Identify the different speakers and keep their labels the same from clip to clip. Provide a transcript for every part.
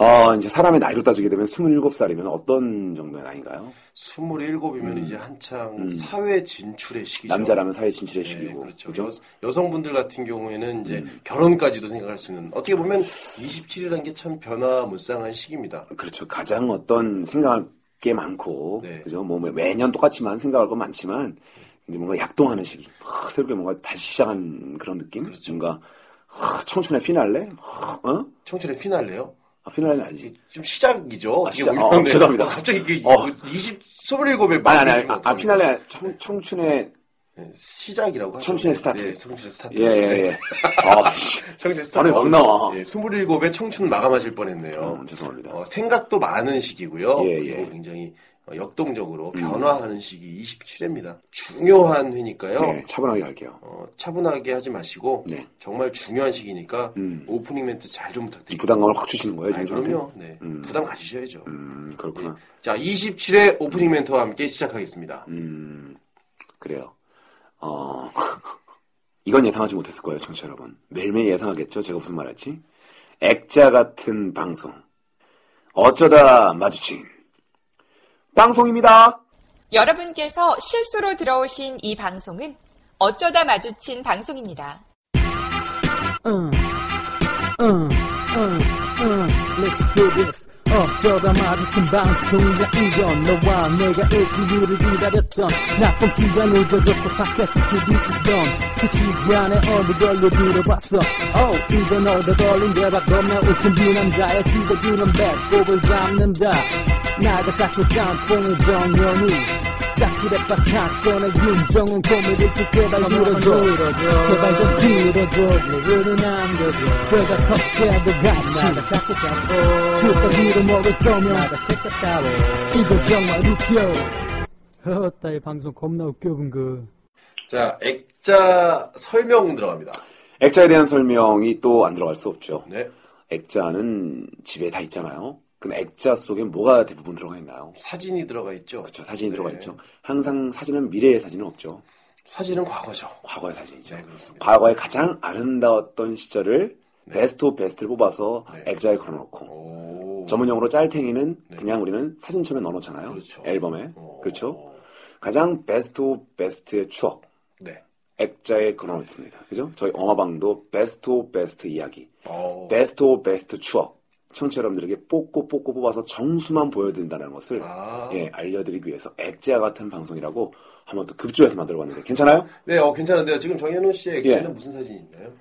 Speaker 1: 아, 이제 사람의 나이로 따지게 되면 27살이면 어떤 정도의 나이인가요?
Speaker 2: 27이면
Speaker 1: 음.
Speaker 2: 이제 한창
Speaker 1: 음.
Speaker 2: 사회 진출의 시기죠.
Speaker 1: 남자라면 사회 진출의
Speaker 2: 네,
Speaker 1: 시기고. 음.
Speaker 2: 그렇죠. 여, 성분들 같은 경우에는 이제 결혼까지도 생각할 수 있는 어떻게 보면 27이라는 게 참 변화무쌍한 시기입니다.
Speaker 1: 그렇죠. 가장 어떤 생각할 게 많고,
Speaker 2: 네.
Speaker 1: 그죠? 뭐 매- 매년 똑같지만 생각할 건 많지만, 이제 뭔가 약동하는 시기. 아, 새롭게 뭔가 다시 시작한 그런 느낌?
Speaker 2: 그렇죠.
Speaker 1: 뭔가, 아, 청춘의 피날레? 아, 어?
Speaker 2: 청춘의 피날레요?
Speaker 1: 아, 피날레는 아니지.
Speaker 2: 이게 좀 시작이죠.
Speaker 1: 아,
Speaker 2: 어떻게
Speaker 1: 시작.
Speaker 2: 보면.
Speaker 1: 어, 죄송합니다.
Speaker 2: 어, 갑자기 이게
Speaker 1: 어.
Speaker 2: 20, 27에
Speaker 1: 아니,
Speaker 2: 말
Speaker 1: 아니, 아니. 아, 아, 피날레, 청, 청춘의,
Speaker 2: 네, 시작이라고 하죠.
Speaker 1: 청춘의 스타트.
Speaker 2: 네, 청춘의 스타트.
Speaker 1: 예, 예, 예. 아, 씨.
Speaker 2: 청춘의 스타트.
Speaker 1: 발음이 막 나와.
Speaker 2: 예, 27에 청춘 마감하실 뻔했네요.
Speaker 1: 음, 죄송합니다.
Speaker 2: 어, 생각도 많은 시기고요.
Speaker 1: 예, 음. 예.
Speaker 2: 그리고 굉장히 어, 역동적으로 변화하는 시기 27회입니다. 중요한 회니까요.
Speaker 1: 네, 차분하게 갈게요.
Speaker 2: 어, 차분하게 하지 마시고
Speaker 1: 네.
Speaker 2: 정말 중요한 시기니까
Speaker 1: 음.
Speaker 2: 오프닝 멘트 잘 좀
Speaker 1: 이
Speaker 2: 부탁드립니다.
Speaker 1: 부담감을 확 주시는 거예요,
Speaker 2: 아,
Speaker 1: 지금 저한테?
Speaker 2: 그럼요. 예. 네.
Speaker 1: 음.
Speaker 2: 부담 가지셔야죠. 네.
Speaker 1: 음, 그렇구나.
Speaker 2: 자, 27회 오프닝 멘트와 함께 시작하겠습니다.
Speaker 1: 음, 그래요. 어, 이건 예상하지 못했을 거예요, 청취자 여러분. 매일매일 예상하겠죠? 제가 무슨 말 할지? 액자 같은 방송. 어쩌다 마주친. 방송입니다!
Speaker 3: 여러분께서 실수로 들어오신 이 방송은 어쩌다 마주친 방송입니다.
Speaker 4: Uh, Let's do this. 어쩌다 마주친 방송이야 이건 너와 내가 일주일을 기다렸던 나쁜 시간 늦어져서 팟캐스트 미치던 그 시간에 어디 걸려 들어봤어 oh, 이건 어디 걸린 대박 겁나 웃긴 두 남자의 시대주는 배꼽을 잡는다 나가사키 짬뽕의 정연우 짝수레파 사건의 윤정은 코미디스 제발 들어줘 제발 좀 들어줘 누구를 남겨줘 내가 섞여도 같이 술까지로 먹을 거면 이거 정말 웃겨 허따 이 방송 겁나 웃겨 분그
Speaker 2: 자, 액자 설명 들어갑니다.
Speaker 1: 액자에 대한 설명이 또 안 들어갈 수 없죠.
Speaker 2: 네.
Speaker 1: 액자는 집에 다 있잖아요. 근데 액자 속에 뭐가 대부분 들어가 있나요?
Speaker 2: 사진이 들어가 있죠.
Speaker 1: 그렇죠. 사진이
Speaker 2: 네.
Speaker 1: 들어가 있죠. 항상 사진은 미래의 사진은 없죠.
Speaker 2: 사진은 과거죠.
Speaker 1: 과거의 사진이죠.
Speaker 2: 네, 그렇습니다.
Speaker 1: 과거의 가장 아름다웠던 시절을
Speaker 2: 네.
Speaker 1: 베스트 오브 베스트를 뽑아서
Speaker 2: 네.
Speaker 1: 액자에 걸어놓고
Speaker 2: 오.
Speaker 1: 전문용어로 짤탱이는
Speaker 2: 네.
Speaker 1: 그냥 우리는 사진첩에 넣어놓잖아요.
Speaker 2: 그렇죠.
Speaker 1: 앨범에.
Speaker 2: 오.
Speaker 1: 그렇죠. 가장 베스트 오브 베스트의 추억.
Speaker 2: 네.
Speaker 1: 액자에 걸어놓습니다. 그죠? 저희 어마방도 베스트 오브 베스트 이야기.
Speaker 2: 어.
Speaker 1: 베스트 오브 베스트 추억. 청취자 여러분들에게 뽑고 뽑고 뽑아서 정수만 보여드린다는 것을
Speaker 2: 아.
Speaker 1: 예, 알려드리기 위해서 액자 같은 방송이라고 한번 또 급조해서 만들어봤는데 괜찮아요?
Speaker 2: 네, 어, 괜찮은데요. 지금 정현우 씨의 액자에는
Speaker 1: 예.
Speaker 2: 무슨 사진이 있나요?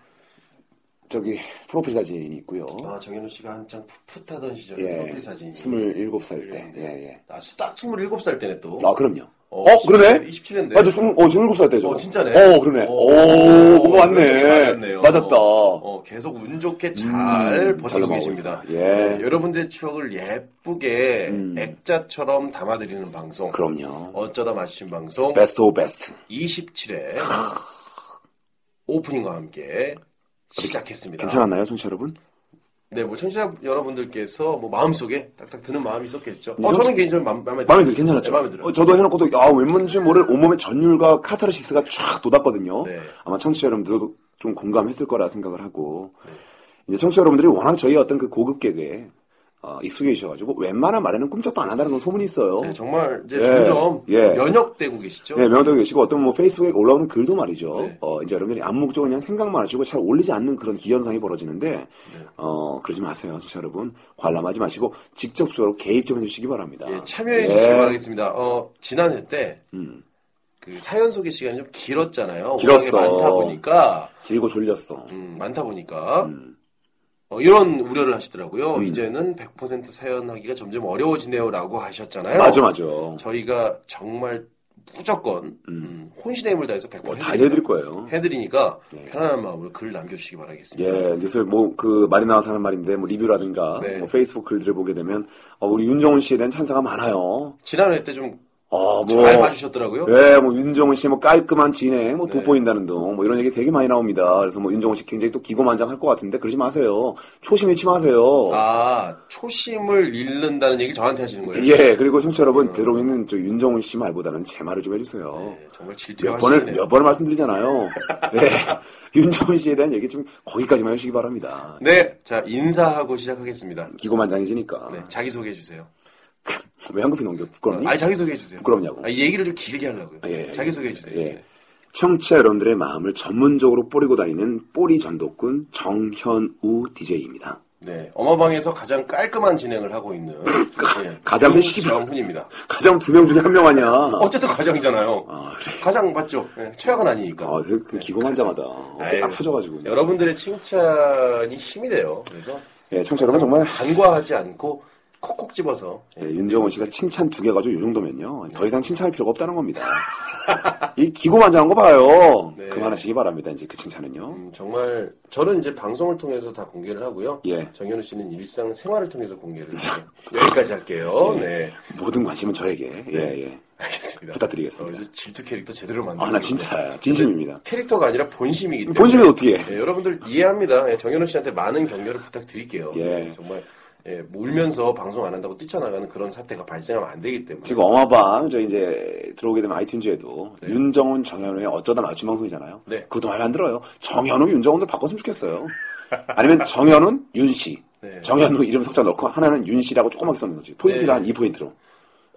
Speaker 1: 저기 프로필 사진이 있고요.
Speaker 2: 아, 정현우 씨가 한창 풋풋하던 시절
Speaker 1: 예.
Speaker 2: 프로필 사진이.
Speaker 1: 27살 때.
Speaker 2: 그랬는데.
Speaker 1: 예, 예.
Speaker 2: 아, 수- 딱 27살 때네 또.
Speaker 1: 아, 그럼요. 어, 그러네?
Speaker 2: 27인데.
Speaker 1: 아, 저 스물, 어, 27살 때죠.
Speaker 2: 어, 진짜네.
Speaker 1: 어, 그러네. 오, 뭔가 맞네.
Speaker 2: 맞았네요.
Speaker 1: 맞았다.
Speaker 2: 어, 계속 운 좋게 잘
Speaker 1: 음, 잘
Speaker 2: 버티고
Speaker 1: 넘어가고
Speaker 2: 계십니다.
Speaker 1: 있어요. 예.
Speaker 2: 네, 여러분들의 추억을 예쁘게
Speaker 1: 음.
Speaker 2: 액자처럼 담아드리는 방송.
Speaker 1: 그럼요. 네.
Speaker 2: 어쩌다 마주친 방송
Speaker 1: 베스트 오 베스트.
Speaker 2: 27회 오프닝과 함께 시작했습니다.
Speaker 1: 괜찮았나요, 청취자 여러분?
Speaker 2: 네, 뭐 청취자 여러분들께서 뭐 마음속에 딱딱 드는 마음이 있었겠죠.
Speaker 1: 네,
Speaker 2: 어,
Speaker 1: 솔직히-
Speaker 2: 저는 개인적으로 마, 음에
Speaker 1: 마음에 들어요. 괜찮았죠?
Speaker 2: 마음에 들어요.
Speaker 1: 어, 저도 해놓고 또, 아, 웬만지 모를 온몸에 전율과 카타르시스가 쫙 돋았거든요.
Speaker 2: 네.
Speaker 1: 아마 청취자 여러분들도 좀 공감했을 거라 생각을 하고,
Speaker 2: 네.
Speaker 1: 이제 청취자 여러분들이 워낙 저희 어떤 그 고급 개그에 어, 익숙해 주셔가지고, 웬만한 말에는 꿈쩍도 안 한다는 건 소문이 있어요.
Speaker 2: 네, 정말 이제
Speaker 1: 예,
Speaker 2: 점점
Speaker 1: 예.
Speaker 2: 면역되고 계시죠.
Speaker 1: 네, 명도 계시고 어떤 뭐 페이스북에 올라오는 글도 말이죠.
Speaker 2: 네.
Speaker 1: 어, 이제 여러분들이 암묵적으로 그냥 생각만 하시고 잘 올리지 않는 그런 기현상이 벌어지는데
Speaker 2: 네.
Speaker 1: 어, 그러지 마세요. 진짜 여러분. 관람하지 마시고 직접적으로 개입 좀 예, 해주시기 바랍니다.
Speaker 2: 예, 참여해 주시기
Speaker 1: 예.
Speaker 2: 바라겠습니다. 어, 지난해 때 그
Speaker 1: 음.
Speaker 2: 그 사연 소개 시간이 좀 길었잖아요.
Speaker 1: 길었어.
Speaker 2: 워낙에 많다 보니까
Speaker 1: 길고 졸렸어.
Speaker 2: 음, 많다 보니까
Speaker 1: 음.
Speaker 2: 어, 이런 우려를 하시더라고요.
Speaker 1: 음.
Speaker 2: 이제는 100% 사연하기가 점점 어려워지네요라고 하셨잖아요.
Speaker 1: 맞아 맞아.
Speaker 2: 저희가 정말 무조건 음, 혼신의 힘을 다해서 100%
Speaker 1: 뭐, 다
Speaker 2: 해드리-
Speaker 1: 해드릴 거예요.
Speaker 2: 해드리니까
Speaker 1: 네.
Speaker 2: 편안한 마음으로 글 남겨주시기 바라겠습니다.
Speaker 1: 예, 요새 뭐 그 말이 나와서 하는 말인데 뭐 리뷰라든가
Speaker 2: 네.
Speaker 1: 뭐 페이스북 글들을 보게 되면 어, 우리 윤정훈 씨에 대한 찬사가 많아요.
Speaker 2: 지난해 때 좀 잘
Speaker 1: 어, 뭐
Speaker 2: 봐주셨더라고요.
Speaker 1: 예, 뭐 윤정훈 씨 뭐 깔끔한 진행, 뭐
Speaker 2: 네.
Speaker 1: 돋보인다는 둥, 뭐 이런 얘기 되게 많이 나옵니다. 그래서 뭐 윤정훈 씨 굉장히 또 기고만장할 것 같은데 그러지 마세요. 초심 잃지 마세요.
Speaker 2: 아 초심을 잃는다는 얘기를 저한테 하시는 거예요.
Speaker 1: 예, 그리고 청취자 여러분 들어오는 저 윤정훈 씨 말보다는 제 말을 좀 해주세요.
Speaker 2: 네, 정말
Speaker 1: 몇 번을
Speaker 2: 질투하시네요.
Speaker 1: 몇 번을 말씀드리잖아요. 예, 윤정훈 씨에 대한 얘기 좀 거기까지만 해주시기 바랍니다.
Speaker 2: 네, 자 인사하고 시작하겠습니다.
Speaker 1: 기고만장해지니까
Speaker 2: 네, 자기 소개해 주세요.
Speaker 1: 왜 한급히 넘겨 부끄럽니?
Speaker 2: 아, 자기 소개해 주세요.
Speaker 1: 부끄럽냐고.
Speaker 2: 아, 이 얘기를 좀 길게 하려고요.
Speaker 1: 아, 예,
Speaker 2: 자기 소개해 주세요. 네.
Speaker 1: 알겠습니다. 예. 청취자 여러분들의 마음을 전문적으로 뿌리고 다니는 뿌리 전도꾼 정현우 DJ입니다.
Speaker 2: 네, 어마방에서 가장 깔끔한 진행을 하고 있는 예,
Speaker 1: 가장
Speaker 2: 정훈입니다.
Speaker 1: 가장 두 명 중에 한 명 아니야.
Speaker 2: 어쨌든 가장이잖아요.
Speaker 1: 아, 그래.
Speaker 2: 가장 맞죠? 예, 최악은 아니니까.
Speaker 1: 아, 네. 되게 그 기고만장하다. 어깨
Speaker 2: 아유,
Speaker 1: 딱 펴져가지고.
Speaker 2: 여러분들의 칭찬이 힘이 돼요. 그래서
Speaker 1: 예, 청취자 여러분 정말
Speaker 2: 간과하지 않고 콕콕 집어서
Speaker 1: 예, 윤정원 씨가 칭찬 두 개 가지고 이 정도면요. 더 이상 칭찬할 필요가 없다는 겁니다. 이 기고만장한 거 봐요.
Speaker 2: 네.
Speaker 1: 그만하시기 바랍니다. 이제 그 칭찬은요.
Speaker 2: 음, 정말 저는 이제 방송을 통해서 다 공개를 하고요.
Speaker 1: 예.
Speaker 2: 정현우 씨는 일상 생활을 통해서 공개를 해요. 여기까지 할게요.
Speaker 1: 예.
Speaker 2: 네.
Speaker 1: 모든 관심은 저에게. 예, 예.
Speaker 2: 알겠습니다.
Speaker 1: 부탁드리겠습니다.
Speaker 2: 어, 이제 질투 캐릭터 제대로 만들고
Speaker 1: 아, 나
Speaker 2: 있는데.
Speaker 1: 진짜 진심입니다.
Speaker 2: 캐릭터가 아니라 본심이기 때문에
Speaker 1: 본심이 어떻게 해?
Speaker 2: 예, 여러분들 이해합니다. 예, 정현우 씨한테 많은 격려를 부탁드릴게요.
Speaker 1: 예.
Speaker 2: 정말 예, 뭐 울면서 방송 안 한다고 뛰쳐나가는 그런 사태가 발생하면 안 되기 때문에
Speaker 1: 지금 어마방 저 이제 들어오게 되면 아이튠즈에도 윤정훈 정현우의 어쩌다 맞춤 방송이잖아요.
Speaker 2: 네.
Speaker 1: 그것도 많이 안 들어요. 정현우 윤정훈을 바꿨으면 좋겠어요. 아니면 정현훈 윤씨.
Speaker 2: 네.
Speaker 1: 정현우 이름 석자 넣고 하나는 윤씨라고 조그맣게 써는 거지. 포인트를
Speaker 2: 네.
Speaker 1: 한 2포인트로.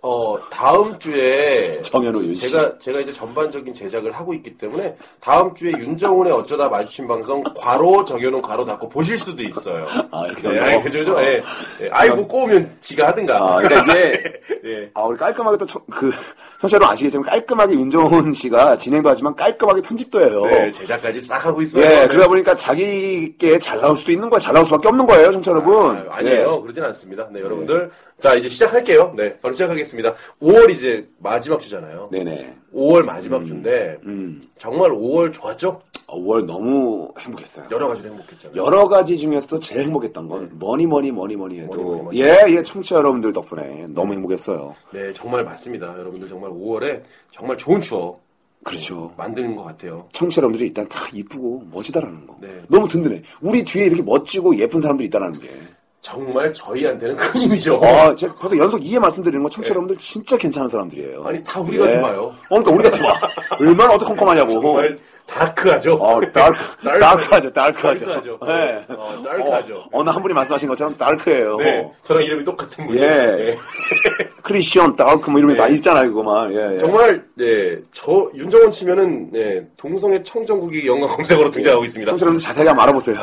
Speaker 2: 어, 다음 주에
Speaker 1: 정현우 윤씨.
Speaker 2: 제가 제가 이제 전반적인 제작을 하고 있기 때문에 다음 주에 윤정훈의 어쩌다 마주친 방송 과로 정현우 과로 닫고 보실 수도 있어요.
Speaker 1: 아, 이렇게
Speaker 2: 네,
Speaker 1: 되나요?
Speaker 2: 아이, 그죠, 그죠? 예. 예, 아이, 뭐 꼬우면 지가 하든가.
Speaker 1: 아, 그러니까 이제
Speaker 2: 예.
Speaker 1: 아, 우리 깔끔하게 또, 청- 그, 성실로 아시겠지만 깔끔하게 윤정훈 씨가 진행도 하지만 깔끔하게 편집도 해요.
Speaker 2: 네, 제작까지 싹 하고 있어요.
Speaker 1: 어. 예, 그러다 보니까 자기께 잘 나올 수도 있는 거야. 잘 나올 수밖에 없는 거예요, 청취자 여러분.
Speaker 2: 아, 아니에요.
Speaker 1: 예.
Speaker 2: 그러진 않습니다. 네, 여러분들. 자, 이제 시작할게요. 네, 바로 시작하겠습니다. 5월 이제 마지막 주잖아요.
Speaker 1: 예. 네네.
Speaker 2: 5월 마지막 주인데,
Speaker 1: 음.
Speaker 2: 정말 5월 좋았죠?
Speaker 1: 어, 5월 너무 행복했어요.
Speaker 2: 여러 가지로 행복했잖아요.
Speaker 1: 여러 가지 중에서도 제일 행복했던
Speaker 2: 음.
Speaker 1: 건 뭐니 뭐니 뭐니 뭐니
Speaker 2: 뭐니 뭐니
Speaker 1: 해도
Speaker 2: 뭐니.
Speaker 1: 예예 청취자 여러분들 덕분에 너무 행복했어요.
Speaker 2: 네, 정말 맞습니다. 여러분들 정말 5월에 정말 좋은 추억
Speaker 1: 그렇죠.
Speaker 2: 만드는 것 같아요.
Speaker 1: 청취자 여러분들이 일단 다 이쁘고 멋지다라는 거.
Speaker 2: 네.
Speaker 1: 너무 든든해. 우리 뒤에 이렇게 멋지고 예쁜 사람들이 있다라는 게.
Speaker 2: 정말 저희한테는 큰 힘이죠.
Speaker 1: 아, 제가 벌써 연속 이에 말씀드리는 건 청취자 여러분들 진짜 괜찮은 사람들이에요.
Speaker 2: 네. 아니, 다 우리가
Speaker 1: 예.
Speaker 2: 돼봐요.
Speaker 1: 어, 그러니까 우리가 돼봐. 얼마나 어두컴컴하냐고.
Speaker 2: 정말 다크하죠.
Speaker 1: 어, 우리 다크, 다크하죠, 다크하죠.
Speaker 2: 다크하죠.
Speaker 1: 예.
Speaker 2: 어, 다크하죠.
Speaker 1: 어, 어느 한 분이 말씀하신 것처럼 다크예요.
Speaker 2: 네, 저랑 이름이 똑같은 분이에요.
Speaker 1: 어. 예.
Speaker 2: 네.
Speaker 1: 크리시언, 다크 뭐 이런
Speaker 2: 네.
Speaker 1: 게다 있잖아요, 그거만. 예, 예.
Speaker 2: 정말 네, 저 윤정원 치면은 네, 동성애 청정국이 영광 검색어로 등장하고 있습니다.
Speaker 1: 청취자분들 자세히 한번 알아보세요.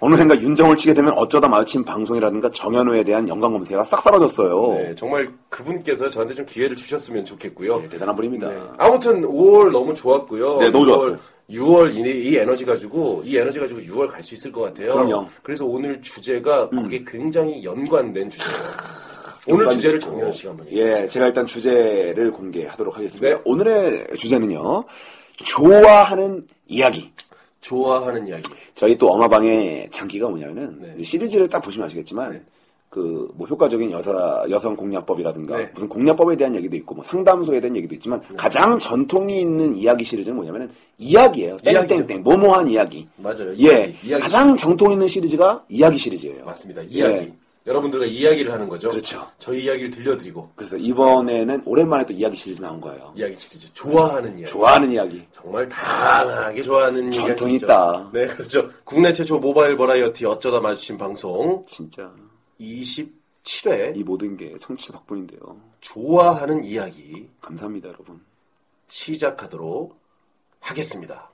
Speaker 1: 어느샌가 윤정을 치게 되면 어쩌다 마주친 방송이라든가 정현우에 대한 연관 검색어가 싹 사라졌어요.
Speaker 2: 네, 정말 그분께서 저한테 좀 기회를 주셨으면 좋겠고요.
Speaker 1: 예, 대단한 분입니다.
Speaker 2: 네, 아무튼 5월 너무 좋았고요.
Speaker 1: 네, 너무
Speaker 2: 6월,
Speaker 1: 좋았어요.
Speaker 2: 6월 이, 이 에너지 가지고 이 에너지 가지고 6월 갈 수 있을 것 같아요.
Speaker 1: 그럼요. 음.
Speaker 2: 그래서 오늘 주제가 거기에 굉장히 연관된 주제예요. 오늘
Speaker 1: 연관이
Speaker 2: 주제를
Speaker 1: 있고.
Speaker 2: 정리하는 시간 한번
Speaker 1: 예, 제가 일단 주제를 공개하도록 하겠습니다.
Speaker 2: 네.
Speaker 1: 오늘의 주제는요. 좋아하는 이야기.
Speaker 2: 좋아하는 이야기.
Speaker 1: 저희 또 어마방의 장기가 뭐냐면은
Speaker 2: 네.
Speaker 1: 이제 시리즈를 딱 보시면 아시겠지만
Speaker 2: 네.
Speaker 1: 그 뭐 효과적인 여자 여성 공략법이라든가
Speaker 2: 네.
Speaker 1: 무슨 공략법에 대한 얘기도 있고 뭐 상담소에 대한 얘기도 있지만 가장 전통이 있는 이야기 시리즈는 뭐냐면은 이야기예요.
Speaker 2: 이야기죠.
Speaker 1: 땡땡땡 모모한 이야기.
Speaker 2: 맞아요.
Speaker 1: 예,
Speaker 2: 이야기. 이야기.
Speaker 1: 가장 정통 있는 시리즈가 이야기 시리즈예요.
Speaker 2: 맞습니다. 이야기. 여러분들과 이야기를 하는 거죠.
Speaker 1: 그렇죠.
Speaker 2: 저희 이야기를 들려드리고
Speaker 1: 그래서 이번에는 오랜만에 또 이야기 시리즈 나온 거예요.
Speaker 2: 이야기 시리즈 좋아하는 이야기.
Speaker 1: 좋아하는 이야기.
Speaker 2: 정말 다양하게 좋아하는 이야기
Speaker 1: 전통이
Speaker 2: 시리즈.
Speaker 1: 있다.
Speaker 2: 네, 그렇죠. 국내 최초 모바일 버라이어티 어쩌다 마주친 방송
Speaker 1: 진짜
Speaker 2: 27회
Speaker 1: 이 모든 게 청취자 덕분인데요.
Speaker 2: 좋아하는 이야기
Speaker 1: 감사합니다, 여러분.
Speaker 2: 시작하도록 하겠습니다.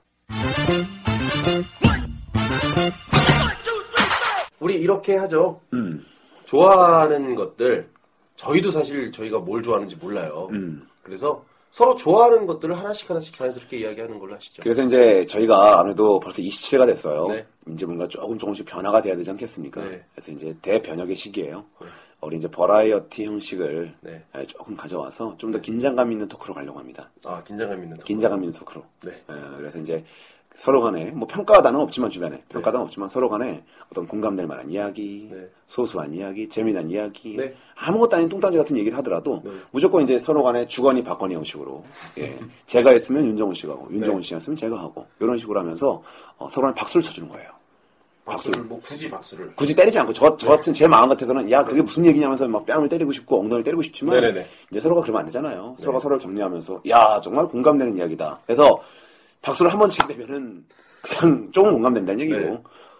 Speaker 2: 우리 이렇게 하죠.
Speaker 1: 음.
Speaker 2: 좋아하는 것들 저희도 사실 저희가 뭘 좋아하는지 몰라요.
Speaker 1: 음.
Speaker 2: 그래서 서로 좋아하는 것들을 하나씩 하나씩 자연스럽게 이야기하는 걸로 하시죠.
Speaker 1: 그래서 이제 저희가 아무래도 벌써 27회가 됐어요.
Speaker 2: 그렇죠. 네.
Speaker 1: 이제 뭔가 조금 조금씩 변화가 돼야 되지 않겠습니까?
Speaker 2: 네.
Speaker 1: 그래서 이제 대변혁의 시기예요.
Speaker 2: 네.
Speaker 1: 우리 이제 버라이어티 형식을
Speaker 2: 네.
Speaker 1: 예, 조금 가져와서 좀 더 긴장감 있는 토크로 가려고 합니다.
Speaker 2: 아 긴장감 있는. 토크.
Speaker 1: 긴장감 있는 토크로.
Speaker 2: 네.
Speaker 1: 예, 그래서 이제 서로 간에 뭐 평가단은 없지만 주변에 평가단은 없지만 서로 간에 어떤 공감될 만한 이야기,
Speaker 2: 네.
Speaker 1: 소소한 이야기, 재미난 이야기,
Speaker 2: 네.
Speaker 1: 아무것도 아닌 뚱딴지 같은 얘기를 하더라도
Speaker 2: 네.
Speaker 1: 무조건 이제 서로 간에 주거니 받거니 형식으로 예. 제가 했으면 윤정훈 씨가 하고 윤정훈
Speaker 2: 네.
Speaker 1: 씨가 했으면 제가 하고 이런 식으로 하면서 어, 서로 간에 박수를 쳐주는 거예요.
Speaker 2: 박수를 뭐 굳이 박수를.
Speaker 1: 굳이 때리지 않고 저,
Speaker 2: 네.
Speaker 1: 저 같은 제 마음 같아서는 야 그게 무슨 얘기냐면서 막 뺨을 때리고 싶고 엉덩이를 때리고 싶지만
Speaker 2: 네네네. 네.
Speaker 1: 이제 서로가 그러면 안 되잖아요. 서로가 서로를 격려하면서 야 정말 공감되는 이야기다. 그래서 박수를 한 번 치게 되면은 그냥 조금 공감된다는 얘기고
Speaker 2: 네.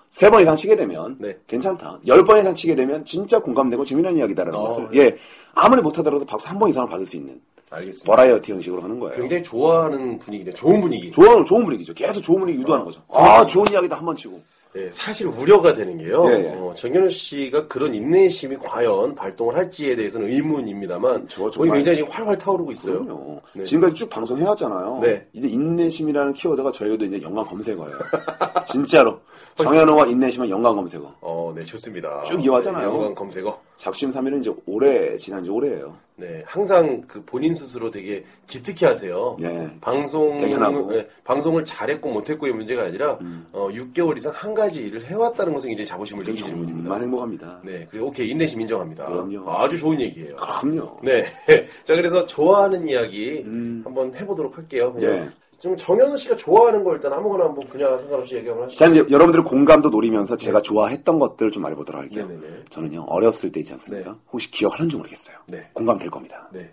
Speaker 1: 세 번 이상 치게 되면
Speaker 2: 네.
Speaker 1: 괜찮다. 열 번 이상 치게 되면 진짜 공감되고 재미난 이야기다라는
Speaker 2: 어,
Speaker 1: 것을
Speaker 2: 네.
Speaker 1: 예 아무리 못하더라도 박수 한 번 이상을 받을 수 있는
Speaker 2: 알겠습니다.
Speaker 1: 버라이어티 형식으로 하는 거예요.
Speaker 2: 네. 굉장히 좋아하는 분위기네. 좋은 분위기.
Speaker 1: 좋은 좋은 분위기죠. 계속 좋은 분위기 유도하는
Speaker 2: 어,
Speaker 1: 거죠. 아 좋은 이야기다 한 번 치고
Speaker 2: 예, 사실 우려가 되는 게요.
Speaker 1: 예, 예.
Speaker 2: 어, 정현우 씨가 그런 인내심이 과연 발동을 할지에 대해서는 의문입니다만,
Speaker 1: 저
Speaker 2: 거의
Speaker 1: 정말-
Speaker 2: 굉장히 활활 타오르고 있어요.
Speaker 1: 그럼요.
Speaker 2: 네.
Speaker 1: 지금까지 쭉 방송해왔잖아요.
Speaker 2: 네.
Speaker 1: 이제 인내심이라는 키워드가 저희도 이제 연관 검색어예요. 진짜로. 정현호와 인내심은 연관 검색어.
Speaker 2: 어, 네, 좋습니다.
Speaker 1: 쭉 이어왔잖아요.
Speaker 2: 네, 영광 검색어.
Speaker 1: 작심 삼일은 이제 올해, 지난 지 올해예요.
Speaker 2: 네, 항상 그 본인 스스로 되게 기특해 하세요.
Speaker 1: 예.
Speaker 2: 방송,
Speaker 1: 대견하고. 음.
Speaker 2: 예, 방송을 잘했고 못했고의 문제가 아니라, 어, 6개월 이상 한 가지 일을 해왔다는 것은 굉장히 자부심을 느끼시는 분입니다.
Speaker 1: 정말 행복합니다.
Speaker 2: 그렇죠. 네, 그리고 오케이, 인내심 인정합니다.
Speaker 1: 그렇죠. 그럼요.
Speaker 2: 아주 좋은 얘기예요.
Speaker 1: 그럼요.
Speaker 2: 네. 자, 그래서 좋아하는 이야기
Speaker 1: 음.
Speaker 2: 한번 해보도록 할게요. 그냥
Speaker 1: 예.
Speaker 2: 지금 정현우 씨가 좋아하는 거 일단 아무거나 한번 분야 상관없이 얘기 한번 하시죠.
Speaker 1: 자, 이제 여러분들의 공감도 노리면서 제가 좋아했던 것들을 좀 말해보도록 할게요.
Speaker 2: 네. 네네네.
Speaker 1: 저는요, 어렸을 때 있지 않습니까?
Speaker 2: 네.
Speaker 1: 혹시 기억하는지 모르겠어요.
Speaker 2: 네.
Speaker 1: 공감될 겁니다.
Speaker 2: 네.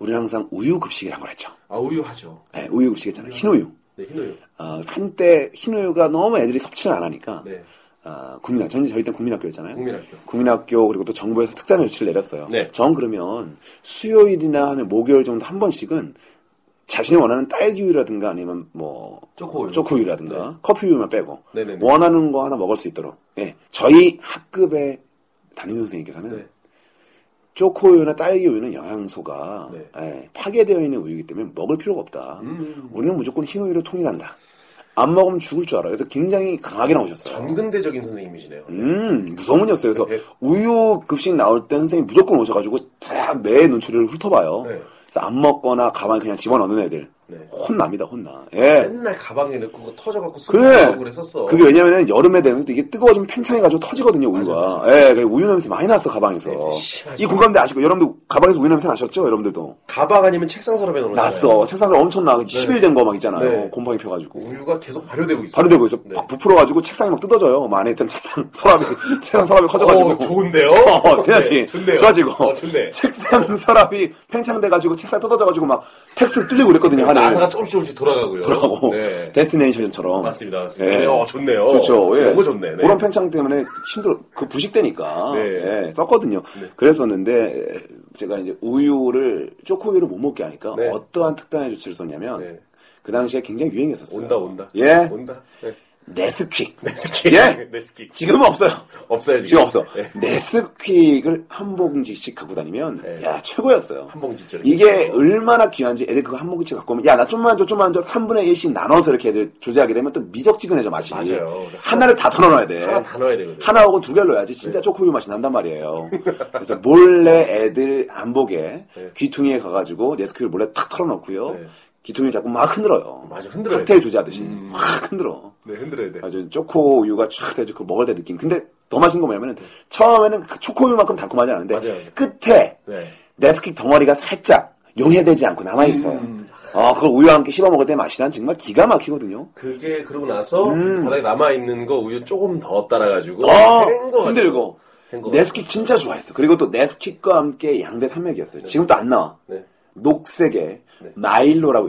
Speaker 1: 우리는 항상 우유급식이라는 걸 했죠.
Speaker 2: 아, 우유하죠.
Speaker 1: 네, 우유급식 했잖아요. 흰우유.
Speaker 2: 네, 흰우유.
Speaker 1: 어, 한때 흰우유가 너무 애들이 섭취를 안 하니까
Speaker 2: 네.
Speaker 1: 아, 국민학 저는 저희 때 국민학교였잖아요.
Speaker 2: 국민학교.
Speaker 1: 국민학교 그리고 또 정부에서 특단 조치를 내렸어요.
Speaker 2: 네.
Speaker 1: 전 그러면 수요일이나 하는 목요일 정도 한 번씩은 자신이 원하는 딸기우유라든가 아니면 뭐
Speaker 2: 초코우유. 네.
Speaker 1: 초코우유라든가 커피우유만 빼고
Speaker 2: 네네네.
Speaker 1: 원하는 거 하나 먹을 수 있도록. 예. 저희 학급의 담임 선생님께서는
Speaker 2: 네.
Speaker 1: 초코우유나 딸기우유는 영양소가
Speaker 2: 네.
Speaker 1: 예, 파괴되어 있는 우유이기 때문에 먹을 필요가 없다.
Speaker 2: 음.
Speaker 1: 우리는 무조건 흰우유로 통일한다. 안 먹으면 죽을 줄 알아. 그래서 굉장히 강하게 나오셨어요.
Speaker 2: 전근대적인 선생님이시네요.
Speaker 1: 음, 무서운이었어요. 그래서
Speaker 2: 네.
Speaker 1: 우유 급식 나올 때 선생님 무조건 오셔가지고 다 매의 눈초리를 훑어봐요.
Speaker 2: 네.
Speaker 1: 그래서 안 먹거나 가방에 그냥 집어넣는 애들
Speaker 2: 네.
Speaker 1: 혼납니다, 혼나. 예.
Speaker 2: 맨날 가방에 넣고 그거 터져갖고 술
Speaker 1: 그래.
Speaker 2: 먹고 그랬었어.
Speaker 1: 그게 왜냐면은 여름에 되면 또 이게 뜨거워지면 팽창해가지고 터지거든요,
Speaker 2: 맞아,
Speaker 1: 우유가. 예, 그래서 우유 냄새 많이 났어, 가방에서.
Speaker 2: 냄새 심하죠.
Speaker 1: 이 공감대 아시고, 여러분들 가방에서 우유 냄새 나셨죠? 여러분들도.
Speaker 2: 가방 아니면 책상 서랍에 넣어놨어요.
Speaker 1: 났어. 책상에 엄청 나. 10일 된 거 막 있잖아요.
Speaker 2: 네.
Speaker 1: 곰팡이 펴가지고.
Speaker 2: 우유가 계속 발효되고 있어요.
Speaker 1: 바로 되고 있어.
Speaker 2: 네.
Speaker 1: 막 부풀어가지고 책상이 막 뜯어져요. 막 안에 있던 책상 서랍이, 책상 서랍이 커져가지고.
Speaker 2: 어, 좋은데요?
Speaker 1: 어,
Speaker 2: 네,
Speaker 1: 대야지.
Speaker 2: 좋네요.
Speaker 1: 좋아지고.
Speaker 2: 어, 좋네.
Speaker 1: 책상 서랍이 팽창돼가지고 책상 뜯어져가지고 막 팩스 뚫리고 그랬거든요. 하늘.
Speaker 2: 네, 나사가 조금씩 조금씩 돌아가고요.
Speaker 1: 돌아가고.
Speaker 2: 네.
Speaker 1: 데스티네이션처럼.
Speaker 2: 맞습니다. 맞습니다.
Speaker 1: 예.
Speaker 2: 네, 어, 좋네요.
Speaker 1: 그렇죠. 예.
Speaker 2: 너무 좋네. 네.
Speaker 1: 그런 팽창 때문에 힘들어. 그 부식되니까.
Speaker 2: 네.
Speaker 1: 예, 썼거든요.
Speaker 2: 네.
Speaker 1: 그랬었는데, 제가 이제 우유를, 초코우유를 못 먹게 하니까
Speaker 2: 네.
Speaker 1: 어떠한 특단의 조치를 썼냐면,
Speaker 2: 네.
Speaker 1: 그 당시에 굉장히 유행했었어요.
Speaker 2: 온다, 온다.
Speaker 1: 예.
Speaker 2: 온다. 네.
Speaker 1: 네스퀵.
Speaker 2: 네스키.
Speaker 1: 예.
Speaker 2: 네스키.
Speaker 1: 지금은 없어요.
Speaker 2: 없어요, 지금.
Speaker 1: 지금 없어.
Speaker 2: 네.
Speaker 1: 네스퀵을 한 봉지씩 갖고 다니면
Speaker 2: 네.
Speaker 1: 야 최고였어요.
Speaker 2: 한 봉지 째로.
Speaker 1: 이게 얼마나 귀한지 애들 그거 한 봉지씩 갖고 오면 야 나 좀만 줘 좀만 줘 3분의 1씩 나눠서 이렇게 애들 조제하게 되면 또 미적지근해져 맛이.
Speaker 2: 맞아요.
Speaker 1: 하나를 다 털어놔야 돼.
Speaker 2: 하나 네. 다 넣어야 되거든요.
Speaker 1: 하나 혹은 두 개를 넣어야지 진짜 초코우유 맛이 난단 말이에요. 그래서 몰래 애들 안 보게
Speaker 2: 네.
Speaker 1: 귀퉁이에 가가지고 네스퀵을 몰래 탁 털어놓고요.
Speaker 2: 네.
Speaker 1: 귀퉁이 자꾸 막 흔들어요.
Speaker 2: 맞아, 흔들어요.
Speaker 1: 칵테일 조제하듯이
Speaker 2: 음.
Speaker 1: 막 흔들어.
Speaker 2: 네, 흔들어야 돼.
Speaker 1: 아주 초코우유가 촥 돼서 그 먹을 때 느낌. 근데 더 맛있는 거 뭐냐면 처음에는 그 초코우유만큼 달콤하지 않은데
Speaker 2: 맞아요, 맞아요.
Speaker 1: 끝에
Speaker 2: 네.
Speaker 1: 네스킥 덩어리가 살짝 용해되지 않고 남아 있어요.
Speaker 2: 음.
Speaker 1: 아, 그걸 우유와 함께 씹어 먹을 때 맛이 난 정말 기가 막히거든요.
Speaker 2: 그게 그러고 나서
Speaker 1: 음.
Speaker 2: 바닥에 남아 있는 거 우유 조금 더 따라가지고
Speaker 1: 아,
Speaker 2: 헹궈가지고.
Speaker 1: 힘들고.
Speaker 2: 헹궈.
Speaker 1: 네스킥 진짜 좋아했어. 그리고 또 네스킥과 함께 양대 산맥이었어요. 지금도 안 나와.
Speaker 2: 네.
Speaker 1: 녹색에
Speaker 2: 네.
Speaker 1: 마일로라고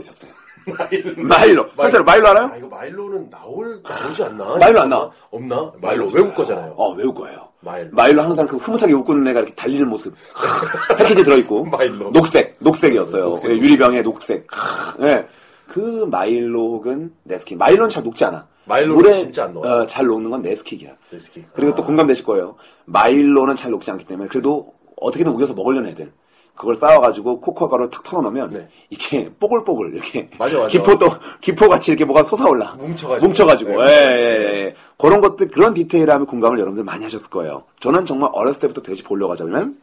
Speaker 1: 있었어요.
Speaker 2: 마일로.
Speaker 1: 마일로. 진짜로 마일로 알아요? 아,
Speaker 2: 아, 이거 마일로는 나올 나오지 않나?
Speaker 1: 마일로 안 나와.
Speaker 2: 없나? 마일로 외국 거잖아요.
Speaker 1: 어, 외울 거예요.
Speaker 2: 마일로.
Speaker 1: 마일로 항상 그 흐뭇하게 웃고 있는 애가 이렇게 달리는 모습. 패키지 들어있고.
Speaker 2: 마일로.
Speaker 1: 녹색, 녹색이었어요.
Speaker 2: 녹색,
Speaker 1: 예,
Speaker 2: 녹색.
Speaker 1: 유리병에 녹색. 크, 예. 그 마일로 혹은 네스킥. 마일로는 잘 녹지 않아.
Speaker 2: 마일로는
Speaker 1: 물에,
Speaker 2: 진짜 안 녹아요.
Speaker 1: 어, 잘 녹는 건 네스킥이야.
Speaker 2: 네스키. 아.
Speaker 1: 그리고 또 공감되실 거예요. 마일로는 잘 녹지 않기 때문에 그래도 어떻게든 우겨서 먹으려는 애들. 그걸 쌓아가지고 코코아 가루 툭 털어놓으면
Speaker 2: 네.
Speaker 1: 이게 뽀글뽀글 이렇게
Speaker 2: 맞아, 맞아.
Speaker 1: 기포도 기포같이 이렇게 뭐가 솟아올라
Speaker 2: 뭉쳐가지고.
Speaker 1: 뭉쳐가지고
Speaker 2: 네.
Speaker 1: 예, 예, 예. 그런 것들 그런 디테일함에 공감을 여러분들 많이 하셨을 거예요. 저는 정말 어렸을 때부터 돼지 보려고 하자면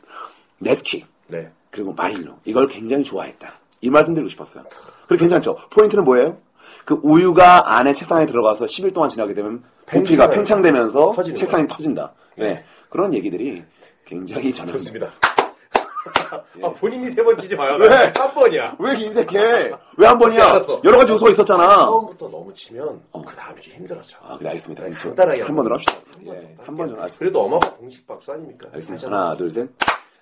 Speaker 1: 네스키
Speaker 2: 네.
Speaker 1: 그리고 마일로 이걸 굉장히 좋아했다 이 말씀드리고 싶었어요. 그리고 괜찮죠? 포인트는 뭐예요? 그 우유가 안에 책상에 들어가서 10일 동안 지나게 되면 봉피가
Speaker 2: 팽창해요.
Speaker 1: 팽창되면서
Speaker 2: 터지는
Speaker 1: 책상이 터진다. 네. 그런 얘기들이 굉장히 저는
Speaker 2: 좋습니다. 아, 본인이 세 번 치지 마요. 한 번이야.
Speaker 1: 예. 왜 이렇게 인색해? 왜 한 번이야?
Speaker 2: 알았어.
Speaker 1: 여러 가지 요소가 있었잖아.
Speaker 2: 처음부터 너무 치면 그 다음이 좀 힘들어져.
Speaker 1: 어. 아, 그래, 알겠습니다.
Speaker 2: 네,
Speaker 1: 그럼
Speaker 2: 간단하게
Speaker 1: 한 번으로
Speaker 2: 한번
Speaker 1: 합시다.
Speaker 2: 한번
Speaker 1: 예,
Speaker 2: 더
Speaker 1: 한 번으로
Speaker 2: 할게요.
Speaker 1: 합시다.
Speaker 2: 그래도 엄마가 공식밥수 아닙니까?
Speaker 1: 알겠습니다.
Speaker 2: 하잖아.
Speaker 1: 하나, 둘, 셋.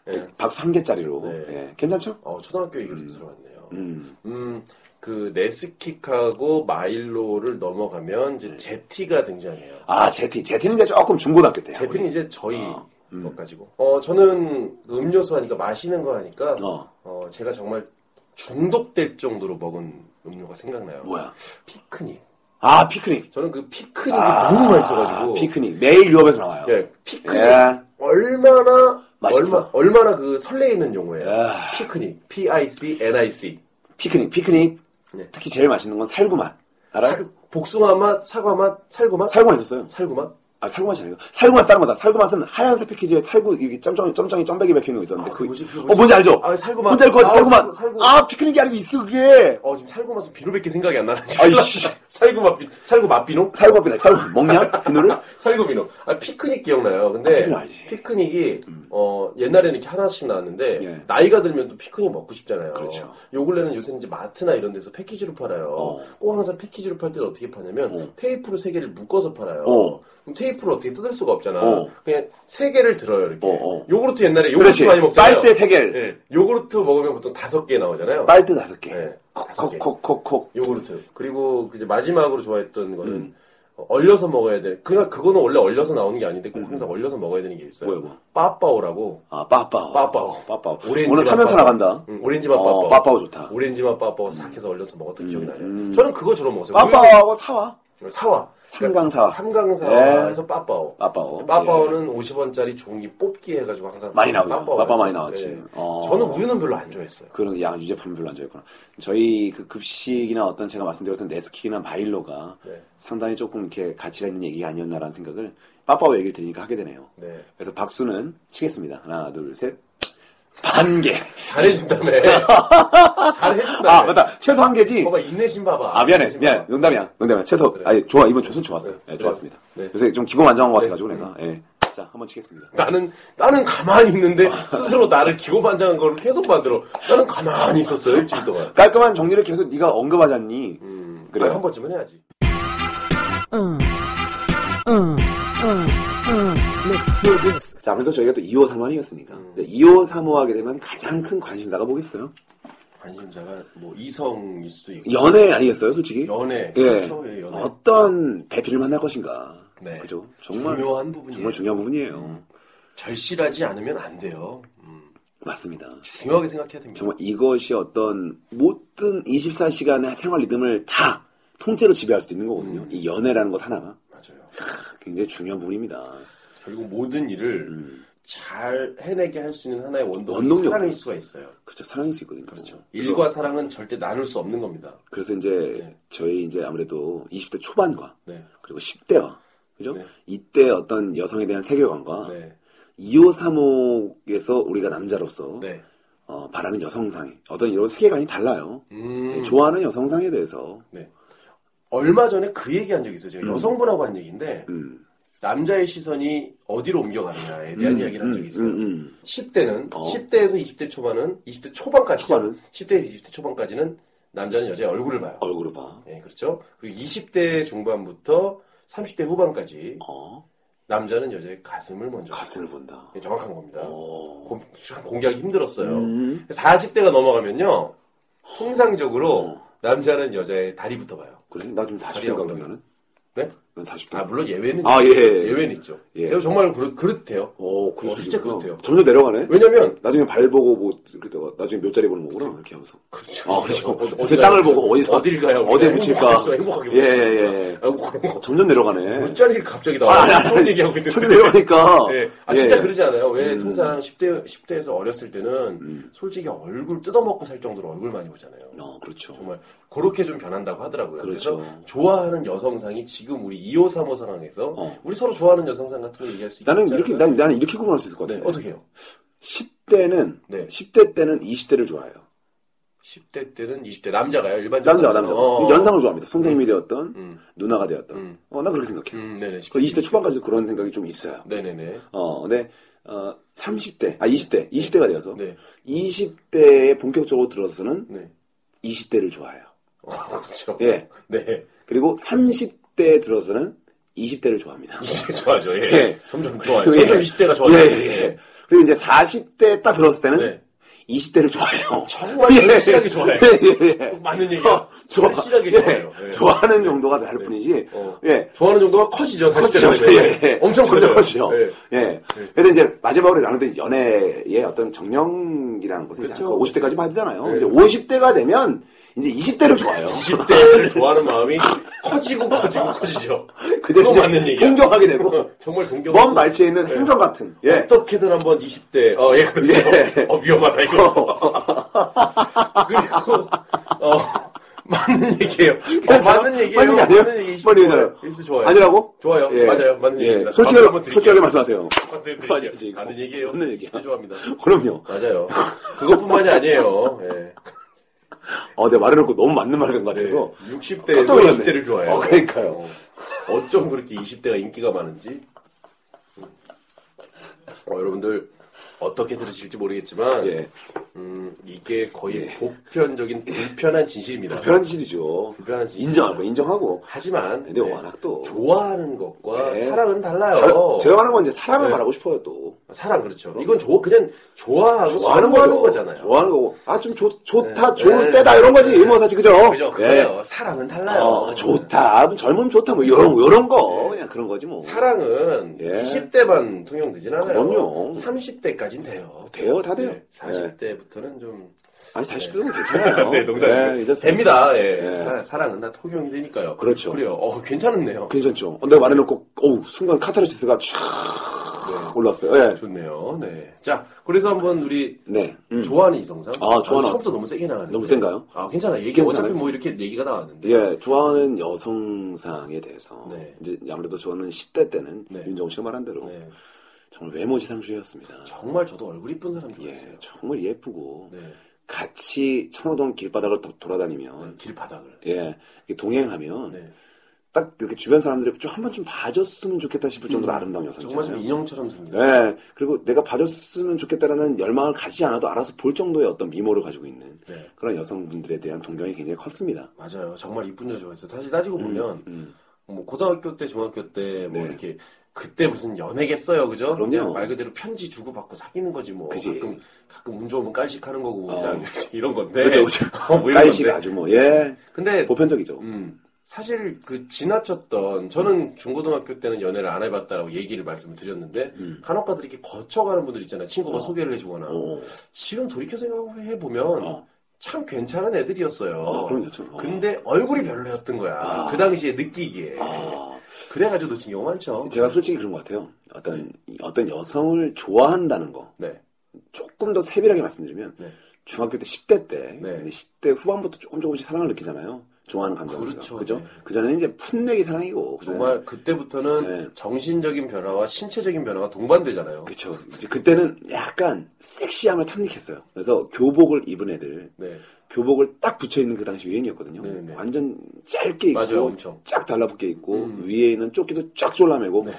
Speaker 1: 그
Speaker 2: 예.
Speaker 1: 박수 한 개짜리로.
Speaker 2: 네.
Speaker 1: 예, 괜찮죠?
Speaker 2: 어, 초등학교 얘기를 좀 들어봤네요.
Speaker 1: 음.
Speaker 2: 음, 그 네스킥하고 마일로를 넘어가면 이제 제티가 등장해요.
Speaker 1: 네. 아, 제티. 제티는 이제 조금 중고등학교 때야.
Speaker 2: 제티는 이제 저희
Speaker 1: 아, 음.
Speaker 2: 것까지고. 어, 저는 그 음료수 하니까 마시는 거 하니까
Speaker 1: 어,
Speaker 2: 어, 제가 정말 중독될 정도로 먹은 음료가 생각나요.
Speaker 1: 뭐야.
Speaker 2: 피크닉.
Speaker 1: 아, 피크닉.
Speaker 2: 저는 그 피크닉이 너무 맛있어가지고.
Speaker 1: 아, 피크닉. 매일 유업에서 나와요.
Speaker 2: 예, 피크닉.
Speaker 1: 예.
Speaker 2: 얼마나
Speaker 1: 맛있어.
Speaker 2: 얼마, 얼마나 그 설레이는 용어예요.
Speaker 1: 야.
Speaker 2: 피크닉, P I C N I C.
Speaker 1: 피크닉, 피크닉.
Speaker 2: 네.
Speaker 1: 특히 제일 맛있는 건 살구맛. 알아요?
Speaker 2: 복숭아 맛, 사과 맛, 살구 맛,
Speaker 1: 살구맛 있었어요.
Speaker 2: 살구 맛.
Speaker 1: 아, 살구맛이 아니고. 살구맛 다른 거다. 살구맛은 하얀색 패키지에 살구, 이게 점정이, 점정이 점백이 박혀있는 거 있었는데.
Speaker 2: 아,
Speaker 1: 그-
Speaker 2: 뭐지, 그게
Speaker 1: 어, 뭔지 알죠?
Speaker 2: 아, 살구맛.
Speaker 1: 뭔지 알것 같아,
Speaker 2: 아,
Speaker 1: 살구맛.
Speaker 2: 살구, 살구.
Speaker 1: 아, 피크닉이 아니고 있어, 그게.
Speaker 2: 어 지금 살구 맛은 비누밖에 생각이 안 나는지.
Speaker 1: 아이씨.
Speaker 2: 살구 맛, 비- 살구 맛 비누?
Speaker 1: 살구밥이래, 살구 먹냐? 비누를?
Speaker 2: 살구 비누. 아 피크닉 기억나요.
Speaker 1: 아,
Speaker 2: 근데
Speaker 1: 피크닉 알지. 음.
Speaker 2: 피크닉이 어 옛날에는 이렇게 하나씩 나왔는데
Speaker 1: 예.
Speaker 2: 나이가 들면 또 피크닉 먹고 싶잖아요.
Speaker 1: 그렇죠.
Speaker 2: 요 근래는 요새는 이제 마트나 이런 데서 패키지로 팔아요.
Speaker 1: 어.
Speaker 2: 꼭 항상 패키지로 팔 때는 어떻게 파냐면
Speaker 1: 어.
Speaker 2: 테이프로 세 개를 묶어서 팔아요.
Speaker 1: 어.
Speaker 2: 그럼 테이프를 어떻게 뜯을 수가 없잖아.
Speaker 1: 어.
Speaker 2: 그냥 세 개를 들어요 이렇게.
Speaker 1: 어, 어.
Speaker 2: 요구르트 옛날에 요구르트
Speaker 1: 그렇지.
Speaker 2: 많이 먹잖아요.
Speaker 1: 빨대 세 개,
Speaker 2: 예. 요구르트 먹으면 보통 다섯 개 나오잖아요.
Speaker 1: 빨대 다섯 개.
Speaker 2: 네, 다섯 개.
Speaker 1: 콕콕콕콕콕.
Speaker 2: 요구르트. 그리고 그 이제 마지막으로 좋아했던 거는 어, 얼려서 먹어야 돼. 그냥 그거는 원래 얼려서 나오는 게 아닌데 꼭 항상 얼려서 먹어야 되는 게 있어요.
Speaker 1: 음. 뭐야, 뭐?
Speaker 2: 빠빠오라고.
Speaker 1: 아, 빠빠오.
Speaker 2: 빠빠오.
Speaker 1: 빠빠오.
Speaker 2: 오렌지
Speaker 1: 오늘 사면타
Speaker 2: 맛
Speaker 1: 나간다.
Speaker 2: 응, 오렌지 맛
Speaker 1: 어,
Speaker 2: 빠빠오.
Speaker 1: 빠빠오 좋다.
Speaker 2: 오렌지 맛 빠빠오 싹 해서 얼려서 먹었던 기억이 나네요. 저는 그거 주로 먹었어요.
Speaker 1: 빠빠오하고 사와.
Speaker 2: 우유- 사와.
Speaker 1: 삼강사와. 네.
Speaker 2: 삼강사에서 빠빠오.
Speaker 1: 빠빠오.
Speaker 2: 빠빠오는 50원짜리 종이 뽑기 해가지고 항상
Speaker 1: 많이 나오죠.
Speaker 2: 빠빠오였죠.
Speaker 1: 빠빠 많이 나왔지.
Speaker 2: 네.
Speaker 1: 어.
Speaker 2: 저는 우유는 별로 안 좋아했어요.
Speaker 1: 그런 양 유제품 별로 안 좋아했구나. 저희 그 급식이나 어떤 제가 말씀드렸던 네스킥이나 마일로가
Speaker 2: 네.
Speaker 1: 상당히 조금 이렇게 가치가 있는 얘기가 아니었나라는 생각을 빠빠오 얘기를 들으니까 하게 되네요.
Speaker 2: 네.
Speaker 1: 그래서 박수는 치겠습니다. 하나, 둘, 셋. 반
Speaker 2: 네.
Speaker 1: 개.
Speaker 2: 잘해준다며. 잘해준다며.
Speaker 1: 아, 맞다. 최소 한 개지.
Speaker 2: 봐봐, 인내심 봐봐.
Speaker 1: 아, 미안해.
Speaker 2: 인내심
Speaker 1: 미안.
Speaker 2: 봐봐.
Speaker 1: 농담이야. 농담이야. 최소.
Speaker 2: 그래.
Speaker 1: 아니, 좋아. 이번 조수 좋았어요.
Speaker 2: 그래.
Speaker 1: 예, 좋았습니다.
Speaker 2: 네.
Speaker 1: 요새 좀 기고만장한 것 같아가지고
Speaker 2: 네.
Speaker 1: 내가. 예. 자, 한번 치겠습니다.
Speaker 2: 나는 나는 가만히 있는데
Speaker 1: 아.
Speaker 2: 스스로 나를 기고만장한 걸 계속 만들어. 나는 가만히 있었어요 일주일 동안.
Speaker 1: 깔끔한 정리를 계속 네가 언급하잖니.
Speaker 2: 음,
Speaker 1: 그래요.
Speaker 2: 아니, 한 번쯤은 해야지.
Speaker 4: Uh, uh, uh, uh, let's do this.
Speaker 1: 자, 아무래도 저희가 또 2호 3호이었으니까.
Speaker 2: 음.
Speaker 1: 2호 3호 하게 되면 가장 큰 관심사가 뭐겠어요?
Speaker 2: 관심사가 뭐 이성일 수도 있고
Speaker 1: 연애 아니겠어요, 솔직히?
Speaker 2: 연애,
Speaker 1: 예.
Speaker 2: 그렇죠, 예, 연애.
Speaker 1: 어떤 배필을 만날 것인가.
Speaker 2: 네.
Speaker 1: 그죠? 정말,
Speaker 2: 중요한 부분이에요. 음.
Speaker 1: 정말 중요한 부분이에요.
Speaker 2: 절실하지 않으면 안 돼요. 음,
Speaker 1: 맞습니다.
Speaker 2: 중요하게 생각해야 됩니다.
Speaker 1: 정말 이것이 어떤 모든 24시간의 생활 리듬을 다 통째로 지배할 수도 있는 거거든요.
Speaker 2: 음.
Speaker 1: 이 연애라는 것 하나가
Speaker 2: 맞아요.
Speaker 1: 굉장히 중요한 부분입니다.
Speaker 2: 결국 모든 일을 잘 해내게 할 수 있는 하나의 원동력이
Speaker 1: 음. 원동력.
Speaker 2: 사랑일 수가 있어요.
Speaker 1: 그렇죠. 사랑일 수 있거든요. 그래서-
Speaker 2: 일과 사랑은 절대 나눌 수 없는 겁니다.
Speaker 1: 그래서 이제
Speaker 2: 네.
Speaker 1: 저희 이제 아무래도 20대 초반과
Speaker 2: 네.
Speaker 1: 그리고 10대와 그죠?
Speaker 2: 네.
Speaker 1: 이때 어떤 여성에 대한 세계관과
Speaker 2: 네.
Speaker 1: 2호 3호에서 우리가 남자로서
Speaker 2: 네.
Speaker 1: 어, 바라는 여성상 어떤 이런 세계관이 달라요. 네,
Speaker 2: 음.
Speaker 1: 좋아하는 여성상에 대해서
Speaker 2: 네. 얼마 전에 그 얘기 한 적이 있어요. 제가 여성분하고 한 얘기인데,
Speaker 1: 음.
Speaker 2: 남자의 시선이 어디로 옮겨가느냐에 대한
Speaker 1: 음,
Speaker 2: 이야기를 한 적이
Speaker 1: 음,
Speaker 2: 있어요.
Speaker 1: 음, 음.
Speaker 2: 10대는,
Speaker 1: 어.
Speaker 2: 10대에서 20대 초반은, 20대 초반까지,
Speaker 1: 초반은?
Speaker 2: 10대에서 20대 초반까지는 남자는 여자의 얼굴을 봐요.
Speaker 1: 얼굴을 봐.
Speaker 2: 예, 그렇죠. 그리고 20대 중반부터 30대 후반까지
Speaker 1: 어,
Speaker 2: 남자는 여자의 가슴을 먼저
Speaker 1: 가슴을 본다.
Speaker 2: 봐요. 예, 정확한 겁니다.
Speaker 1: 어.
Speaker 2: 고- 참 공개하기 힘들었어요.
Speaker 1: 음.
Speaker 2: 40대가 넘어가면요, 통상적으로 남자는 여자의 다리부터 봐요.
Speaker 1: 그래? 나좀 다시
Speaker 2: 다리하고
Speaker 1: 생각하면은
Speaker 2: 네?
Speaker 1: 40대.
Speaker 2: 아 물론 예외는
Speaker 1: 아, 예.
Speaker 2: 예외는 있죠.
Speaker 1: 예.
Speaker 2: 제가 정말 그렇, 그렇대요.
Speaker 1: 오, 그럴
Speaker 2: 어,
Speaker 1: 수
Speaker 2: 진짜
Speaker 1: 있구나.
Speaker 2: 그렇대요.
Speaker 1: 점점 내려가네.
Speaker 2: 왜냐면
Speaker 1: 나중에 발 보고 뭐 이렇게 내가 나중에 몇 자리 보는 거구나 이렇게 하면서.
Speaker 2: 그렇죠.
Speaker 1: 아, 그렇죠.
Speaker 2: 어디-
Speaker 1: 요새
Speaker 2: 가야
Speaker 1: 땅을
Speaker 2: 돼요?
Speaker 1: 보고 어디다-
Speaker 2: 어딜 가야
Speaker 1: 어디에
Speaker 2: 우리가
Speaker 1: 붙일까?
Speaker 2: 행복하겠어, 행복하게
Speaker 1: 예,
Speaker 2: 붙일 수 있을까?
Speaker 1: 예, 예.
Speaker 2: 아, 그런 거
Speaker 1: 점점 내려가네.
Speaker 2: 물자리를 갑자기
Speaker 1: 아, 아니,
Speaker 2: 나와
Speaker 1: 아니.
Speaker 2: 그런 얘기하고 있는데
Speaker 1: 점점 내려가니까.
Speaker 2: 예. 아 진짜
Speaker 1: 예.
Speaker 2: 그러지 않아요? 왜
Speaker 1: 음.
Speaker 2: 통상 10대 10대에서 어렸을 때는 솔직히 얼굴 뜯어먹고 살 정도로 얼굴 많이 보잖아요.
Speaker 1: 어, 그렇죠.
Speaker 2: 정말 그렇게 좀 변한다고 하더라고요.
Speaker 1: 그렇죠.
Speaker 2: 래서 좋아하는 여성상이 지금 우리 2호 3호 상황에서
Speaker 1: 어.
Speaker 2: 우리 서로 좋아하는 여성상 같은 거 얘기할 수
Speaker 1: 나는
Speaker 2: 있지
Speaker 1: 이렇게
Speaker 2: 않을까요?
Speaker 1: 난 나는 이렇게 구분할 수 있을 것
Speaker 2: 네,
Speaker 1: 같아요.
Speaker 2: 어떻게 해요?
Speaker 1: 10대는
Speaker 2: 네.
Speaker 1: 10대 때는 20대를 좋아해요.
Speaker 2: 10대 때는 20대 남자가요 일반적으로
Speaker 1: 남자 남자.
Speaker 2: 어, 어.
Speaker 1: 그 연상을 좋아합니다. 선생님이 되었던
Speaker 2: 음,
Speaker 1: 누나가 되었던.
Speaker 2: 음.
Speaker 1: 어, 난 그렇게 생각해요.
Speaker 2: 음, 네네
Speaker 1: 그 20대 초반까지도 그런 생각이 좀 있어요.
Speaker 2: 네네네
Speaker 1: 어, 근데 어, 30대, 아 20대, 20대가 되어서
Speaker 2: 네,
Speaker 1: 20대에 본격적으로 들어서는
Speaker 2: 네.
Speaker 1: 20대를 좋아해요.
Speaker 2: 어, 그렇죠
Speaker 1: 예.
Speaker 2: 네
Speaker 1: 그리고 30대에 들어서는 20대를 좋아합니다.
Speaker 2: 20대 좋아하죠 예.
Speaker 1: 예.
Speaker 2: 점점 좋아요
Speaker 1: 예.
Speaker 2: 점점 20대가 좋아요
Speaker 1: 예, 예, 예. 그리고 이제 40대에 딱 들어왔을 때는
Speaker 2: 네.
Speaker 1: 20대를 좋아해요.
Speaker 2: 정말 절실하게 좋아해요.
Speaker 1: 예, 예, 예.
Speaker 2: 맞는 얘기예요
Speaker 1: 어, 좋아.
Speaker 2: 확실하게
Speaker 1: 예.
Speaker 2: 좋아해요 예.
Speaker 1: 좋아하는 정도가 다를
Speaker 2: 네.
Speaker 1: 뿐이지.
Speaker 2: 어.
Speaker 1: 예.
Speaker 2: 좋아하는 정도가 커지죠 40대
Speaker 1: 그렇죠. 예, 예.
Speaker 2: 엄청 커져요
Speaker 1: 커지죠.
Speaker 2: 예.
Speaker 1: 예. 근데 이제 마지막으로 나누는 연애의 어떤 정령이라는 것은 이제
Speaker 2: 그렇죠.
Speaker 1: 50대까지 받잖아요.
Speaker 2: 네.
Speaker 1: 이제 50대가 되면 이제 20대를 좋아해요.
Speaker 2: 20대를 좋아하는 마음이 커지고 커지고 커지죠
Speaker 1: 그대로
Speaker 2: 그거
Speaker 1: 이제
Speaker 2: 맞는 얘기야
Speaker 1: 동경하게 되고
Speaker 2: 정말 동경
Speaker 1: 먼 말치에 있는
Speaker 2: 네.
Speaker 1: 행성 같은. 예.
Speaker 2: 어떻게든 한번 20대, 어, 예, 그렇죠.
Speaker 1: 예.
Speaker 2: 어, 위험하다, 이거. 그리고, 어, 맞는 얘기예요. 어, 맞는 얘기예요.
Speaker 1: 맞는 게 아니에요?
Speaker 2: 맞는 얘기 20대
Speaker 1: 맞는
Speaker 2: 좋아요.
Speaker 1: 얘기잖아요.
Speaker 2: 20대 좋아요.
Speaker 1: 아니라고?
Speaker 2: 좋아요.
Speaker 1: 예.
Speaker 2: 맞아요. 맞는
Speaker 1: 예.
Speaker 2: 얘기입니다. 박수 한번
Speaker 1: 솔직하게,
Speaker 2: 드릴게요.
Speaker 1: 솔직하게 말씀하세요.
Speaker 2: 박수 드릴게요.
Speaker 1: 아니, 아니, 이거.
Speaker 2: 맞는 얘기예요.
Speaker 1: 맞는 얘기야.
Speaker 2: 20대 좋아합니다.
Speaker 1: 그럼요.
Speaker 2: 맞아요. 그것뿐만이 아니에요. 예.
Speaker 1: 어, 내가 말해놓고 너무 맞는 말인 것 같아서.
Speaker 2: 60대에서
Speaker 1: 네, 깜짝 놀랐네.
Speaker 2: 20대를 좋아해요.
Speaker 1: 어, 그러니까요.
Speaker 2: 어, 어쩜 그렇게 20대가 인기가 많은지. 어, 여러분들, 어떻게 들으실지 모르겠지만,
Speaker 1: 예.
Speaker 2: 음, 이게 거의 보편적인 불편한 진실입니다.
Speaker 1: 불편한 짓이죠.
Speaker 2: 불편한 짓이죠.
Speaker 1: 인정하고, 인정하고.
Speaker 2: 하지만
Speaker 1: 근데
Speaker 2: 네,
Speaker 1: 워낙 또.
Speaker 2: 좋아하는 것과
Speaker 1: 네.
Speaker 2: 사랑은 달라요.
Speaker 1: 다른- 제가 말하는 건 이제 사람을
Speaker 2: 네.
Speaker 1: 말하고 싶어요, 또.
Speaker 2: 사랑 그렇죠. 이건 좋아 그냥 좋아하고
Speaker 1: 좋아하는
Speaker 2: 사랑하는
Speaker 1: 거죠.
Speaker 2: 거잖아요.
Speaker 1: 좋아하는 거고. 아, 좀 좋,
Speaker 2: 네.
Speaker 1: 좋다, 좋을
Speaker 2: 네.
Speaker 1: 때다, 이런 거지.
Speaker 2: 네.
Speaker 1: 뭐 사실, 그죠?
Speaker 2: 그죠?
Speaker 1: 예.
Speaker 2: 그래요. 사랑은 달라요.
Speaker 1: 어, 좋다. 젊으면 좋다. 뭐, 요런, 요런 거.
Speaker 2: 네.
Speaker 1: 그냥 그런 거지, 뭐.
Speaker 2: 사랑은
Speaker 1: 예.
Speaker 2: 20대만 통용되진 않아요. 네,
Speaker 1: 그럼요.
Speaker 2: 30대까지는 돼요.
Speaker 1: 돼요, 네. 다 돼요.
Speaker 2: 40대부터는 좀
Speaker 1: 아니, 40대도 괜찮아요.
Speaker 2: 네, 농담이고요.
Speaker 1: 예, 이제
Speaker 2: 됩니다. 예.
Speaker 1: 예.
Speaker 2: 사, 사랑은 다 통용이 되니까요.
Speaker 1: 그렇죠.
Speaker 2: 그래요. 어, 괜찮네요.
Speaker 1: 괜찮죠. 어, 내가 말해놓고, 어우, 순간 카타르시스가 촥
Speaker 2: 네.
Speaker 1: 올랐어요. 예.
Speaker 2: 좋네요. 네. 자, 그래서 한번 우리
Speaker 1: 네. 음.
Speaker 2: 좋아하는 이성상.
Speaker 1: 아, 좋아하는-
Speaker 2: 처음부터 너무 세게 나가는데.
Speaker 1: 너무 센가요?
Speaker 2: 아, 괜찮아. 얘기
Speaker 1: 괜찮아요?
Speaker 2: 어차피 뭐 이렇게 얘기가 나왔는데.
Speaker 1: 예, 좋아하는 여성상에 대해서.
Speaker 2: 네.
Speaker 1: 이제 아무래도 저는 10대 때는
Speaker 2: 네.
Speaker 1: 윤정우 씨가 말한 대로
Speaker 2: 네.
Speaker 1: 정말 외모지상주의였습니다.
Speaker 2: 정말 저도 얼굴 이쁜 사람
Speaker 1: 예,
Speaker 2: 좋아했어요.
Speaker 1: 정말 예쁘고
Speaker 2: 네.
Speaker 1: 같이 천호동 길바닥을 도-
Speaker 2: 네,
Speaker 1: 돌아다니면
Speaker 2: 길바닥을.
Speaker 1: 예, 이렇게 동행하면
Speaker 2: 네.
Speaker 1: 딱 이렇게 주변 사람들이 좀 한 번쯤 봐줬으면 좋겠다 싶을 정도로
Speaker 2: 음.
Speaker 1: 아름다운
Speaker 2: 정말 좀
Speaker 1: 여성이잖아요.
Speaker 2: 인형처럼 생긴.
Speaker 1: 예, 그리고 내가 봐줬으면 좋겠다라는 열망을 가지지 않아도 알아서 볼 정도의 어떤 미모를 가지고 있는
Speaker 2: 네.
Speaker 1: 그런 여성분들에 대한 동경이 굉장히 컸습니다.
Speaker 2: 맞아요. 정말 이쁜 여자 좋아했어요. 사실 따지고 보면
Speaker 1: 음.
Speaker 2: 뭐 고등학교 때, 중학교 때 뭐
Speaker 1: 네.
Speaker 2: 이렇게 그때 무슨 연애겠어요, 그죠?
Speaker 1: 그럼요.
Speaker 2: 그냥 말 그대로 편지 주고 받고 사귀는 거지 뭐.
Speaker 1: 그지.
Speaker 2: 가끔 가끔 운 좋으면 깔식하는 거고
Speaker 1: 어.
Speaker 2: 그냥 이런 건데.
Speaker 1: 그렇죠,
Speaker 2: 어, 뭐 이런
Speaker 1: 깔씨가
Speaker 2: 건데.
Speaker 1: 아주 뭐, 예,
Speaker 2: 근데
Speaker 1: 보편적이죠.
Speaker 2: 음, 사실 그 지나쳤던 저는 중고등학교 때는 연애를 안 해봤다라고 얘기를 말씀을 드렸는데
Speaker 1: 음.
Speaker 2: 간혹가다 이렇게 거쳐가는 분들 있잖아요. 친구가
Speaker 1: 어.
Speaker 2: 소개를 해주거나
Speaker 1: 어,
Speaker 2: 지금 돌이켜 생각해 보면
Speaker 1: 어.
Speaker 2: 참 괜찮은 애들이었어요.
Speaker 1: 어, 그럼요. 좀, 어.
Speaker 2: 근데 얼굴이 별로였던 거야.
Speaker 1: 아.
Speaker 2: 그 당시에 느끼기에.
Speaker 1: 아,
Speaker 2: 그래가지고 놓친 경우 많죠.
Speaker 1: 어, 제가 솔직히 그런 것 같아요. 어떤 어떤 여성을 좋아한다는 거
Speaker 2: 네.
Speaker 1: 조금 더 세밀하게 말씀드리면
Speaker 2: 네.
Speaker 1: 중학교 때 10대 때
Speaker 2: 네.
Speaker 1: 근데 10대 후반부터 조금 조금씩 사랑을 느끼잖아요. 좋아하는 감정.
Speaker 2: 그렇죠.
Speaker 1: 그죠?
Speaker 2: 네.
Speaker 1: 그 전에는 이제 풋내기 사랑이고 그전에는-
Speaker 2: 정말 그때부터는
Speaker 1: 네.
Speaker 2: 정신적인 변화와 신체적인 변화가 동반되잖아요.
Speaker 1: 그쵸. 이제 그때는 약간 섹시함을 탐닉했어요. 그래서 교복을 입은 애들,
Speaker 2: 네.
Speaker 1: 교복을 딱 붙여 있는 그 당시 유행이었거든요.
Speaker 2: 네, 네.
Speaker 1: 완전 짧게 입고
Speaker 2: 맞아요, 엄청.
Speaker 1: 쫙 달라붙게 입고
Speaker 2: 음.
Speaker 1: 위에 있는 조끼도 쫙 졸라매고
Speaker 2: 네.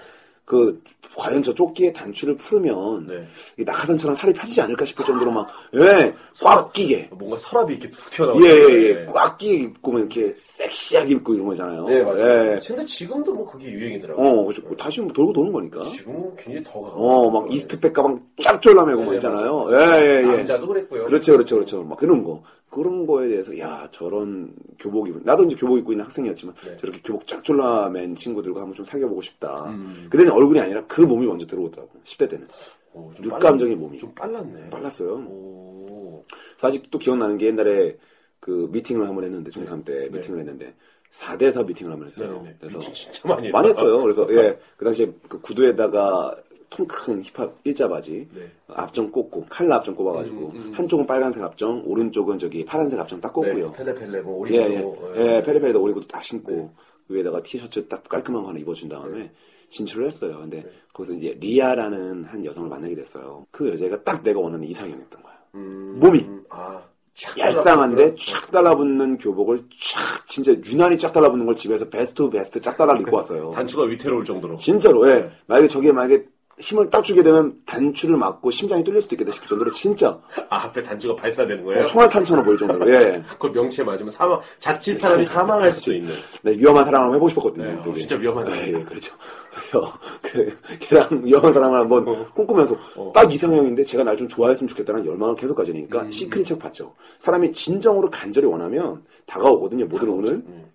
Speaker 1: 그 과연 저 조끼의 단추를 풀으면
Speaker 2: 네.
Speaker 1: 이 낙하산처럼 살이 펴지지 않을까 싶을 정도로 막, 예, 꽉 끼게.
Speaker 2: 뭔가 서랍이 이렇게 툭 네. 네. 튀어나오는
Speaker 1: 예, 예, 예. 꽉 끼게 입고, 막 이렇게 섹시하게 입고 이런 거잖아요.
Speaker 2: 네, 맞아요.
Speaker 1: 예.
Speaker 2: 근데 지금도 뭐 그게 유행이더라고요.
Speaker 1: 어, 그죠. 다시 뭐 돌고 도는 거니까.
Speaker 2: 지금은 굉장히 더 네, 가.
Speaker 1: 어, 막 이스트백 가방 쫙 졸라매고 막 있잖아요. 예, 예, 예.
Speaker 2: 남자도 그랬고요.
Speaker 1: 그렇죠, 그렇죠, 그렇죠. 막 그런 거. 그런 거에 대해서 야 저런 교복 입은 나도 이제 교복 입고 있는 학생이었지만
Speaker 2: 네.
Speaker 1: 저렇게 교복 쫙 졸라맨 친구들과 한번 좀 사귀어보고 싶다.
Speaker 2: 음.
Speaker 1: 그때는 얼굴이 아니라 그 몸이 먼저 들어오더라고 10대 때는
Speaker 2: 오, 어, 좀
Speaker 1: 육감적인
Speaker 2: 빨랐-
Speaker 1: 몸이
Speaker 2: 좀 빨랐네.
Speaker 1: 빨랐어요. 뭐.
Speaker 2: 오.
Speaker 1: 사실 또 기억나는 게 옛날에 그 미팅을 한번 했는데 중3 때
Speaker 2: 네.
Speaker 1: 미팅을 했는데 4대4 미팅을 한번 했어요.
Speaker 2: 네네네.
Speaker 1: 그래서
Speaker 2: 미팅 진짜 많이 했다.
Speaker 1: 많이 했어요. 그래서 예, 그 당시에 그 구두에다가 통 큰 힙합 일자 바지
Speaker 2: 네.
Speaker 1: 앞정 꽂고 칼라 앞정 꼽아가지고
Speaker 2: 음, 음.
Speaker 1: 한쪽은 빨간색 앞정, 오른쪽은 저기 파란색 앞정 딱
Speaker 2: 네,
Speaker 1: 꽂고요.
Speaker 2: 펠레펠레 뭐 네.
Speaker 1: 예,
Speaker 2: 오리고
Speaker 1: 예, 예, 페리페리도 오리고도 딱 신고 위에다가 티셔츠 딱 깔끔한 거 하나 입어준 다음에
Speaker 2: 네.
Speaker 1: 진출을 했어요. 근데 거기서 이제 리아라는 한 여성을 만나게 됐어요. 그 여자가 딱 내가 원하는 이상형이었던 거야. 몸이.
Speaker 2: 아, 착
Speaker 1: 얄쌍한데 쫙 달라붙는 교복을 쫙 진짜 유난히 쫙 달라붙는 걸 집에서 베스트 오브 베스트 쫙 달라 입고 왔어요.
Speaker 2: 단추가 네. 위태로울 정도로.
Speaker 1: 진짜로 예. 만약에 저게 만약에 힘을 딱 주게 되면 단추를 맞고 심장이 뚫릴 수도 있겠다 싶을 정도로 진짜
Speaker 2: 아, 앞에 단추가 발사되는 거예요?
Speaker 1: 어, 총알 탄처럼 보일 정도로 예.
Speaker 2: 그 명치에 맞으면 사망, 자칫 사람이 사망할 수도 있는.
Speaker 1: 네, 위험한 사랑을 한번 해보고 싶었거든요.
Speaker 2: 네, 어,
Speaker 1: 되게.
Speaker 2: 진짜 위험한
Speaker 1: 네,
Speaker 2: 사랑.
Speaker 1: 예, 그렇죠. 그래서 그, 걔랑 위험한 사랑을 한번
Speaker 2: 어.
Speaker 1: 꿈꾸면서 딱 이상형인데 제가 날 좀 좋아했으면 좋겠다는 열망을 계속
Speaker 2: 음.
Speaker 1: 가지니까 시크릿 책 봤죠. 사람이 진정으로 간절히 원하면 다가오거든요. 뭐 들어오는.
Speaker 2: 네.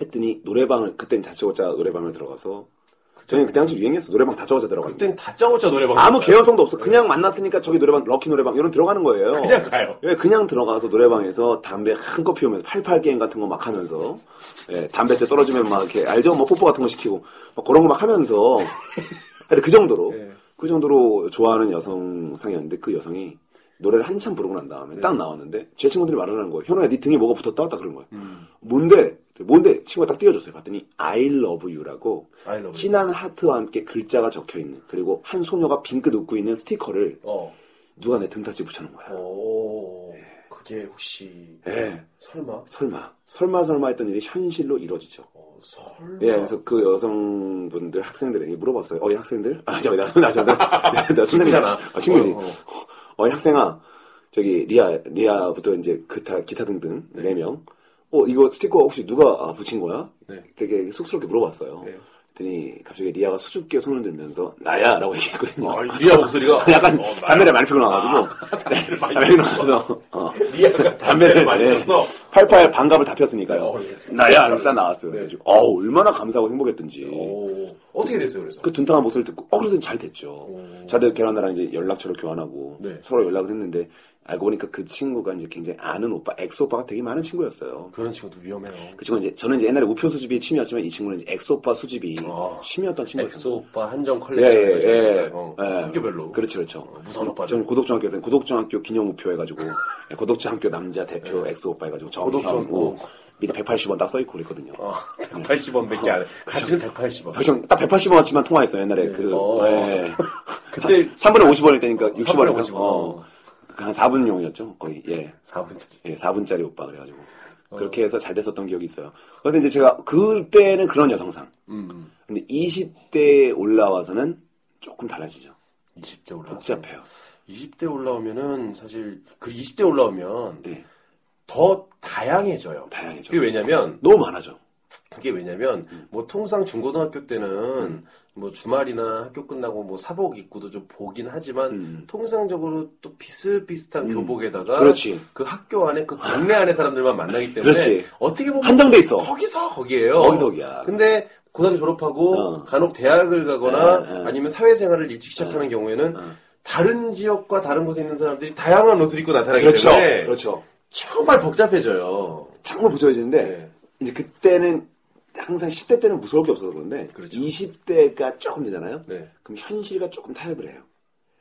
Speaker 1: 했더니 노래방을 그땐 다짜고짜 노래방을 들어가서 저는 그때 당시 유행이었어. 노래방 다짜고짜 들어가는 거.
Speaker 2: 그땐 다짜고짜 노래방.
Speaker 1: 아무
Speaker 2: 가요.
Speaker 1: 개연성도 없어. 그냥 만났으니까 저기 노래방 럭키 노래방 이런 데 들어가는 거예요.
Speaker 2: 네. 그냥 가요.
Speaker 1: 예, 그냥 들어가서 노래방에서 담배 한껏 피우면서 88게임 같은 거 막 하면서 예, 담배째 떨어지면 막 이렇게 알죠? 뭐 뽀뽀 같은 거 시키고 막 그런 거 막 하면서 근데 그 정도로
Speaker 2: 예.
Speaker 1: 그 정도로 좋아하는 여성상이었는데 그 여성이 노래를 한참 부르고 난 다음에 딱 나왔는데 제 친구들이 말을 하는 거예요. 현우야, 네 등에 뭐가 붙었다? 딱 그런 거예요.
Speaker 2: 음.
Speaker 1: 뭔데? 뭔데? 친구가 딱 띄워줬어요. 봤더니 I love you라고
Speaker 2: I love you.
Speaker 1: 진한 하트와 함께 글자가 적혀있는 그리고 한 소녀가 빙긋 웃고 있는 스티커를
Speaker 2: 어.
Speaker 1: 누가 내 등딱지 붙여놓은 거야.
Speaker 2: 오. 그게 혹시.
Speaker 1: 예.
Speaker 2: 설마?
Speaker 1: 설마 설마 설마 했던 일이 현실로 이루어지죠.
Speaker 2: 어, 설마?
Speaker 1: 예, 그래서 그 여성분들 학생들에게 물어봤어요. 어이 학생들? 아, 잠깐만, 나, 나, 나, 나, 나
Speaker 2: 친구잖아.
Speaker 1: 아, 친구지.
Speaker 2: 어,
Speaker 1: 어, 이 학생아, 저기 리아, 리아부터 이제 그 기타, 기타 등등 네 명. 어, 이거 스티커 혹시 누가 아, 붙인 거야?
Speaker 2: 네.
Speaker 1: 되게 쑥스럽게 물어봤어요.
Speaker 2: 네.
Speaker 1: 그랬더니 갑자기 리아가 수줍게 손을 들면서 나야라고 얘기했거든요.
Speaker 2: 아, 리아 목소리가?
Speaker 1: 약간
Speaker 2: 어, 나야.
Speaker 1: 담배를 많이 피고 나와가지고
Speaker 2: 담배를 많이
Speaker 1: 담배를 나와서 어.
Speaker 2: 리아가 담배를 많이
Speaker 1: 예,
Speaker 2: 폈어.
Speaker 1: 88 반갑을 다 폈으니까요.
Speaker 2: 어, 예.
Speaker 1: 나야 이러면서 딱 나왔어요.
Speaker 2: 네.
Speaker 1: 그래가지고 어우 얼마나 감사하고 행복했던지.
Speaker 2: 오. 어떻게 됐어요, 그래서?
Speaker 1: 그 둔탁한 목소리를 듣고 어 그래서 잘 됐죠. 잘 돼서 걔랑 나랑 이제 연락처를 교환하고
Speaker 2: 네.
Speaker 1: 서로 연락을 했는데 알고 보니까 그 친구가 이제 굉장히 아는 오빠, 엑소 오빠가 되게 많은 친구였어요.
Speaker 2: 그런 친구도 위험해요.
Speaker 1: 그 친구 이제 저는 이제 옛날에 우표 수집이 취미였지만 이 친구는 이제 엑소 오빠 수집이
Speaker 2: 아.
Speaker 1: 취미였던 친구였어요.
Speaker 2: 엑소 오빠 한정
Speaker 1: 예,
Speaker 2: 컬렉션.
Speaker 1: 예, 예.
Speaker 2: 어,
Speaker 1: 예.
Speaker 2: 학교별로.
Speaker 1: 그렇죠, 그렇죠.
Speaker 2: 어, 무서운 오빠죠.
Speaker 1: 저는 고덕중학교에서 고덕중학교 기념 우표 해가지고, 예, 고덕중학교 남자 대표 엑소 오빠 해가지고,
Speaker 2: 예. 고덕중학교.
Speaker 1: 고덕중학교 밑에 180원 딱 써있고 그랬거든요.
Speaker 2: 어, 180원 밖에 안 해.
Speaker 1: 아,
Speaker 2: 가치는 180원.
Speaker 1: 표정 딱 180원치만 통화했어요, 옛날에. 그,
Speaker 2: 어.
Speaker 1: 예.
Speaker 2: 그때
Speaker 1: 3분에 50원일 때니까
Speaker 2: 어,
Speaker 1: 60원이니까.
Speaker 2: 350원. 네.
Speaker 1: 어. 한 4분용이었죠, 거의. 예.
Speaker 2: 4분짜리.
Speaker 1: 예, 4분짜리 오빠 그래가지고.
Speaker 2: 어.
Speaker 1: 그렇게 해서 잘 됐었던 기억이 있어요. 그래서 이제 제가 그때는 그런 여성상.
Speaker 2: 음.
Speaker 1: 근데 20대에 올라와서는 조금 달라지죠.
Speaker 2: 20대 올라왔어.
Speaker 1: 복잡해요.
Speaker 2: 20대 올라오면은 사실 그 20대 올라오면
Speaker 1: 네,
Speaker 2: 더 다양해져요.
Speaker 1: 다양해져.
Speaker 2: 그게 왜냐면
Speaker 1: 너무 많아져.
Speaker 2: 그게 왜냐면 뭐 통상 중고등학교 때는 뭐 주말이나 학교 끝나고 뭐 사복 입고도 좀 보긴 하지만
Speaker 1: 음.
Speaker 2: 통상적으로 또 비슷비슷한 교복에다가
Speaker 1: 그렇지.
Speaker 2: 그 학교 안에 그 동네 안에 사람들만 만나기 때문에
Speaker 1: 그렇지.
Speaker 2: 어떻게 보면
Speaker 1: 한정돼 있어. 어.
Speaker 2: 거기서 거기에요.
Speaker 1: 거기서 거기야.
Speaker 2: 근데 고등학교 졸업하고
Speaker 1: 어. 예,
Speaker 2: 간혹 대학을 가거나
Speaker 1: 에, 에.
Speaker 2: 아니면 사회생활을 일찍
Speaker 1: 어.
Speaker 2: 시작하는 경우에는 다른 지역과 다른 곳에 있는 사람들이 다양한 옷을 입고 나타나기
Speaker 1: 그렇죠.
Speaker 2: 때문에
Speaker 1: 그렇죠.
Speaker 2: 정말 복잡해져요.
Speaker 1: 정말 부족해지는데,
Speaker 2: 네.
Speaker 1: 이제 그때는 항상 10대 때는 무서울 게 없어서 그런데,
Speaker 2: 그렇죠.
Speaker 1: 20대가 조금 되잖아요?
Speaker 2: 네.
Speaker 1: 그럼 현실과 조금 타협을 해요.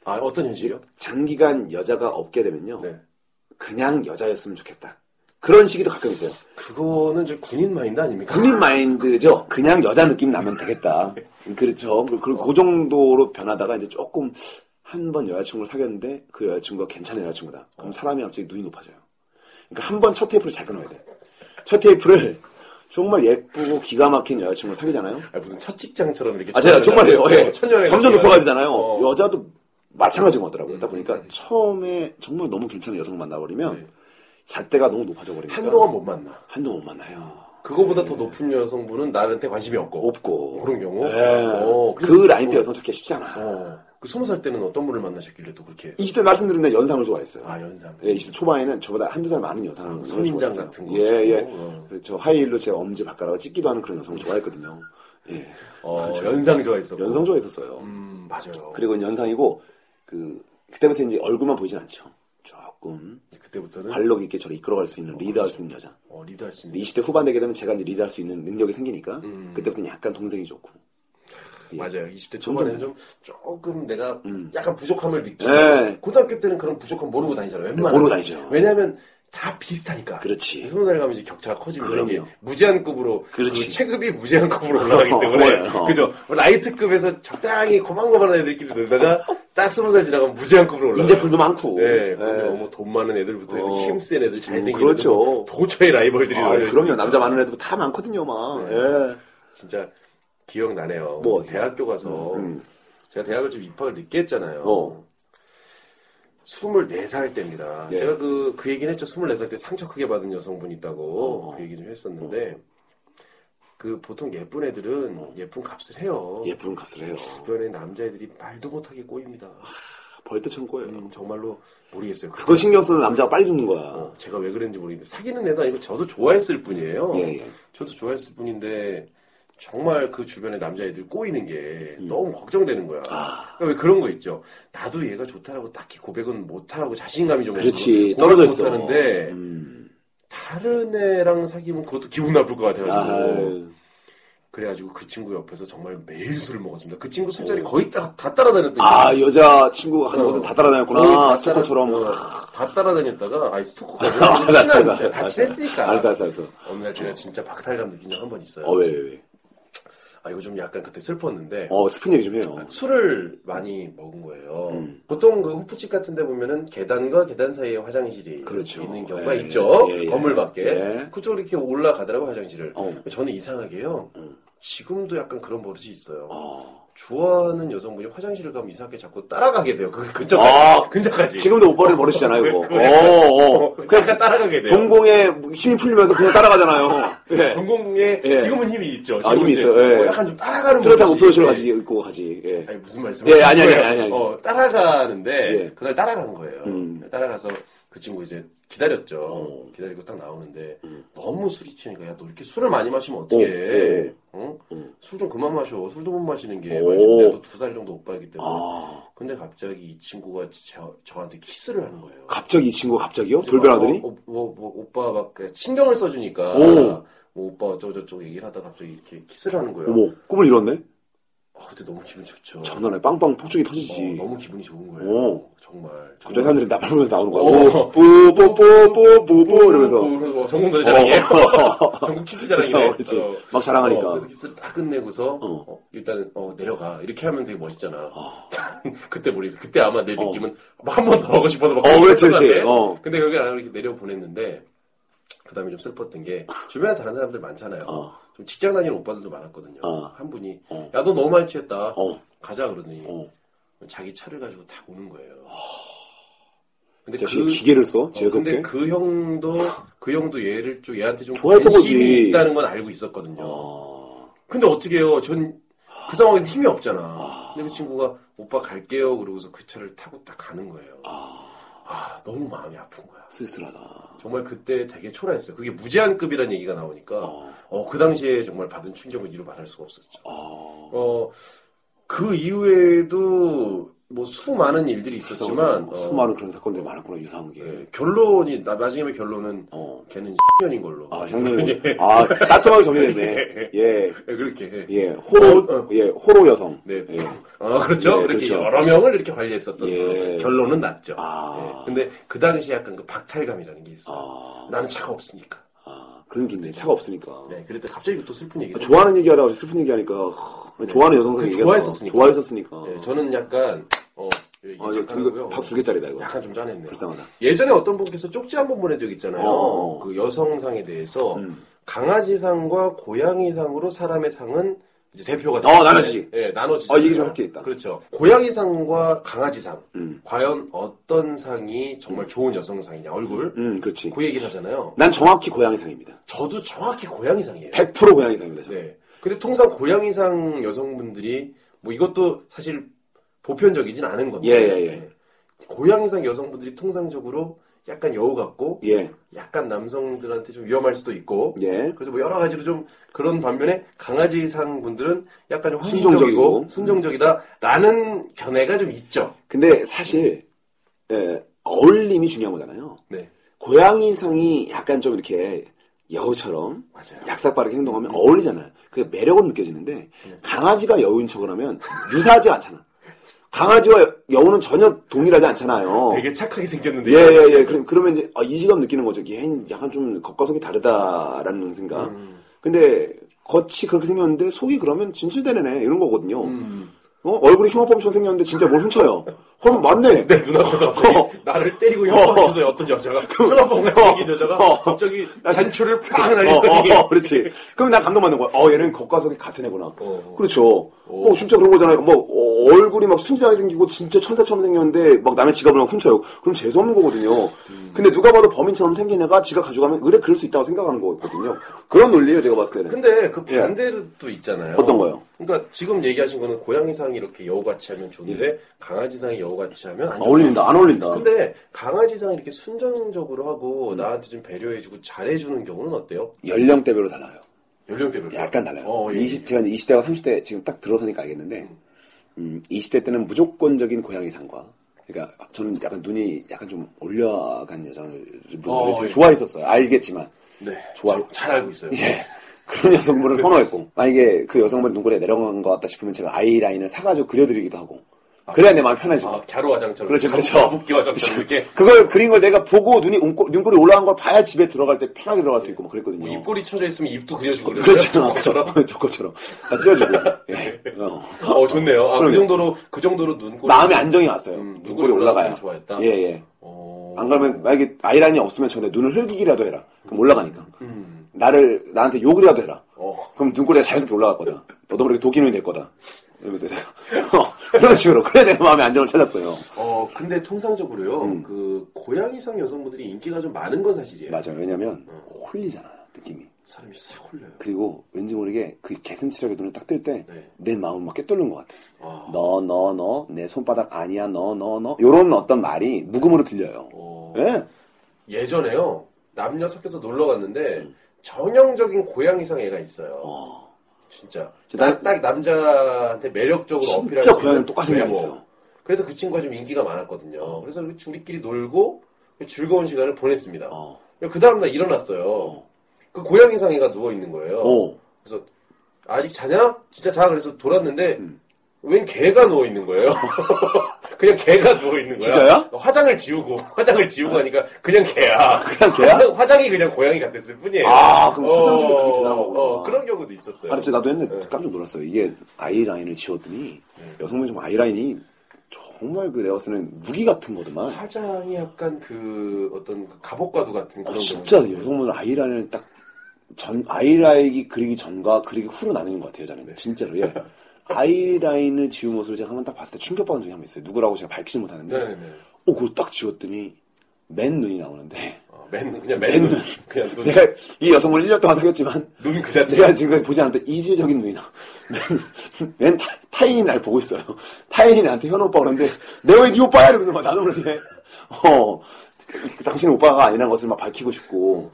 Speaker 2: 아 어떤 현실이요?
Speaker 1: 장기간 여자가 없게 되면요.
Speaker 2: 네.
Speaker 1: 그냥 여자였으면 좋겠다. 그런 시기도 가끔 있어요.
Speaker 2: 그거는 이제 군인 마인드 아닙니까?
Speaker 1: 군인 마인드죠. 그냥 여자 느낌 나면 되겠다. 그렇죠. 그, 그, 그 정도로 변하다가 이제 조금 한 번 여자친구를 사귀었는데 그 여자친구가 괜찮은 여자친구다. 그럼 사람이 갑자기 눈이 높아져요. 그러니까 한 번 첫 테이프를 잘 끊어야 돼. 첫 테이프를 정말 예쁘고 기가 막힌 여자친구를 사귀잖아요.
Speaker 2: 아, 무슨 첫 직장처럼 이렇게.
Speaker 1: 아, 제가 정말요. 예.
Speaker 2: 천년에
Speaker 1: 점점 높아가잖아요.
Speaker 2: 어.
Speaker 1: 여자도 마찬가지인 것 같더라고요. 그러다 보니까
Speaker 2: 음.
Speaker 1: 처음에 정말 너무 괜찮은 여성 만나버리면
Speaker 2: 네.
Speaker 1: 잣대가 너무 높아져 버리니까
Speaker 2: 한동안 못 만나.
Speaker 1: 한동안 못 만나요.
Speaker 2: 그거보다 더 높은 여성분은 나한테 관심이 없고.
Speaker 1: 네. 없고
Speaker 2: 그런 경우?
Speaker 1: 예.
Speaker 2: 어,
Speaker 1: 그
Speaker 2: 그래서-
Speaker 1: 라인대 여성 찾기 쉽지 않아.
Speaker 2: 어. 그 스무 살 때는 어떤 분을 만나셨길래 또 그렇게
Speaker 1: 20대 말씀드린 대 연상을 좋아했어요.
Speaker 2: 아 연상 음,
Speaker 1: 예, 20대 초반에는 저보다 한두 달 많은 여성을
Speaker 2: 선인장
Speaker 1: 좋아했어요.
Speaker 2: 같은 거
Speaker 1: 예, 예.
Speaker 2: 어. 음.
Speaker 1: 그래서 저 하이힐로 제 엄지 발가락을 찢기도 하는 그런 여성을 좋아했거든요. 예.
Speaker 2: 어, 연상 좋아했었고
Speaker 1: 연상 좋아했었어요.
Speaker 2: 음 맞아요
Speaker 1: 그리고 연상이고 그 그때부터 이제 얼굴만 보이진 않죠. 조금
Speaker 2: 그때부터는
Speaker 1: 관록 있게 저를 이끌어갈 수 있는 리드할 수 있는 여자.
Speaker 2: 어, 리드할 수
Speaker 1: 근데
Speaker 2: 있는
Speaker 1: 20대 후반 되게 되면 제가 이제 리드할 수 있는 능력이 생기니까
Speaker 2: 음.
Speaker 1: 그때부터는 약간 동생이 좋고. 예.
Speaker 2: 맞아요 20대
Speaker 1: 점점
Speaker 2: 초반에는 좀 조금 내가
Speaker 1: 음.
Speaker 2: 약간 부족함을 느끼죠
Speaker 1: 네.
Speaker 2: 고등학교 때는 그런 부족함 모르고 다니잖아요 웬만하면
Speaker 1: 모르고 다니죠.
Speaker 2: 왜냐하면 다 비슷하니까
Speaker 1: 그렇지.
Speaker 2: 스무 살 가면 이제 격차가 커지면서
Speaker 1: 그럼요.
Speaker 2: 이게 무제한급으로
Speaker 1: 그렇지.
Speaker 2: 그 체급이 무제한급으로 올라가기 때문에
Speaker 1: 어, 어.
Speaker 2: 그죠 뭐 라이트급에서 적당히 고만고만한 애들끼리 놀다가 딱 스무 살 지나가면 무제한급으로 올라가
Speaker 1: 인재풀도 많고.
Speaker 2: 예,
Speaker 1: 예.
Speaker 2: 근데 뭐돈 많은 애들부터 해서
Speaker 1: 어.
Speaker 2: 힘센 애들 잘생긴
Speaker 1: 음, 그렇죠.
Speaker 2: 애들 뭐 도처의 라이벌들이
Speaker 1: 아,
Speaker 2: 널려
Speaker 1: 그럼요.
Speaker 2: 있으니까.
Speaker 1: 남자 많은 애들 다 많거든요, 막.
Speaker 2: 네.
Speaker 1: 예.
Speaker 2: 진짜 기억나네요
Speaker 1: 뭐,
Speaker 2: 대학교 가서
Speaker 1: 음.
Speaker 2: 제가 대학을 좀 입학을 늦게 했잖아요
Speaker 1: 어.
Speaker 2: 24살 때입니다.
Speaker 1: 예.
Speaker 2: 제가 그, 그 얘기는 했죠. 24살 때 상처 크게 받은 여성분 있다고
Speaker 1: 어.
Speaker 2: 그 얘기 좀 했었는데, 그 보통 예쁜 애들은
Speaker 1: 어.
Speaker 2: 예쁜 값을 해요.
Speaker 1: 예쁜 값을 해요.
Speaker 2: 주변에 남자애들이 말도 못하게 꼬입니다.
Speaker 1: 벌떼처럼 꼬여요.
Speaker 2: 음, 정말로 모르겠어요.
Speaker 1: 그거 신경 쓰는 남자가 빨리 죽는 거야.
Speaker 2: 어, 제가 왜 그랬는지 모르겠는데, 사귀는 애도 아니고 저도 좋아했을 뿐이에요.
Speaker 1: 예, 예.
Speaker 2: 저도 좋아했을 뿐인데, 정말 그 주변에 남자애들 꼬이는 게
Speaker 1: 음.
Speaker 2: 너무 걱정되는 거야.
Speaker 1: 아,
Speaker 2: 그러니까 왜 그런 거 있죠. 나도 얘가 좋다라고 딱히 고백은 못하고 자신감이 좀
Speaker 1: 그렇지.
Speaker 2: 없어서
Speaker 1: 떨어져
Speaker 2: 고백을
Speaker 1: 있어.
Speaker 2: 못하는데
Speaker 1: 음.
Speaker 2: 다른 애랑 사귀면 그것도 기분 나쁠 것 같아가지고
Speaker 1: 아유.
Speaker 2: 그래가지고 그 친구 옆에서 정말 매일 술을 먹었습니다. 그 친구 술자리 거의 따라, 다 따라다녔더니
Speaker 1: 아, 여자 친구가 하는 곳은
Speaker 2: 거의
Speaker 1: 다 따라다녔구나.
Speaker 2: 어. 다
Speaker 1: 스토커처럼.
Speaker 2: 따라, 어, 다 따라다녔다가 아니
Speaker 1: 알았어,
Speaker 2: 스토커까지 친한
Speaker 1: 알았어,
Speaker 2: 진짜 다
Speaker 1: 알았어.
Speaker 2: 친했으니까 네.
Speaker 1: 알았어, 알았어, 알았어.
Speaker 2: 어느 날 제가 진짜 박탈감 느낀 적 한 번 있어요.
Speaker 1: 어, 왜, 왜,
Speaker 2: 네.
Speaker 1: 왜.
Speaker 2: 아 이거 좀 약간 그때 슬펐는데
Speaker 1: 어, 슬픈 얘기 좀 해요.
Speaker 2: 술을 많이 먹은 거예요.
Speaker 1: 음.
Speaker 2: 보통 그 호프집 같은 데 보면은 계단과 계단 사이에 화장실이
Speaker 1: 그렇죠.
Speaker 2: 있는 경우가
Speaker 1: 예,
Speaker 2: 있죠.
Speaker 1: 예, 예.
Speaker 2: 건물 밖에.
Speaker 1: 예.
Speaker 2: 그쪽으로 이렇게 올라가더라고 화장실을.
Speaker 1: 어.
Speaker 2: 저는 이상하게요.
Speaker 1: 음.
Speaker 2: 지금도 약간 그런 버릇이 있어요.
Speaker 1: 어.
Speaker 2: 좋아하는 여성분이 화장실을 가면 이상하게 자꾸 따라가게 돼요. 그 근처까지.
Speaker 1: 아,
Speaker 2: 근처까지.
Speaker 1: 지금도 못 버리는 버릇이잖아요, 그거.
Speaker 2: 그거 약간-
Speaker 1: 어, 어.
Speaker 2: 어, 잠깐 따라가게 돼요.
Speaker 1: 동공에 힘이 풀리면서 그냥 따라가잖아요. 예.
Speaker 2: 동공에
Speaker 1: 예.
Speaker 2: 지금은 힘이 있죠.
Speaker 1: 아,
Speaker 2: 지금은
Speaker 1: 힘이
Speaker 2: 이제
Speaker 1: 있어요. 예.
Speaker 2: 뭐 약간 좀 따라가는
Speaker 1: 뚜렷한
Speaker 2: 버릇이
Speaker 1: 목표의식을
Speaker 2: 있는데.
Speaker 1: 가지, 입고 가지. 예.
Speaker 2: 아니 무슨 말씀을
Speaker 1: 예, 아니,
Speaker 2: 하시는
Speaker 1: 아니,
Speaker 2: 거예요?
Speaker 1: 아니, 아니.
Speaker 2: 어, 따라가는데
Speaker 1: 예.
Speaker 2: 그날 따라간 거예요.
Speaker 1: 음.
Speaker 2: 따라가서 그 친구 이제 기다렸죠.
Speaker 1: 어.
Speaker 2: 기다리고 딱 나오는데
Speaker 1: 음.
Speaker 2: 너무 술이 취하니까 야 너 이렇게 술을 많이 마시면 어떻게?
Speaker 1: 예, 예. 음.
Speaker 2: 술 좀 그만 마셔. 술도 못 마시는 게
Speaker 1: 오.
Speaker 2: 또두살 정도 오빠이기 때문에.
Speaker 1: 아,
Speaker 2: 근데 갑자기 이 친구가 저, 저한테 키스를 하는 거예요.
Speaker 1: 갑자기 이 친구가 갑자기요? 돌변하더니?
Speaker 2: 어, 어, 뭐, 뭐, 오빠 막 그냥 신경을 써주니까
Speaker 1: 오.
Speaker 2: 뭐 오빠 어쩌고저쩌고 얘기를 하다가 갑자기 이렇게 키스를 하는 거예요.
Speaker 1: 어머, 꿈을 잃었네?
Speaker 2: 아, 근데 너무 기분 좋죠.
Speaker 1: 장난해. 빵빵 폭죽이
Speaker 2: 어,
Speaker 1: 터지지.
Speaker 2: 너무 기분이 좋은 거예요.
Speaker 1: 음. 오.
Speaker 2: 정말.
Speaker 1: 갑자기 사람들이 나 밟으면서 나오는 거야.
Speaker 2: 어.
Speaker 1: 오, 뽀뽀뽀뽀뽀뽀 이러면서. 어.
Speaker 2: 이러면서 전국 노래 자랑이에요. 전국 키스 자랑이네.
Speaker 1: 그렇지.
Speaker 2: 어,
Speaker 1: 막 자랑하니까.
Speaker 2: 어, 그래서 키스를 다 끝내고서
Speaker 1: 그러니까. 어.
Speaker 2: 어, 일단은 어, 내려가 이렇게 하면 되게 멋있잖아.
Speaker 1: 어.
Speaker 2: 그때 모르겠어. 그때 아마 내 느낌은 한 번 더 하고 싶어서 막
Speaker 1: 어, 그렇지,
Speaker 2: 그랬을
Speaker 1: 그렇지.
Speaker 2: 것 같아.
Speaker 1: 어.
Speaker 2: 근데 결국에 안 하고 이렇게 내려 보냈는데 그다음에 좀 슬펐던 게 주변에 다른 사람들 많잖아요.
Speaker 1: 어.
Speaker 2: 좀 직장 다니는 오빠들도 많았거든요.
Speaker 1: 어.
Speaker 2: 한 분이
Speaker 1: 어.
Speaker 2: 야 너 너무 많이 취했다.
Speaker 1: 어.
Speaker 2: 가자 그러더니
Speaker 1: 어.
Speaker 2: 자기 차를 가지고 다 오는 거예요. 근데
Speaker 1: 진짜 그, 기계를 써?
Speaker 2: 어, 근데
Speaker 1: 재수없게?
Speaker 2: 그 형도 그 형도 얘를 좀 얘한테 좀
Speaker 1: 좋아했던
Speaker 2: 관심이
Speaker 1: 거지.
Speaker 2: 있다는 건 알고 있었거든요.
Speaker 1: 어.
Speaker 2: 근데 어떻게 해요? 전 그 상황에서 힘이 없잖아. 근데 그 친구가 오빠 갈게요. 그러고서 그 차를 타고 딱 가는 거예요.
Speaker 1: 아,
Speaker 2: 아 너무 마음이 아픈 거야.
Speaker 1: 쓸쓸하다.
Speaker 2: 정말 그때 되게 초라했어요. 그게 무제한급이라는 얘기가 나오니까
Speaker 1: 어.
Speaker 2: 어 그 당시에 정말 받은 충격은 이루 말할 수가 없었죠.
Speaker 1: 어.
Speaker 2: 어그 이후에도 뭐 수많은 일들이 있었지만
Speaker 1: 어,
Speaker 2: 어,
Speaker 1: 수많은 그런 사건들이 많았구나, 유사한 게.
Speaker 2: 예, 결론이 나 마지막에 결론은
Speaker 1: 어.
Speaker 2: 걔는 년인 걸로.
Speaker 1: 아, 장면이. 아, 따끔하게 정리됐네. 예.
Speaker 2: 예, 그렇게. 예.
Speaker 1: 예. 호로, 예. 호로 여성.
Speaker 2: 네.
Speaker 1: 예.
Speaker 2: 어, 그렇죠.
Speaker 1: 예,
Speaker 2: 이렇게
Speaker 1: 그렇죠.
Speaker 2: 여러 명을 이렇게 관리했었던
Speaker 1: 예.
Speaker 2: 걸로 결론은 났죠.
Speaker 1: 아.
Speaker 2: 예. 근데 그 당시 에 약간 그 박탈감이라는 게 있어요.
Speaker 1: 아.
Speaker 2: 나는 차가 없으니까.
Speaker 1: 아, 그런 게 있네. 차가 없으니까.
Speaker 2: 네. 그랬더니 갑자기 또 슬픈 얘기를.
Speaker 1: 좋아하는 얘기하다가 슬픈 얘기하니까 하, 좋아하는 여성상
Speaker 2: 그
Speaker 1: 얘기가
Speaker 2: 좋아했었으니까.
Speaker 1: 좋아했었으니까.
Speaker 2: 예, 저는 약간 어, 이게
Speaker 1: 아, 이거 두
Speaker 2: 잠깐이고요.
Speaker 1: 개- 박두 개짜리다 이거.
Speaker 2: 약간 좀 짠했네요.
Speaker 1: 불쌍하다.
Speaker 2: 예전에 어떤 분께서 쪽지 한 번 보낸 적 있잖아요.
Speaker 1: 어.
Speaker 2: 그 여성상에 대해서
Speaker 1: 음.
Speaker 2: 강아지상과 고양이상으로 사람의 상은 이제 대표가
Speaker 1: 어, 나눠지지.
Speaker 2: 예, 나눠지지.
Speaker 1: 아, 얘기 좀 할게 있다.
Speaker 2: 그렇죠. 고양이상과 강아지상.
Speaker 1: 음.
Speaker 2: 과연 어떤 상이 정말 좋은 여성상이냐, 얼굴.
Speaker 1: 음, 그렇지.
Speaker 2: 그 얘기를 하잖아요.
Speaker 1: 난 정확히 고양이상입니다.
Speaker 2: 저도 정확히 고양이상이에요.
Speaker 1: 100% 고양이상입니다. 저는.
Speaker 2: 네. 근데 통상 고양이상 여성분들이 뭐 이것도 사실 보편적이진 않은 건데 네.
Speaker 1: 예, 예, 예.
Speaker 2: 고양이상 여성분들이 통상적으로 약간 여우 같고
Speaker 1: 예,
Speaker 2: 약간 남성들한테 좀 위험할 수도 있고
Speaker 1: 예.
Speaker 2: 그래서 뭐 여러 가지로 좀 그런 반면에 강아지상 분들은 약간 좀
Speaker 1: 순종적이고.
Speaker 2: 순종적이고 순종적이다라는 견해가 좀 있죠.
Speaker 1: 근데 사실 예, 어울림이 중요한 거잖아요.
Speaker 2: 네,
Speaker 1: 고양이상이 약간 좀 이렇게 여우처럼
Speaker 2: 맞아요.
Speaker 1: 약삭빠르게 행동하면 어울리잖아요. 그 매력은 느껴지는데
Speaker 2: 음.
Speaker 1: 강아지가 여우인 척을 하면 유사하지 않잖아. 강아지와 여- 여우는 전혀 동일하지 않잖아요.
Speaker 2: 되게 착하게 생겼는데.
Speaker 1: 어. 예, 예, 예. 그럼, 그러면 이제 아, 이지감 느끼는 거죠. 얘는 약간 좀 겉과 속이 다르다라는 생각.
Speaker 2: 음,
Speaker 1: 근데 겉이 그렇게 생겼는데 속이 그러면 진실되는 애 이런 거거든요.
Speaker 2: 음.
Speaker 1: 어? 얼굴이 흉어범처럼 생겼는데 진짜 뭘 훔쳐요. 그럼 맞네.
Speaker 2: 내 눈앞에서 갑자기
Speaker 1: 어.
Speaker 2: 나를 때리고 협박해서 어떤 여자가 혈압범 같이 생긴 여자가
Speaker 1: 어.
Speaker 2: 갑자기
Speaker 1: 나 진-
Speaker 2: 단추를 팍
Speaker 1: 어,
Speaker 2: 날리더니
Speaker 1: 어, 어, 그렇지. 그럼 나 감동받는 거야. 어, 얘는 겉과 속이 같은 애구나.
Speaker 2: 어.
Speaker 1: 그렇죠.
Speaker 2: 어.
Speaker 1: 어, 진짜 그런 거잖아요. 뭐, 어, 얼굴이 막 순진하게 생기고 진짜 천사처럼 생겼는데 막 남의 지갑을 막 훔쳐요. 그럼 재수없는 거거든요.
Speaker 2: 음.
Speaker 1: 근데 누가 봐도 범인처럼 생긴 애가 지갑 가져가면 그래, 그럴 수 있다고 생각하는 거거든요. 그런 논리예요, 제가 봤을 때는.
Speaker 2: 근데 그
Speaker 1: 예.
Speaker 2: 반대로도 있잖아요.
Speaker 1: 어떤 거요?
Speaker 2: 그러니까 지금 얘기하신 거는 고양이상 이렇게 여우같이 하면 좋은데 강아지상 여우같이 하면 안 좋다.
Speaker 1: 예. 어울린다, 안 어울린다. 음.
Speaker 2: 근데 강아지상 이렇게 순정적으로 하고 나한테 좀 배려해주고 잘해주는 경우는 어때요?
Speaker 1: 연령대별로 달라요.
Speaker 2: 연령대별로
Speaker 1: 약간 달라요.
Speaker 2: 어, 예.
Speaker 1: 20, 제가 20대와 30대 지금 딱 들어서니까 알겠는데, 음, 20대 때는 무조건적인 고양이상과, 그러니까 저는 약간 눈이 약간 좀 올려간 여자를
Speaker 2: 어,
Speaker 1: 되게
Speaker 2: 예.
Speaker 1: 좋아했었어요. 알겠지만.
Speaker 2: 네,
Speaker 1: 좋아요.
Speaker 2: 저- 잘 알고 있어요.
Speaker 1: 예. 그런 여성분을
Speaker 2: 네.
Speaker 1: 선호했고, 만약에 그 여성분의 눈꼬리에 내려간 것 같다 싶으면 제가 아이라인을 사가지고 그려드리기도 하고, 그래야 내 마음 편해지고.
Speaker 2: 아, 예. 갸루 화장처럼.
Speaker 1: 그렇죠, 그렇죠.
Speaker 2: 붓기 화장처럼 이렇게
Speaker 1: 그걸 그린 걸 내가 보고 눈이 웅꼬- 눈꼬리 올라간 걸 봐야 집에 들어갈 때 편하게 들어갈 수 있고 막 그랬거든요.
Speaker 2: 뭐 입꼬리 쳐져 있으면 입도 그려주고 그래요.
Speaker 1: 그렇죠.
Speaker 2: 저처럼.
Speaker 1: 조커처럼. 다 찢어지고. 예. 어.
Speaker 2: 어, 좋네요. 아,
Speaker 1: 그럼요.
Speaker 2: 그 정도로 그 정도로 눈꼬리
Speaker 1: 뭐 마음의 안정이 왔어요.
Speaker 2: 음,
Speaker 1: 눈꼬리
Speaker 2: 눈꼬리 올라가는
Speaker 1: 올라가요.
Speaker 2: 걸 좋아했다?
Speaker 1: 예, 예.
Speaker 2: 어.
Speaker 1: 안 그러면 만약에 아이라인이 없으면 전에 눈을 흘기기라도 해라. 그럼 올라가니까.
Speaker 2: 음.
Speaker 1: 나를 나한테 욕이라도 해라.
Speaker 2: 어.
Speaker 1: 그럼 눈꼬리가 자연스럽게 올라갈 거다. 너도 모르게 도끼눈이 될 거다. 이러면서 내가 어, 그런 식으로 그래 내 마음의 안정을 찾았어요.
Speaker 2: 어, 근데 통상적으로요.
Speaker 1: 음.
Speaker 2: 그 고양이상 여성분들이 인기가 좀 많은 건 사실이에요.
Speaker 1: 맞아요. 왜냐면
Speaker 2: 음.
Speaker 1: 홀리잖아요. 느낌이.
Speaker 2: 사람이 싹 홀려요.
Speaker 1: 그리고 왠지 모르게 그 개슴치레하게 눈을 딱 뜰 때 내
Speaker 2: 네.
Speaker 1: 마음을 막 꿰뚫는 것 같아.
Speaker 2: 아.
Speaker 1: 너 너 너 내 손바닥 아니야 너 너 너 요런 어떤 말이 묵음으로 들려요.
Speaker 2: 어.
Speaker 1: 예?
Speaker 2: 예전에요. 남녀 섞여서 놀러 갔는데 전형적인 고양이상 애가 있어요.
Speaker 1: 어.
Speaker 2: 진짜
Speaker 1: 나-
Speaker 2: 딱, 딱 남자한테 매력적으로 어필할 수
Speaker 1: 진짜 고양이랑
Speaker 2: 있는
Speaker 1: 똑같은 게
Speaker 2: 외모.
Speaker 1: 있어.
Speaker 2: 그래서 그 친구가 좀 인기가 많았거든요. 그래서 우리끼리 놀고 즐거운 시간을 보냈습니다.
Speaker 1: 어.
Speaker 2: 그 다음날 일어났어요. 그 고양이상 애가 누워 있는 거예요.
Speaker 1: 어.
Speaker 2: 그래서 아직 자냐? 진짜 자 그래서 돌았는데
Speaker 1: 음.
Speaker 2: 웬 개가 누워 있는 거예요. 그냥 개가 누워 있는 거야.
Speaker 1: 진짜요?
Speaker 2: 화장을 지우고 화장을 지우고 하니까 그냥 개야.
Speaker 1: 아, 그냥 걔야?
Speaker 2: 화장, 이 그냥 고양이 같았을 뿐이에요.
Speaker 1: 아, 그럼 화장실이 그렇게 되나 보구나.
Speaker 2: 어, 그런 경우도 있었어요.
Speaker 1: 아니, 진짜 나도 옛날에
Speaker 2: 네.
Speaker 1: 깜짝 놀랐어요. 이게 아이라인을 지웠더니 여성분이 좀 아이라인이 정말 그 내가 쓰는 무기 같은
Speaker 2: 아,
Speaker 1: 거더만. 아,
Speaker 2: 화장이 약간 그 어떤 그 갑옷과도 같은
Speaker 1: 아,
Speaker 2: 그런
Speaker 1: 진짜
Speaker 2: 경우도 있고요.
Speaker 1: 여성분은 아이라인을 딱 전, 아이라인이 그리기 전과 그리기 후로 나뉘는 것 같아요,
Speaker 2: 네.
Speaker 1: 저는. 진짜로, 예. 아이라인을 지운 모습을 제가 한 번 딱 봤을 때 충격받은 적이 한 번 있어요. 누구라고 제가 밝히지 못하는데,
Speaker 2: 네네네.
Speaker 1: 어, 그거 딱 지웠더니, 맨 눈이 나오는데,
Speaker 2: 어, 맨 그냥 맨 눈. 그냥 눈,
Speaker 1: 내가 이 여성을 1년 동안 사귀었지만,
Speaker 2: 눈 그 자체가
Speaker 1: 제가 지금 보지 않는데 이질적인 눈이 나. 맨, 맨 타, 타인이 날 보고 있어요. 타인이 나한테 현우 오빠 그러는데 내가 왜네 오빠야? 이러면서 막 나도 모르게 어 당신은 오빠가 아니라는 것을 막 밝히고 싶고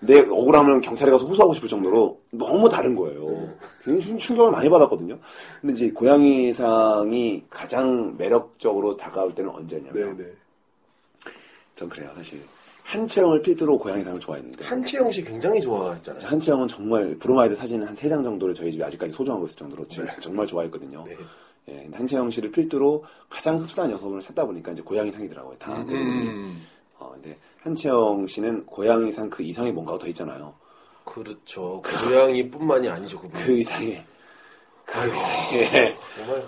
Speaker 1: 내 억울함을 경찰에 가서 호소하고 싶을 정도로 너무 다른 거예요. 굉장히 충- 충격을 많이 받았거든요. 근데 이제 고양이상이 가장 매력적으로 다가올 때는 언제냐면
Speaker 2: 네네.
Speaker 1: 전 그래요 사실 한채영을 필두로 고양이상을 좋아했는데
Speaker 2: 한채영 씨 굉장히 좋아했잖아요.
Speaker 1: 한치 형은 정말 브로마이드 사진 한 세 장 정도를 저희 집에 아직까지 소중하고 있을 정도로 지금 정말 좋아했거든요.
Speaker 2: 네.
Speaker 1: 예, 근데 한치 형 씨를 필두로 가장 흡사한 여성을 찾다 보니까 이제 고양이 상이더라고요. 다 대부분이.
Speaker 2: 음,
Speaker 1: 어, 근데 한치 형 씨는 고양이 상 그 이상이 뭔가가 더 있잖아요.
Speaker 2: 그렇죠. 고양이뿐만이 아니죠 그분.
Speaker 1: 그 이상의
Speaker 2: 아이고,
Speaker 1: 예,
Speaker 2: 정말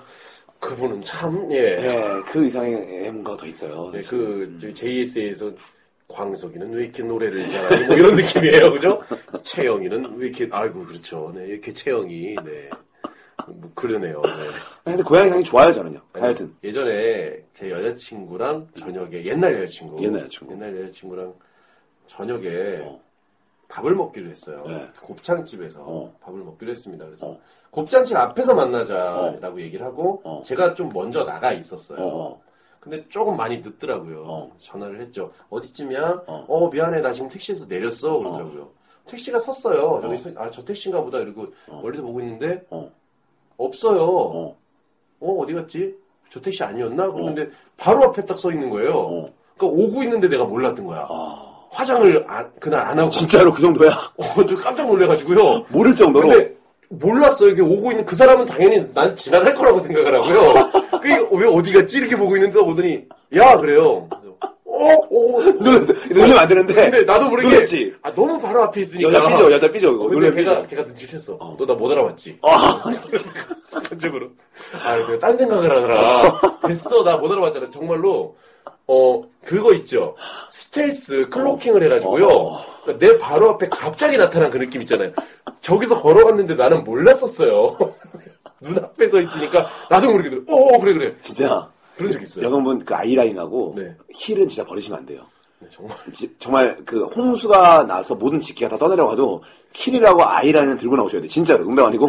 Speaker 2: 그분은 참 예.
Speaker 1: 예, 그 이상의 뭔가가 더 있어요.
Speaker 2: 네, 그 저희 JSA에서 광석이는 왜 이렇게 노래를 잘하니 뭐 이런 느낌이에요, 그죠? 채영이는 왜 이렇게 아이고 그렇죠, 네 이렇게 채영이 네. 뭐 그러네요. 네.
Speaker 1: 아니, 근데 고양이 상이 좋아요 저는요. 하여튼
Speaker 2: 예전에 제 여자친구랑 어. 저녁에 옛날 여자친구
Speaker 1: 옛날 여자친구.
Speaker 2: 옛날 여자친구랑 저녁에 밥을 먹기로 했어요.
Speaker 1: 네.
Speaker 2: 곱창집에서
Speaker 1: 어.
Speaker 2: 밥을 먹기로 했습니다. 그래서
Speaker 1: 어.
Speaker 2: 곱창집 앞에서 만나자라고 얘기를 하고
Speaker 1: 어.
Speaker 2: 제가 좀 먼저 나가 있었어요.
Speaker 1: 어,
Speaker 2: 근데 조금 많이 늦더라고요.
Speaker 1: 어.
Speaker 2: 전화를 했죠. 어디쯤이야?
Speaker 1: 어.
Speaker 2: 어. 미안해. 나 지금 택시에서 내렸어. 그러더라고요. 택시가 섰어요. 저기 서- 아, 저 택시인가 보다. 이러고 멀리서 보고 있는데
Speaker 1: 어,
Speaker 2: 없어요. 어,
Speaker 1: 어,
Speaker 2: 어디 갔지? 저 택시 아니었나? 그런데 바로 앞에 딱 서 있는 거예요.
Speaker 1: 어.
Speaker 2: 그러니까 오고 있는데 내가 몰랐던 거야.
Speaker 1: 아,
Speaker 2: 화장을 안- 그날 안 하고
Speaker 1: 진짜로 뭐 그 정도야?
Speaker 2: 어, 저 깜짝 놀래가지고요.
Speaker 1: 모를 정도로?
Speaker 2: 근데 몰랐어요. 이게 오고 있는 그 사람은 당연히 난 지나갈 거라고 생각을 하고요. 그왜 어디 갔지 이렇게 보고 있는데 보더니 야 그래요. 어, 어,
Speaker 1: 놀, 놀리면 안 되는데.
Speaker 2: 근데 나도 모르게
Speaker 1: 놀랬지?
Speaker 2: 아 너무 바로 앞에 있으니까.
Speaker 1: 여자 삐져, 여자 삐져.
Speaker 2: 어,
Speaker 1: 그거.
Speaker 2: 근데
Speaker 1: 놀리면
Speaker 2: 걔가
Speaker 1: 삐져.
Speaker 2: 걔가 눈치챘어.
Speaker 1: 어.
Speaker 2: 너 나 못 알아봤지.
Speaker 1: 아,
Speaker 2: 습관적으로. 아, 내가 딴 생각을 하느라. 됐어, 나 못 알아봤잖아. 정말로, 어, 그거 있죠. 스텔스 클로킹을 해가지고요.
Speaker 1: 어.
Speaker 2: 그러니까 내 바로 앞에 갑자기 나타난 그 느낌 있잖아요. 저기서 걸어갔는데 나는 몰랐었어요. 눈앞에 서 있으니까 나도 모르게 들어. 어, 어, 그래, 그래.
Speaker 1: 진짜.
Speaker 2: 그런 적 있어요.
Speaker 1: 여성분 그 아이라인하고
Speaker 2: 네.
Speaker 1: 힐은 진짜 버리시면 안 돼요.
Speaker 2: 네, 정말.
Speaker 1: 지- 정말 그 홍수가 나서 모든 직기가 다 떠내려가도 킬이라고 아이라인을 들고 나오셔야 돼. 진짜로. 농담 아니고.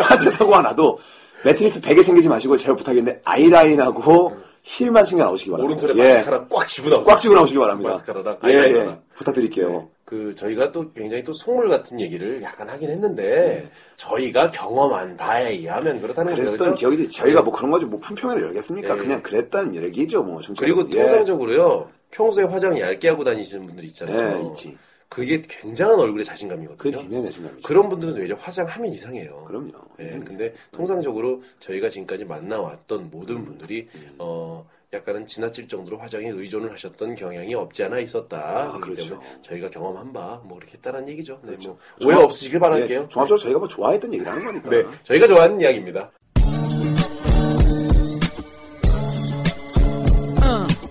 Speaker 1: 화재 사고가 나도 매트리스 100에 챙기지 마시고 제가 부탁했는데 아이라인하고 힐만 챙겨 나오시기 바랍니다.
Speaker 2: 오른손에
Speaker 1: 예.
Speaker 2: 마스카라 꽉 쥐고 나오세요.
Speaker 1: 꽉 쥐고 나오시기 바랍니다.
Speaker 2: 마스카라랑
Speaker 1: 예,
Speaker 2: 아이라인
Speaker 1: 예.
Speaker 2: 하나.
Speaker 1: 부탁드릴게요.
Speaker 2: 그 저희가 또 굉장히 또 속물 같은 얘기를 약간 하긴 했는데 저희가 경험한 바에 의하면 그렇다는 거죠.
Speaker 1: 네. 그랬던
Speaker 2: 그렇죠?
Speaker 1: 기억이지. 저희가 뭐 그런 거지 뭐 품평회를 열겠습니까?
Speaker 2: 예.
Speaker 1: 그냥 그랬다는 얘기죠. 뭐 전체적으로.
Speaker 2: 그리고
Speaker 1: 예.
Speaker 2: 통상적으로요 평소에 화장 얇게 하고 다니시는 분들 있잖아요.
Speaker 1: 예, 있지.
Speaker 2: 그게 굉장한 얼굴의 자신감이거든요.
Speaker 1: 그래서 굉장히 자신감이죠.
Speaker 2: 그런 분들은 오히려 화장하면 이상해요.
Speaker 1: 그럼요. 네.
Speaker 2: 예, 근데 통상적으로 저희가 지금까지 만나왔던
Speaker 1: 음,
Speaker 2: 모든 분들이 어 약간은 지나칠 정도로 화장에 의존을 하셨던 경향이 없지 않아 있었다.
Speaker 1: 아,
Speaker 2: 그렇기
Speaker 1: 그렇죠.
Speaker 2: 때문에 저희가 경험한 바 뭐 그렇게 했다는 얘기죠. 네,
Speaker 1: 그렇죠.
Speaker 2: 뭐 오해
Speaker 1: 종합-
Speaker 2: 없으시길 바랄게요.
Speaker 1: 예, 종합적으로 저희가 뭐 좋아했던 얘기라는 거니까.
Speaker 2: 네, 저희가 좋아하는 이야기입니다.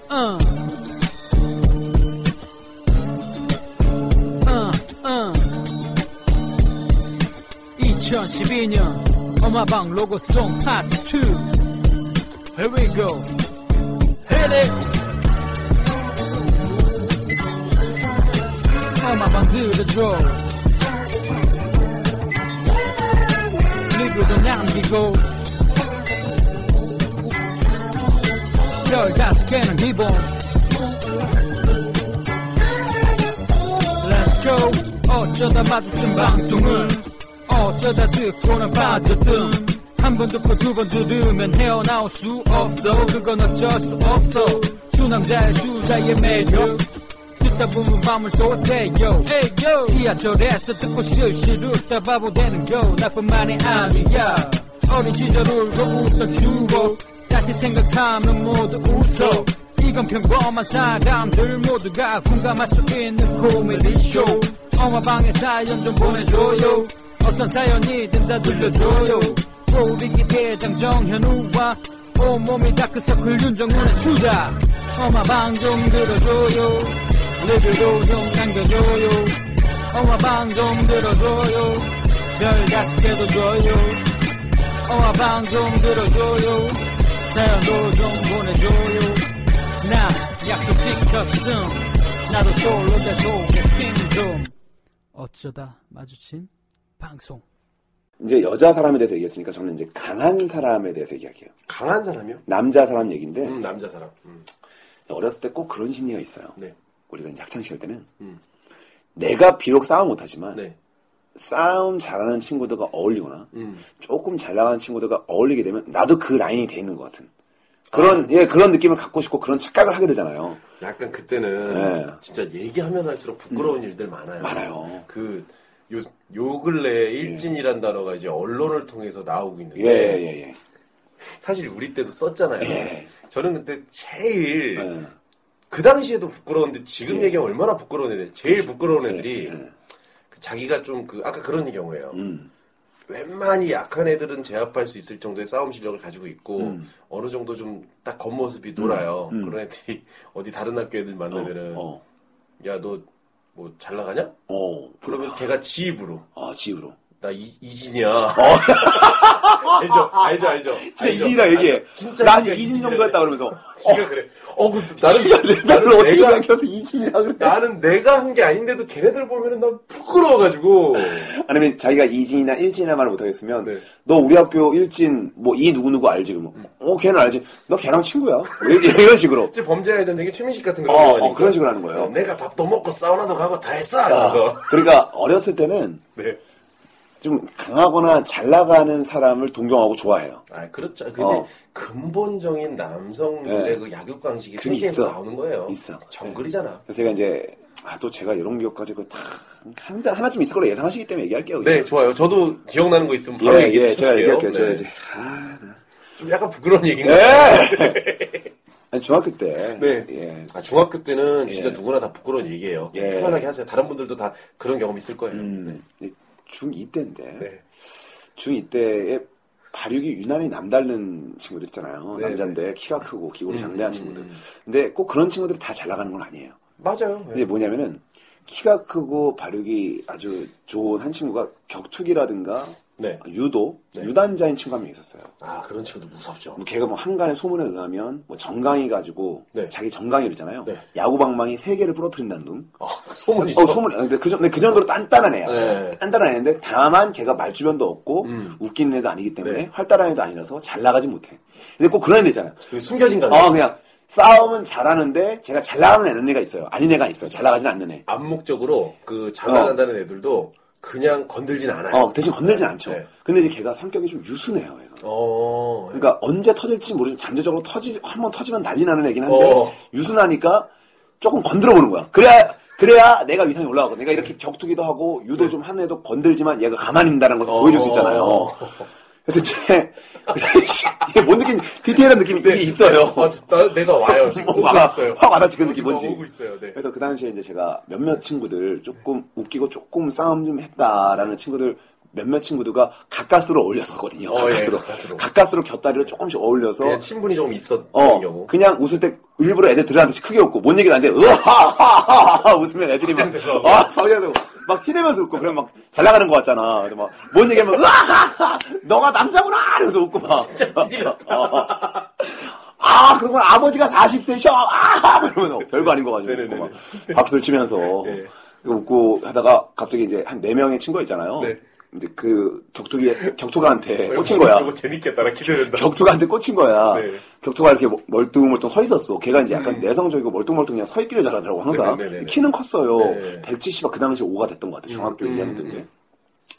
Speaker 4: Uh, 어, 어. 2012년 엄마방 로고송 파트 2 Here we go Hit it 엄마방 들어줘 리뷰도 남기고 15개는 기본 Let's go 어쩌다 마주친 방송은 어쩌다 듣고는 빠졌든 한 번 듣고 두 번 들으면 헤어나올 수 없어 그건 어쩔 수 없어 두 남자의 수다의 매력 듣다 보면 마음을 쏘세요 지하철에서 듣고 실실 웃다 바보 되는 거 나뿐만이 아니야 어린 시절 울고 웃던 추억 다시 생각하면 모두 웃어 이건 평범한 사람들 모두가 공감할 수 있는 코미디쇼 엄마방에 사연 좀 보내줘요 어떤 사연이든 다 들려줘요 꼬리기 대장 정현우와 온몸이 다크서클 윤정훈의 수다 엄마방 좀 들어줘요 레뷰도 좀 남겨줘요 엄마방 좀 들어줘요 별 다섯 개도 줘요 어, 엄마방 좀 들어줘요 사연도 좀 보내줘요 나 약속 지켰음 나도 솔로 내 속에 힘좀 어쩌다 마주친 방송
Speaker 1: 이제 여자 사람에 대해서 얘기했으니까 저는 이제 강한 사람에 대해서 얘기할게요.
Speaker 2: 강한 사람이요?
Speaker 1: 남자 사람 얘기인데
Speaker 2: 음, 남자 사람. 음,
Speaker 1: 어렸을 때 꼭 그런 심리가 있어요.
Speaker 2: 네,
Speaker 1: 우리가 이제 학창 시절 때는
Speaker 2: 음.
Speaker 1: 내가 비록 싸움 못하지만
Speaker 2: 네,
Speaker 1: 싸움 잘하는 친구들과 어울리거나
Speaker 2: 음,
Speaker 1: 조금 잘 나가는 친구들과 어울리게 되면 나도 그 라인이 돼 있는 것 같은
Speaker 2: 아.
Speaker 1: 그런 예 그런 느낌을 갖고 싶고 그런 착각을 하게 되잖아요.
Speaker 2: 약간 그때는
Speaker 1: 네. 음.
Speaker 2: 진짜 얘기하면 할수록 부끄러운 일들 많아요.
Speaker 1: 많아요.
Speaker 2: 그, 요, 요 근래 일진이란 단어가 이제 언론을 통해서 나오고 있는데,
Speaker 1: 예예예.
Speaker 2: 사실 우리 때도 썼잖아요.
Speaker 1: 예.
Speaker 2: 저는 그때 제일, 그 당시에도 부끄러운데 지금
Speaker 1: 예.
Speaker 2: 얘기하면 얼마나 부끄러운 애들, 제일 부끄러운 애들이
Speaker 1: 예.
Speaker 2: 그 자기가 좀 그, 아까 그런 경우예요.
Speaker 1: 음.
Speaker 2: 웬만히 약한 애들은 제압할 수 있을 정도의 싸움 실력을 가지고 있고
Speaker 1: 음.
Speaker 2: 어느 정도 좀 딱 겉모습이 놀아요.
Speaker 1: 음.
Speaker 2: 그런 애들이 어디 다른 학교 애들 만나면은
Speaker 1: 어.
Speaker 2: 야 너 뭐 잘 나가냐?
Speaker 1: 어.
Speaker 2: 그러면 걔가 지 입으로
Speaker 1: 아 지우로.
Speaker 2: 나 이, 이진이야. 알죠, 알죠, 알죠.
Speaker 1: 어. 진짜 이진이라 얘기해.
Speaker 2: 진짜
Speaker 1: 난
Speaker 2: 지가
Speaker 1: 이진
Speaker 2: 이진이라
Speaker 1: 정도 했다
Speaker 2: 그래.
Speaker 1: 그러면서.
Speaker 2: 지가 그래. 어, 그,
Speaker 1: 지가
Speaker 2: 나는,
Speaker 1: 레벨을
Speaker 2: 나는
Speaker 1: 어떻게
Speaker 2: 내가,
Speaker 1: 당겨서 이진이라 그래.
Speaker 2: 나는 내가 한 게 아닌데도 걔네들 보면은 난 부끄러워가지고.
Speaker 1: 아니면 자기가 이진이나 일진이나 말을 못하겠으면
Speaker 2: 네. 음.
Speaker 1: 너 우리 학교 일진 뭐 이 누구누구 알지 그러면 어 걔는 알지 너 걔랑 친구야 뭐 이런 이런 식으로
Speaker 2: 이제 범죄의 전쟁에 최민식 같은 거.
Speaker 1: 어,
Speaker 2: 들어가니까.
Speaker 1: 어, 그런 식으로 하는 거예요.
Speaker 2: 어, 내가 밥도 먹고 사우나도 가고 다 했어. 그래서.
Speaker 1: 그러니까 어렸을 때는
Speaker 2: 네.
Speaker 1: 좀 강하거나 잘 나가는 사람을 동경하고 좋아해요
Speaker 2: 아, 그렇죠. 근데
Speaker 1: 어.
Speaker 2: 근본적인 남성들의
Speaker 1: 네.
Speaker 2: 그 약육강식이
Speaker 1: 그게
Speaker 2: 세계에서
Speaker 1: 있어.
Speaker 2: 나오는 거예요.
Speaker 1: 있어.
Speaker 2: 정글이잖아.
Speaker 1: 그래서 제가 이제 아 또 제가 이런 기억까지 그다 항상 하나쯤 있을 거로 예상하시기 때문에 얘기할게요
Speaker 2: 네, 좋아요. 저도 기억나는 거 있으면 바로
Speaker 1: 예,
Speaker 2: 얘기해
Speaker 1: 예, 제가
Speaker 2: 주세요.
Speaker 1: 얘기할게요. 제가
Speaker 2: 네.
Speaker 1: 이제, 아,
Speaker 2: 좀 약간 부끄러운 얘기인가?
Speaker 1: 예! 아니, 중학교 때.
Speaker 2: 네.
Speaker 1: 예.
Speaker 2: 아, 중학교 때는 진짜
Speaker 1: 예.
Speaker 2: 누구나 다 부끄러운 얘기예요.
Speaker 1: 예.
Speaker 2: 편안하게 하세요. 다른 분들도 다 그런 경험 있을 거예요.
Speaker 1: 음, 중2 때인데.
Speaker 2: 네. 네.
Speaker 1: 중2 때에 발육이 유난히 남다른 친구들 있잖아요.
Speaker 2: 네,
Speaker 1: 남잔데 키가 크고 기골이 장대한 친구들.
Speaker 2: 음.
Speaker 1: 근데 꼭 그런 친구들이 다 잘 나가는 건 아니에요.
Speaker 2: 맞아요. 네.
Speaker 1: 근데 뭐냐면은 키가 크고 발육이 아주 좋은 한 친구가 격투기라든가
Speaker 2: 네.
Speaker 1: 유도,
Speaker 2: 네.
Speaker 1: 유단자인 친구가 한 명 있었어요.
Speaker 2: 아, 그런 친구도 무섭죠.
Speaker 1: 뭐 걔가 뭐 한간의 소문에 의하면 뭐 정강이 가지고
Speaker 2: 네.
Speaker 1: 자기 정강이를 있잖아요.
Speaker 2: 네.
Speaker 1: 야구 방망이 세 개를 부러뜨린다는 둥.
Speaker 2: 어, 소문이 있어.
Speaker 1: 어, 소문, 근데 그, 정- 근데 그 정도로 단단한 애야.
Speaker 2: 네.
Speaker 1: 단단한 애인데, 다만 걔가 말주변도 없고,
Speaker 2: 음.
Speaker 1: 웃기는 애도 아니기 때문에,
Speaker 2: 네.
Speaker 1: 활달한 애도 아니라서 잘 나가지 못해. 근데 꼭 그런 애들 있잖아요.
Speaker 2: 그 숨겨진 거
Speaker 1: 어, 그냥, 싸움은 잘하는데, 제가 잘 나가는 애는 애가 있어요. 아닌 애가 있어요. 잘 나가진 않는 애.
Speaker 2: 암묵적으로 그 장난한다는 애들도 그냥 건들진 않아요.
Speaker 1: 어, 대신 건들진 않죠.
Speaker 2: 네.
Speaker 1: 근데 이제 걔가 성격이 좀 유순해요, 얘가.
Speaker 2: 어,
Speaker 1: 그러니까 언제 터질지 모르지만 잠재적으로 터지 한 번 터지면 난리 나는 애긴 한데
Speaker 2: 어.
Speaker 1: 유순하니까 조금 건드려 보는 거야. 그래야 그래야 내가 위상이 올라가고 내가 이렇게 격투기도 하고 유도 좀 하는 애도 건들지만 얘가 가만히 있다는 것을
Speaker 2: 어.
Speaker 1: 보여줄 수 있잖아요. 그래서 제 이게 뭔 느낌 디테일한 느낌이 이게 있어요.
Speaker 2: 아, 나, 내가 와요. 지금 오고 있어요.
Speaker 1: 확 와닿지 그
Speaker 2: 어,
Speaker 1: 느낌
Speaker 2: 지금
Speaker 1: 뭔지.
Speaker 2: 오고 있어요. 네.
Speaker 1: 그래서 그 당시에 이제 제가 몇몇 친구들 조금 웃기고 조금 싸움 좀 했다라는 친구들 몇몇 친구들과 가까스로 어울렸었거든요.
Speaker 2: 어, 예,
Speaker 1: 가까스로.
Speaker 2: 가까스로. 네,
Speaker 1: 가까스로 곁다리를 조금씩 어울려서
Speaker 2: 그냥 친분이 조금 있었던
Speaker 1: 어,
Speaker 2: 경우.
Speaker 1: 그냥 웃을 때 일부러 애들 들으라는 듯이 크게 웃고 뭔 얘기도 안 돼. 으하하하하 웃으면 애들이 막
Speaker 2: 확장돼서.
Speaker 1: 아, 확장되고 막 티내면서 웃고 그럼 막 잘 나가는 것 같잖아. 그래서 막뭔 얘기하면 으하하하 너가 남자구나 이러면서 웃고 막 진짜 찌질했다. 아, 그건 아버지가 40세셔. 아, 그러면서 별거 아닌 거 가지고 웃고 막 박수를 치면서 웃고 하다가 갑자기 이제 한 네 명의 친구가 있잖아요.
Speaker 2: 네.
Speaker 1: 근데 그 격투기 격투가한테
Speaker 2: 어,
Speaker 1: 꽂힌 거야.
Speaker 2: 이거 재밌겠다. 나 기대된다.
Speaker 1: 그러니까 격투가한테 꽂힌 거야.
Speaker 2: 네. 음.
Speaker 1: 격투가 이렇게 멀뚱멀뚱 서 있었어. 걔가 이제 약간 내성적이고 멀뚱멀뚱 그냥 서 있기를 잘하더라고, 항상.
Speaker 2: 네네네네.
Speaker 1: 키는 컸어요.
Speaker 2: 네.
Speaker 1: 170막 그 당시에 5가 됐던 것 같아, 중학교
Speaker 2: 음,
Speaker 1: 1학년
Speaker 2: 음,
Speaker 1: 때.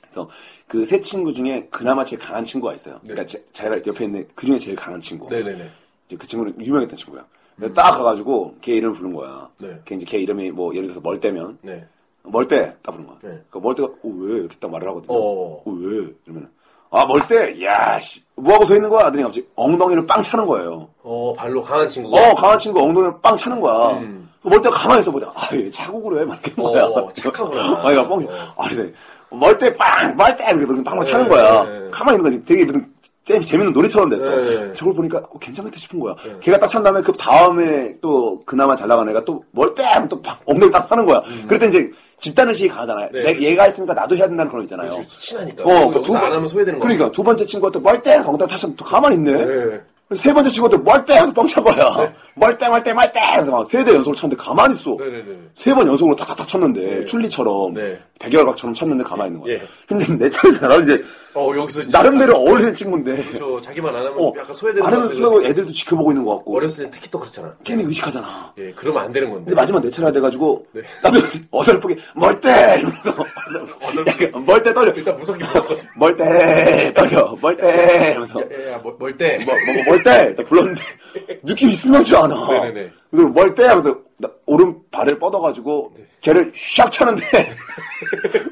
Speaker 1: 그래서 그 세 친구 중에 그나마 제일 강한 친구가 있어요. 그러니까 제, 제가 옆에 있는 그 중에 제일 강한 친구.
Speaker 2: 네. 네네네. 음.
Speaker 1: 이제 그 친구는 유명했던 친구야. 그래서 딱 가가지고 걔 이름을 부른 거야.
Speaker 2: 네.
Speaker 1: 걔 이제 걔 이름이 뭐 예를 들어서 멀대면
Speaker 2: 네.
Speaker 1: 멀대 딱 부른 거야.
Speaker 2: 네.
Speaker 1: 그 멀대가 어왜 이렇게 딱 말을 하거든요.
Speaker 2: 어.
Speaker 1: 어, 왜? 이러면 아 멀대 야 씨, 뭐하고 서 있는 거야? 하더니 갑자기 엉덩이를 빵 차는 거예요.
Speaker 2: 어, 발로 강한 친구가.
Speaker 1: 어 강한 친구 엉덩이를 빵 차는 거야.
Speaker 2: 음.
Speaker 1: 그 멀대 가만히 있어 보자. 아얘 자국으로 해? 막 이렇게
Speaker 2: 어,
Speaker 1: 뭐야?
Speaker 2: 착하구나.
Speaker 1: 아이가 뻥.
Speaker 2: 어.
Speaker 1: 아 그래. 멀대 빵 멀대 이렇게 그렇게 빵 차는
Speaker 2: 네,
Speaker 1: 거야.
Speaker 2: 네, 네.
Speaker 1: 가만히 있는 거지. 되게 무슨 재- 재밌는 놀이처럼 됐어.
Speaker 2: 네.
Speaker 1: 저걸 보니까 어, 괜찮겠다 싶은 거야. 걔가 딱 찬 다음에 그 다음에 또 그나마 잘 나가는 애가 또 멀대 하면 또 팍, 엉덩이 딱 파는 거야. 그랬더니 이제 집단 의식이 강하잖아요.
Speaker 2: 음. 네,
Speaker 1: 내-
Speaker 2: 그렇죠.
Speaker 1: 얘가 있으니까 나도 해야 된다는 그런 거 있잖아요.
Speaker 2: 그렇지, 친하니까.
Speaker 1: 어,
Speaker 2: 어,
Speaker 1: 그두
Speaker 2: 여기서 안 하면 소외되는 거.
Speaker 1: 그러니까 두 번째 친구한테 멀대 엉덩이 딱 차서 또 가만히 있네.
Speaker 2: 네.
Speaker 1: 세 번째 친구한테 멀대 해서 뻥찬 거야. 멀대 멀대 멀대 해서 막 세 대 연속으로 쳤는데 가만히 있어.
Speaker 2: 네네네.
Speaker 1: 세 번 연속으로 탁탁탁 쳤는데
Speaker 2: 네.
Speaker 1: 출리처럼
Speaker 2: 네.
Speaker 1: 백열각처럼 쳤는데 가만히 있는 거야.
Speaker 2: 예.
Speaker 1: 근데 내 차례잖아 이제
Speaker 2: 어, 여기서 진짜
Speaker 1: 나름대로 어울리는 친구인데
Speaker 2: 저 자기만 안 하면
Speaker 1: 어,
Speaker 2: 약간 소외되는
Speaker 1: 아래는
Speaker 2: 것
Speaker 1: 수고
Speaker 2: 같아요.
Speaker 1: 애들도 지켜보고 있는 것 같고
Speaker 2: 어렸을 땐 특히 또 그렇잖아.
Speaker 1: 괜히 의식하잖아.
Speaker 2: 예, 그러면 안 되는 건데.
Speaker 1: 근데 마지막 내 차례가 돼가지고
Speaker 2: 네.
Speaker 1: 나도 어설프게 멀대 이러면서
Speaker 2: 어설프게.
Speaker 1: 약간 멀대 떨려
Speaker 2: 일단 무섭긴 무섭거든.
Speaker 1: 멀대 떨려 멀대 이러면서
Speaker 2: 야, 야, 멀, 멀 때.
Speaker 1: 뭐, 뭐, 멀대! 딱 불렀는데, 느낌이 순하지 않아.
Speaker 2: 네네네.
Speaker 1: 근데 멀대! 하면서, 나- 오른발을 뻗어가지고,
Speaker 2: 네.
Speaker 1: 걔를 샥 차는데,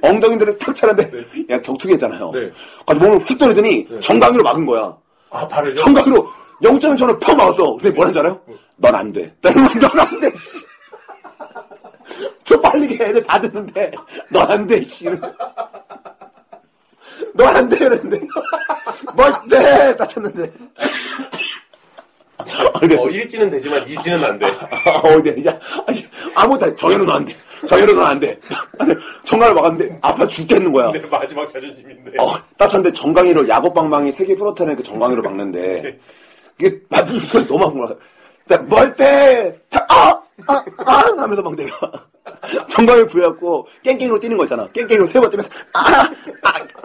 Speaker 1: 엉덩이들을 탁 차는데, 야, 격투기 했잖아요.
Speaker 2: 네.
Speaker 1: 가지고 몸을 휙 돌리더니, 정강이로 막은 거야.
Speaker 2: 아, 발을.
Speaker 1: 정강이로 0.1초를 펴 막았어. 근데 뭐라는 줄 알아요? 넌 안 돼. 넌안 돼. 씨. 저 빨리 게 애들 다 듣는데, 넌 안 돼, 씨. 넌안 돼, 이랬는데. 멀대! 따쳤는데. 어,
Speaker 2: 어, 일지는 되지만 이지는 안 돼.
Speaker 1: 아, 어디, 야, 아니, 아무것도 안 돼. 정현은 안 돼. 장애로는 안 돼. 정강이를 막았는데 아파 죽겠는 거야.
Speaker 2: 내 마지막 자존심인데.
Speaker 1: 어, 따뜻한데 정강이로 야구방망이 세 개 풀어타는 그 정강이로 막는데 이게 맞은 순간 너무 아픈 거야. 나 멀때 아! 아! 아! 하면서 막 내가 정강이 부여갖고 깽깽이로 뛰는 거 있잖아. 깽깽이로 세 번 뛰면서 아! 아!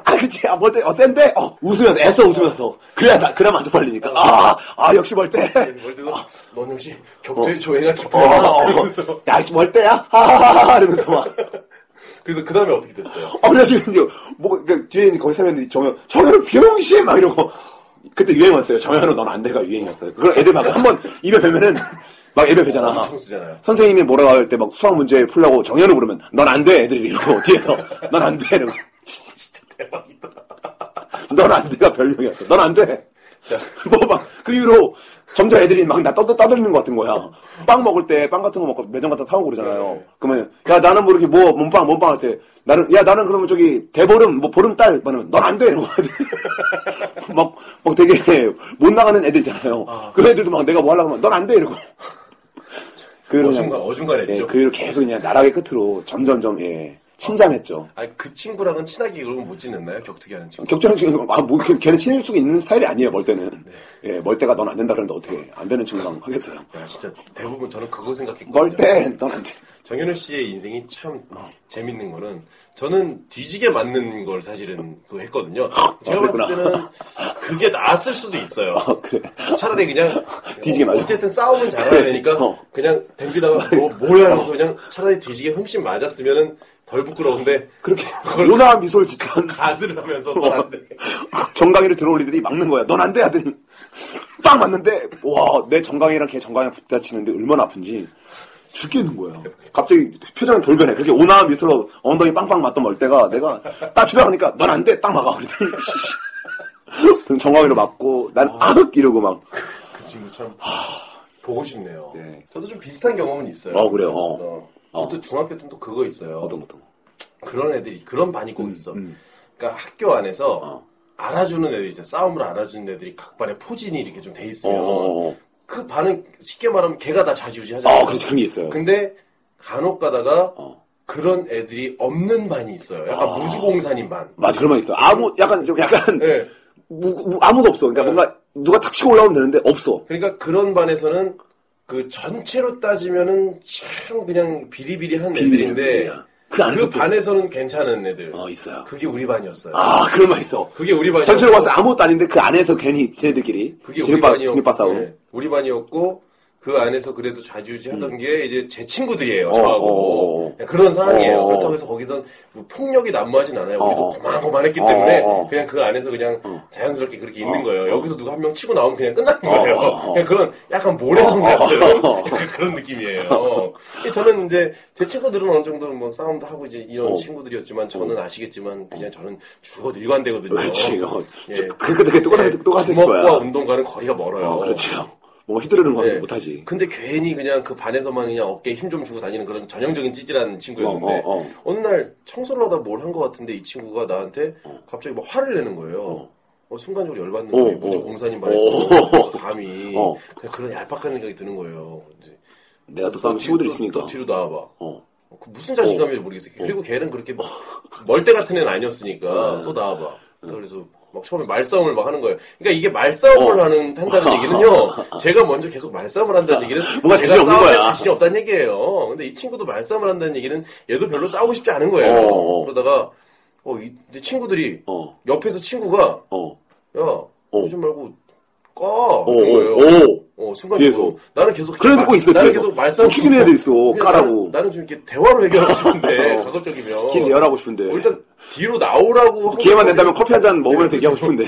Speaker 1: 아! 그치. 아, 멀때 어, 센데? 어, 웃으면서 애써 웃으면서 그래야 나, 그래야 안 쪽팔리니까. 아! 아, 역시 멀때.
Speaker 2: 멀때도 아, 넌 역시 격투의 조예가
Speaker 1: 어,
Speaker 2: 깊더라.
Speaker 1: 어, 어. 야, 역시 멀때야? 아, 하하하하 이러면서 막.
Speaker 2: 그래서 그 다음에 어떻게 됐어요?
Speaker 1: 아, 그래서 이제, 뭐, 그러니까 뒤에 있는 거기 사람들이 정현, 정현은 병신! 막 이러고. 그때 유행 왔어요. 정현은 넌 안 돼가 유행 왔어요. 그걸 애들 막 한 번 입에 뵈면은 막 애들 뵈잖아.
Speaker 2: 엄청 쓰잖아요.
Speaker 1: 선생님이 뭐라고 할 때 막 수학 문제 풀라고 정현을 부르면 넌 안 돼! 애들이 이러고 뒤에서 넌 안 돼! 이러고.
Speaker 2: 대박이다.
Speaker 1: 넌 안 돼가 별명이었어. 넌 안 돼! 뭐 막 그 이후로 점점 애들이 막 나 떠들 떠들리는 것 같은 거야. 빵 먹을 때 빵 같은 거 먹고 매점 갔다 사오고 그러잖아요.
Speaker 2: 네.
Speaker 1: 그러면 야 나는 모르게 뭐 몸빵 몸빵 할 때 나는 야 나는 그러면 저기 대보름 뭐 보름달 그러면 넌 안 돼 이러고 막막 되게 못 나가는 애들 있잖아요. 그 애들도 막 내가 뭐 하려고 하면 넌 안 돼 이러고 그러
Speaker 2: 어중간, 어중간했죠.
Speaker 1: 그 이후로 계속 그냥 나락의 끝으로 점점점 예 침잠했죠.
Speaker 2: 아니, 그 친구랑은 친하게 그러면 못 지냈나요? 격투기 하는 친구.
Speaker 1: 격투랑 지금 아, 뭐 걔- 걔는 친해질 수가 있는 스타일이 아니에요 멀 때는 예, 멀 때가 넌 안 된다 그러는데 어떻게 안 되는 친구랑 하겠어요
Speaker 2: 야, 아, 진짜 대부분 저는 그거 생각했거든요.
Speaker 1: 멀 때는 넌안 돼.
Speaker 2: 정현우 씨의 인생이 참 재밌는 거는 저는 뒤지게 맞는 걸 사실은 그거 했거든요. 제가 봤을
Speaker 1: 아, 그랬구나.
Speaker 2: 때는 그게 나았을 수도 있어요.
Speaker 1: 어, 그래.
Speaker 2: 차라리 그냥
Speaker 1: 뒤지게 맞아.
Speaker 2: 어쨌든 싸움은 잘해야 되니까
Speaker 1: 어.
Speaker 2: 그냥 덤비다가 뭐 뭐야 하면서 그냥 차라리 뒤지게 흠씬 맞았으면은 덜 부끄러운데
Speaker 1: 그렇게
Speaker 2: 그걸
Speaker 1: 요나 미소를 짓던 어,
Speaker 2: 가드를 하면서 넌안 돼.
Speaker 1: 정강이를 들어올리더니 막는 거야. 넌 안 돼, 하더니. 딱 맞는데, 와, 내 정강이랑 걔 정강이랑 붙다치는데 얼마나 아픈지 죽겠는 거야. 갑자기 표정이 돌변해. 그렇게 오나 미술로 엉덩이 빵빵 맞던 멀때가 내가 딱 지나가니까 넌 안 돼, 딱 막아. 그랬더니 씨. 정강이로 맞고, 난 아흑! 이러고 막.
Speaker 2: 그 친구 참 보고 싶네요.
Speaker 1: 네.
Speaker 2: 저도 좀 비슷한 경험은 있어요.
Speaker 1: 어, 그래요? 어.
Speaker 2: 어. 또 중학교 때또 그거 있어요.
Speaker 1: 어떤 거.
Speaker 2: 그런 애들이 그런 반이 꼭 있어. 그러니까 학교 안에서
Speaker 1: 어.
Speaker 2: 알아주는 애들이 있어. 싸움을 알아주는 애들이 각 반에 포진이 이렇게 좀 돼
Speaker 1: 어,
Speaker 2: 있으면
Speaker 1: 어, 어.
Speaker 2: 그 반은 쉽게 말하면 걔가 다 좌지우지 하잖아.
Speaker 1: 어, 그렇지, 그런 게 있어요.
Speaker 2: 근데 간혹 가다가
Speaker 1: 어. 아.
Speaker 2: 그런 애들이 없는 반이 있어요. 약간 무주공산인 반.
Speaker 1: 맞아, 그런 말 있어. 아무, 약간, 좀 약간,
Speaker 2: 예.
Speaker 1: 무, 무- 아무도 없어. 그러니까
Speaker 2: 네.
Speaker 1: 뭔가 누가 탁 치고 올라오면 되는데, 없어.
Speaker 2: 그러니까 그런 반에서는 그 전체로 따지면은 참 그냥 비리비리한 애들인데
Speaker 1: 비리비리야. 그 안에서 또-
Speaker 2: 반에서는 괜찮은 애들.
Speaker 1: 어, 있어요.
Speaker 2: 그게 우리 반이었어요.
Speaker 1: 아, 그런 말 있어.
Speaker 2: 그게 우리 반이었고
Speaker 1: 전체로 봐서 아무것도 아닌데 그 안에서 괜히 쟤네들끼리
Speaker 2: 그게 우리
Speaker 1: 진흙바
Speaker 2: 반이었고
Speaker 1: 진흙바 싸움.
Speaker 2: 네, 우리 반이었고 그 안에서 그래도 좌지우지 하던 게 이제 제 친구들이에요.
Speaker 1: 음. 어,
Speaker 2: 저하고 예,
Speaker 1: 어, 어, 어.
Speaker 2: 그런 상황이에요.
Speaker 1: 어, 어.
Speaker 2: 그렇다고 해서 거기선 뭐 폭력이 난무하진 않아요. 우리도
Speaker 1: 어, 어.
Speaker 2: 고만고만했기
Speaker 1: 어,
Speaker 2: 때문에
Speaker 1: 어, 어.
Speaker 2: 그냥 그 안에서 그냥 자연스럽게 그렇게 있는 거예요. 여기서 누가 한 명 치고 나오면 그냥
Speaker 1: 어,
Speaker 2: 끝나는 거예요. 그냥 그런 약간 모래성 같은 약간 그런 느낌이에요. 저는 이제 제 친구들은 어느 정도 뭐 싸움도 하고 이제 이런
Speaker 1: 어.
Speaker 2: 친구들이었지만 저는 아시겠지만 그냥 저는 죽어도 일관되거든요.
Speaker 1: 그렇지. 어.
Speaker 2: 예.
Speaker 1: 그렇게 되게 똑같아 똑같을
Speaker 2: 네. 주먹과
Speaker 1: 거야.
Speaker 2: 운동과는 거리가 멀어요.
Speaker 1: 어, 그렇지요. 뭔가 휘두르는 건
Speaker 2: 네.
Speaker 1: 못하지.
Speaker 2: 근데 괜히 그냥 그 반에서만 그냥 어깨에 힘 좀 주고 다니는 그런 전형적인 찌질한 친구였는데
Speaker 1: 어, 어,
Speaker 2: 느 날 청소를 하다 뭘 한 것 같은데 이 친구가 나한테 갑자기 막 화를 내는 거예요. 어, 순간적으로 열받는 거예요.
Speaker 1: 어,
Speaker 2: 무주
Speaker 1: 어.
Speaker 2: 공사님
Speaker 1: 어.
Speaker 2: 반에서 감히
Speaker 1: 어.
Speaker 2: 그냥 그런 얄팍한 생각이 드는 거예요. 이제
Speaker 1: 내가 또
Speaker 2: 너
Speaker 1: 싸움
Speaker 2: 뒤-
Speaker 1: 친구들
Speaker 2: 너-
Speaker 1: 있으니까.
Speaker 2: 너 뒤로 나와봐.
Speaker 1: 어.
Speaker 2: 그 무슨 자신감인지 모르겠어요. 그리고 걔는 그렇게 막 멀대 같은 애는 아니었으니까
Speaker 1: 네.
Speaker 2: 또 나와봐. 그래서 막 처음에 말싸움을 막 하는 거예요. 그러니까 이게 말싸움을
Speaker 1: 어.
Speaker 2: 하는 한다는 얘기는요. 제가 먼저 계속 말싸움을 한다는 얘기는
Speaker 1: 아, 뭔가
Speaker 2: 제가
Speaker 1: 자신이 없는
Speaker 2: 싸움에
Speaker 1: 거야.
Speaker 2: 자신이 없다는 얘기예요. 근데 이 친구도 말싸움을 한다는 얘기는 얘도 별로 싸우고 싶지 않은 거예요.
Speaker 1: 어, 어.
Speaker 2: 그러다가 어, 이, 제 친구들이
Speaker 1: 어.
Speaker 2: 옆에서 친구가
Speaker 1: 어.
Speaker 2: 야 오지 말고 꺼
Speaker 1: 오.
Speaker 2: 이런 거예요.
Speaker 1: 오.
Speaker 2: 어, 순간적으로
Speaker 1: 뒤에서.
Speaker 2: 나는 계속
Speaker 1: 그래
Speaker 2: 말-
Speaker 1: 놓고 있어.
Speaker 2: 나는
Speaker 1: 뒤에서.
Speaker 2: 계속 말싸움
Speaker 1: 죽이는
Speaker 2: 치고
Speaker 1: 애도 있어.
Speaker 2: 그냥
Speaker 1: 까라고.
Speaker 2: 나는, 나는 좀 이렇게 대화로 해결하고 싶은데
Speaker 1: 어.
Speaker 2: 가급적이면
Speaker 1: 걔 내열하고 싶은데.
Speaker 2: 어, 일단 뒤로 나오라고 네. 한
Speaker 1: 기회만
Speaker 2: 것까지-
Speaker 1: 된다면 커피 한 잔 먹으면서 얘기하고 싶은데.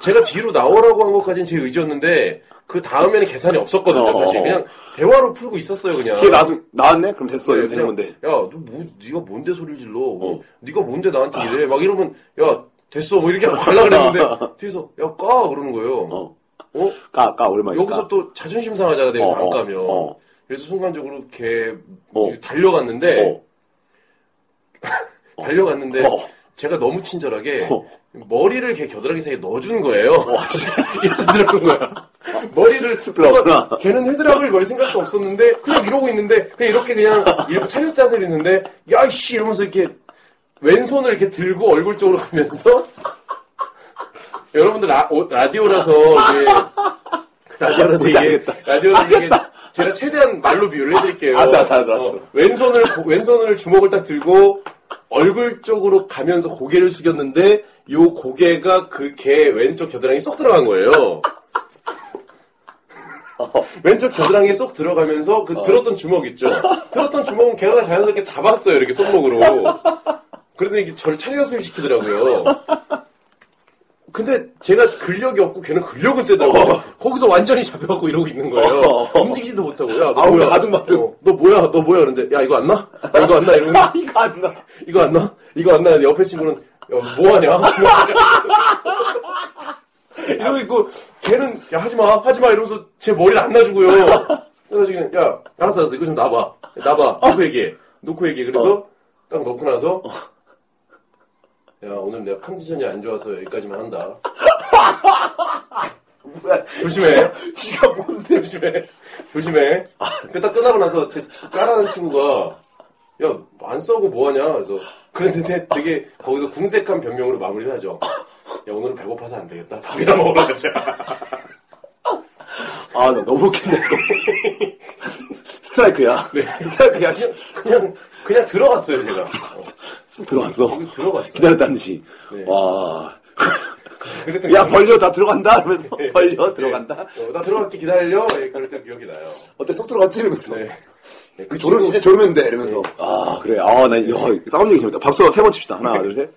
Speaker 2: 제가 뒤로 나오라고 한 것까지는 제 의지였는데 그 다음에는 계산이 없었거든요 사실
Speaker 1: 어.
Speaker 2: 그냥 대화로 풀고 있었어요 그냥
Speaker 1: 기회 나왔, 나왔네? 그럼 됐어.
Speaker 2: 네,
Speaker 1: 이러면 되는
Speaker 2: 그냥,
Speaker 1: 건데.
Speaker 2: 야, 너 뭐, 네가 뭔데 소리를 질러? 뭐
Speaker 1: 어.
Speaker 2: 네가 뭔데 나한테 이래? 막 이러면 야, 됐어. 뭐 이렇게 하려고 그랬는데 뒤에서 야, 까 그러는 거예요.
Speaker 1: 어.
Speaker 2: 어?
Speaker 1: 까, 까, 오랜만에.
Speaker 2: 여기서
Speaker 1: 까.
Speaker 2: 또 자존심 상하잖아 내가
Speaker 1: 어,
Speaker 2: 안
Speaker 1: 어,
Speaker 2: 가면
Speaker 1: 어.
Speaker 2: 그래서 순간적으로 걔
Speaker 1: 어.
Speaker 2: 달려갔는데
Speaker 1: 어.
Speaker 2: 달려갔는데
Speaker 1: 어.
Speaker 2: 제가 너무 친절하게
Speaker 1: 어.
Speaker 2: 머리를 걔 겨드랑이 사이에 넣어주는 거예요
Speaker 1: 와, 진짜.
Speaker 2: 이러는 거야 머리를
Speaker 1: 스프라구나.
Speaker 2: 걔는 헤드락을 걸 생각도 없었는데 그냥 이러고 있는데 그냥 이렇게 그냥 이렇게 차렷 자세로 있는데 야이씨 이러면서 이렇게 왼손을 이렇게 들고 얼굴 쪽으로 가면서 여러분들 라, 오- 라디오라서 이게 라디오라서 이게 라디오라서 이게 제가 최대한 말로 비유를 해드릴게요.
Speaker 1: 알았어, 알았어, 알았어.
Speaker 2: 왼손을 고- 왼손을 주먹을 딱 들고 얼굴 쪽으로 가면서 고개를 숙였는데 요 고개가 그 개 왼쪽 겨드랑이 쏙 들어간 거예요. 왼쪽 겨드랑이에 쏙 들어가면서 그 들었던 주먹 있죠. 들었던 주먹은 걔가 자연스럽게 잡았어요. 이렇게 손목으로. 그러더니 이게 저를 차렷을 시키더라고요. 근데 제가 근력이 없고 걔는 근력은 세더라고요.
Speaker 1: 어.
Speaker 2: 거기서 완전히 잡혀갖고 이러고 있는 거예요. 움직이지도 못하고. 야, 너
Speaker 1: 아우,
Speaker 2: 뭐야.
Speaker 1: 아등바등.
Speaker 2: 어, 너 뭐야, 너 뭐야. 그런데, 야, 이거 안 나? 야, 이거 안 나? 이러고.
Speaker 1: 이거 안 나.
Speaker 2: 이거 안 나? 이거 안 나? 옆에 친구는 야, 뭐하냐? 이러고 있고 걔는 야 하지마 하지마 이러면서 제 머리를 안 놔주고요 그래서 나중에는 야 알았어 알았어 이거 좀 놔봐 놔봐 놓고 얘기해 놓고 얘기해 그래서
Speaker 1: 어.
Speaker 2: 딱 놓고 나서 야 오늘 내가 컨디션이 안 좋아서 여기까지만 한다 조심해
Speaker 1: 지가 뭔데? 아.
Speaker 2: 조심해. 조심해. 그딱 끝나고 나서 제 까라는 친구가 야, 안 써고 뭐하냐? 그래서 그랬는데 되게 거기서 궁색한 변명으로 마무리를 하죠. 야, 오늘은 배고파서 안 되겠다. 밥이나 먹으러 가자.
Speaker 1: 아, 나 너무 웃긴다, 이거. 스트라이크야.
Speaker 2: 네.
Speaker 1: 스트라이크야. 씨.
Speaker 2: 그냥, 그냥, 그냥 들어갔어요, 제가.
Speaker 1: 쓱 들어갔어.
Speaker 2: 어, 들어갔어요.
Speaker 1: 기다렸다는 듯이.
Speaker 2: 네.
Speaker 1: 와.
Speaker 2: 그랬더니
Speaker 1: 야, 벌려, 다 들어간다? 이러면서
Speaker 2: 네.
Speaker 1: 벌려,
Speaker 2: 네.
Speaker 1: 들어간다?
Speaker 2: 어, 나 들어갈게 기다려. 예, 그럴 때 기억이 나요.
Speaker 1: 어때, 쏙 들어갔지? 이러면서.
Speaker 2: 네. 네, 그 네.
Speaker 1: 그 졸음, 이제 졸으면 돼. 이러면서. 아, 그래. 아, 나, 이거 싸움 얘기 재밌다. 박수 세 번 칩시다. 하나, 둘, 셋.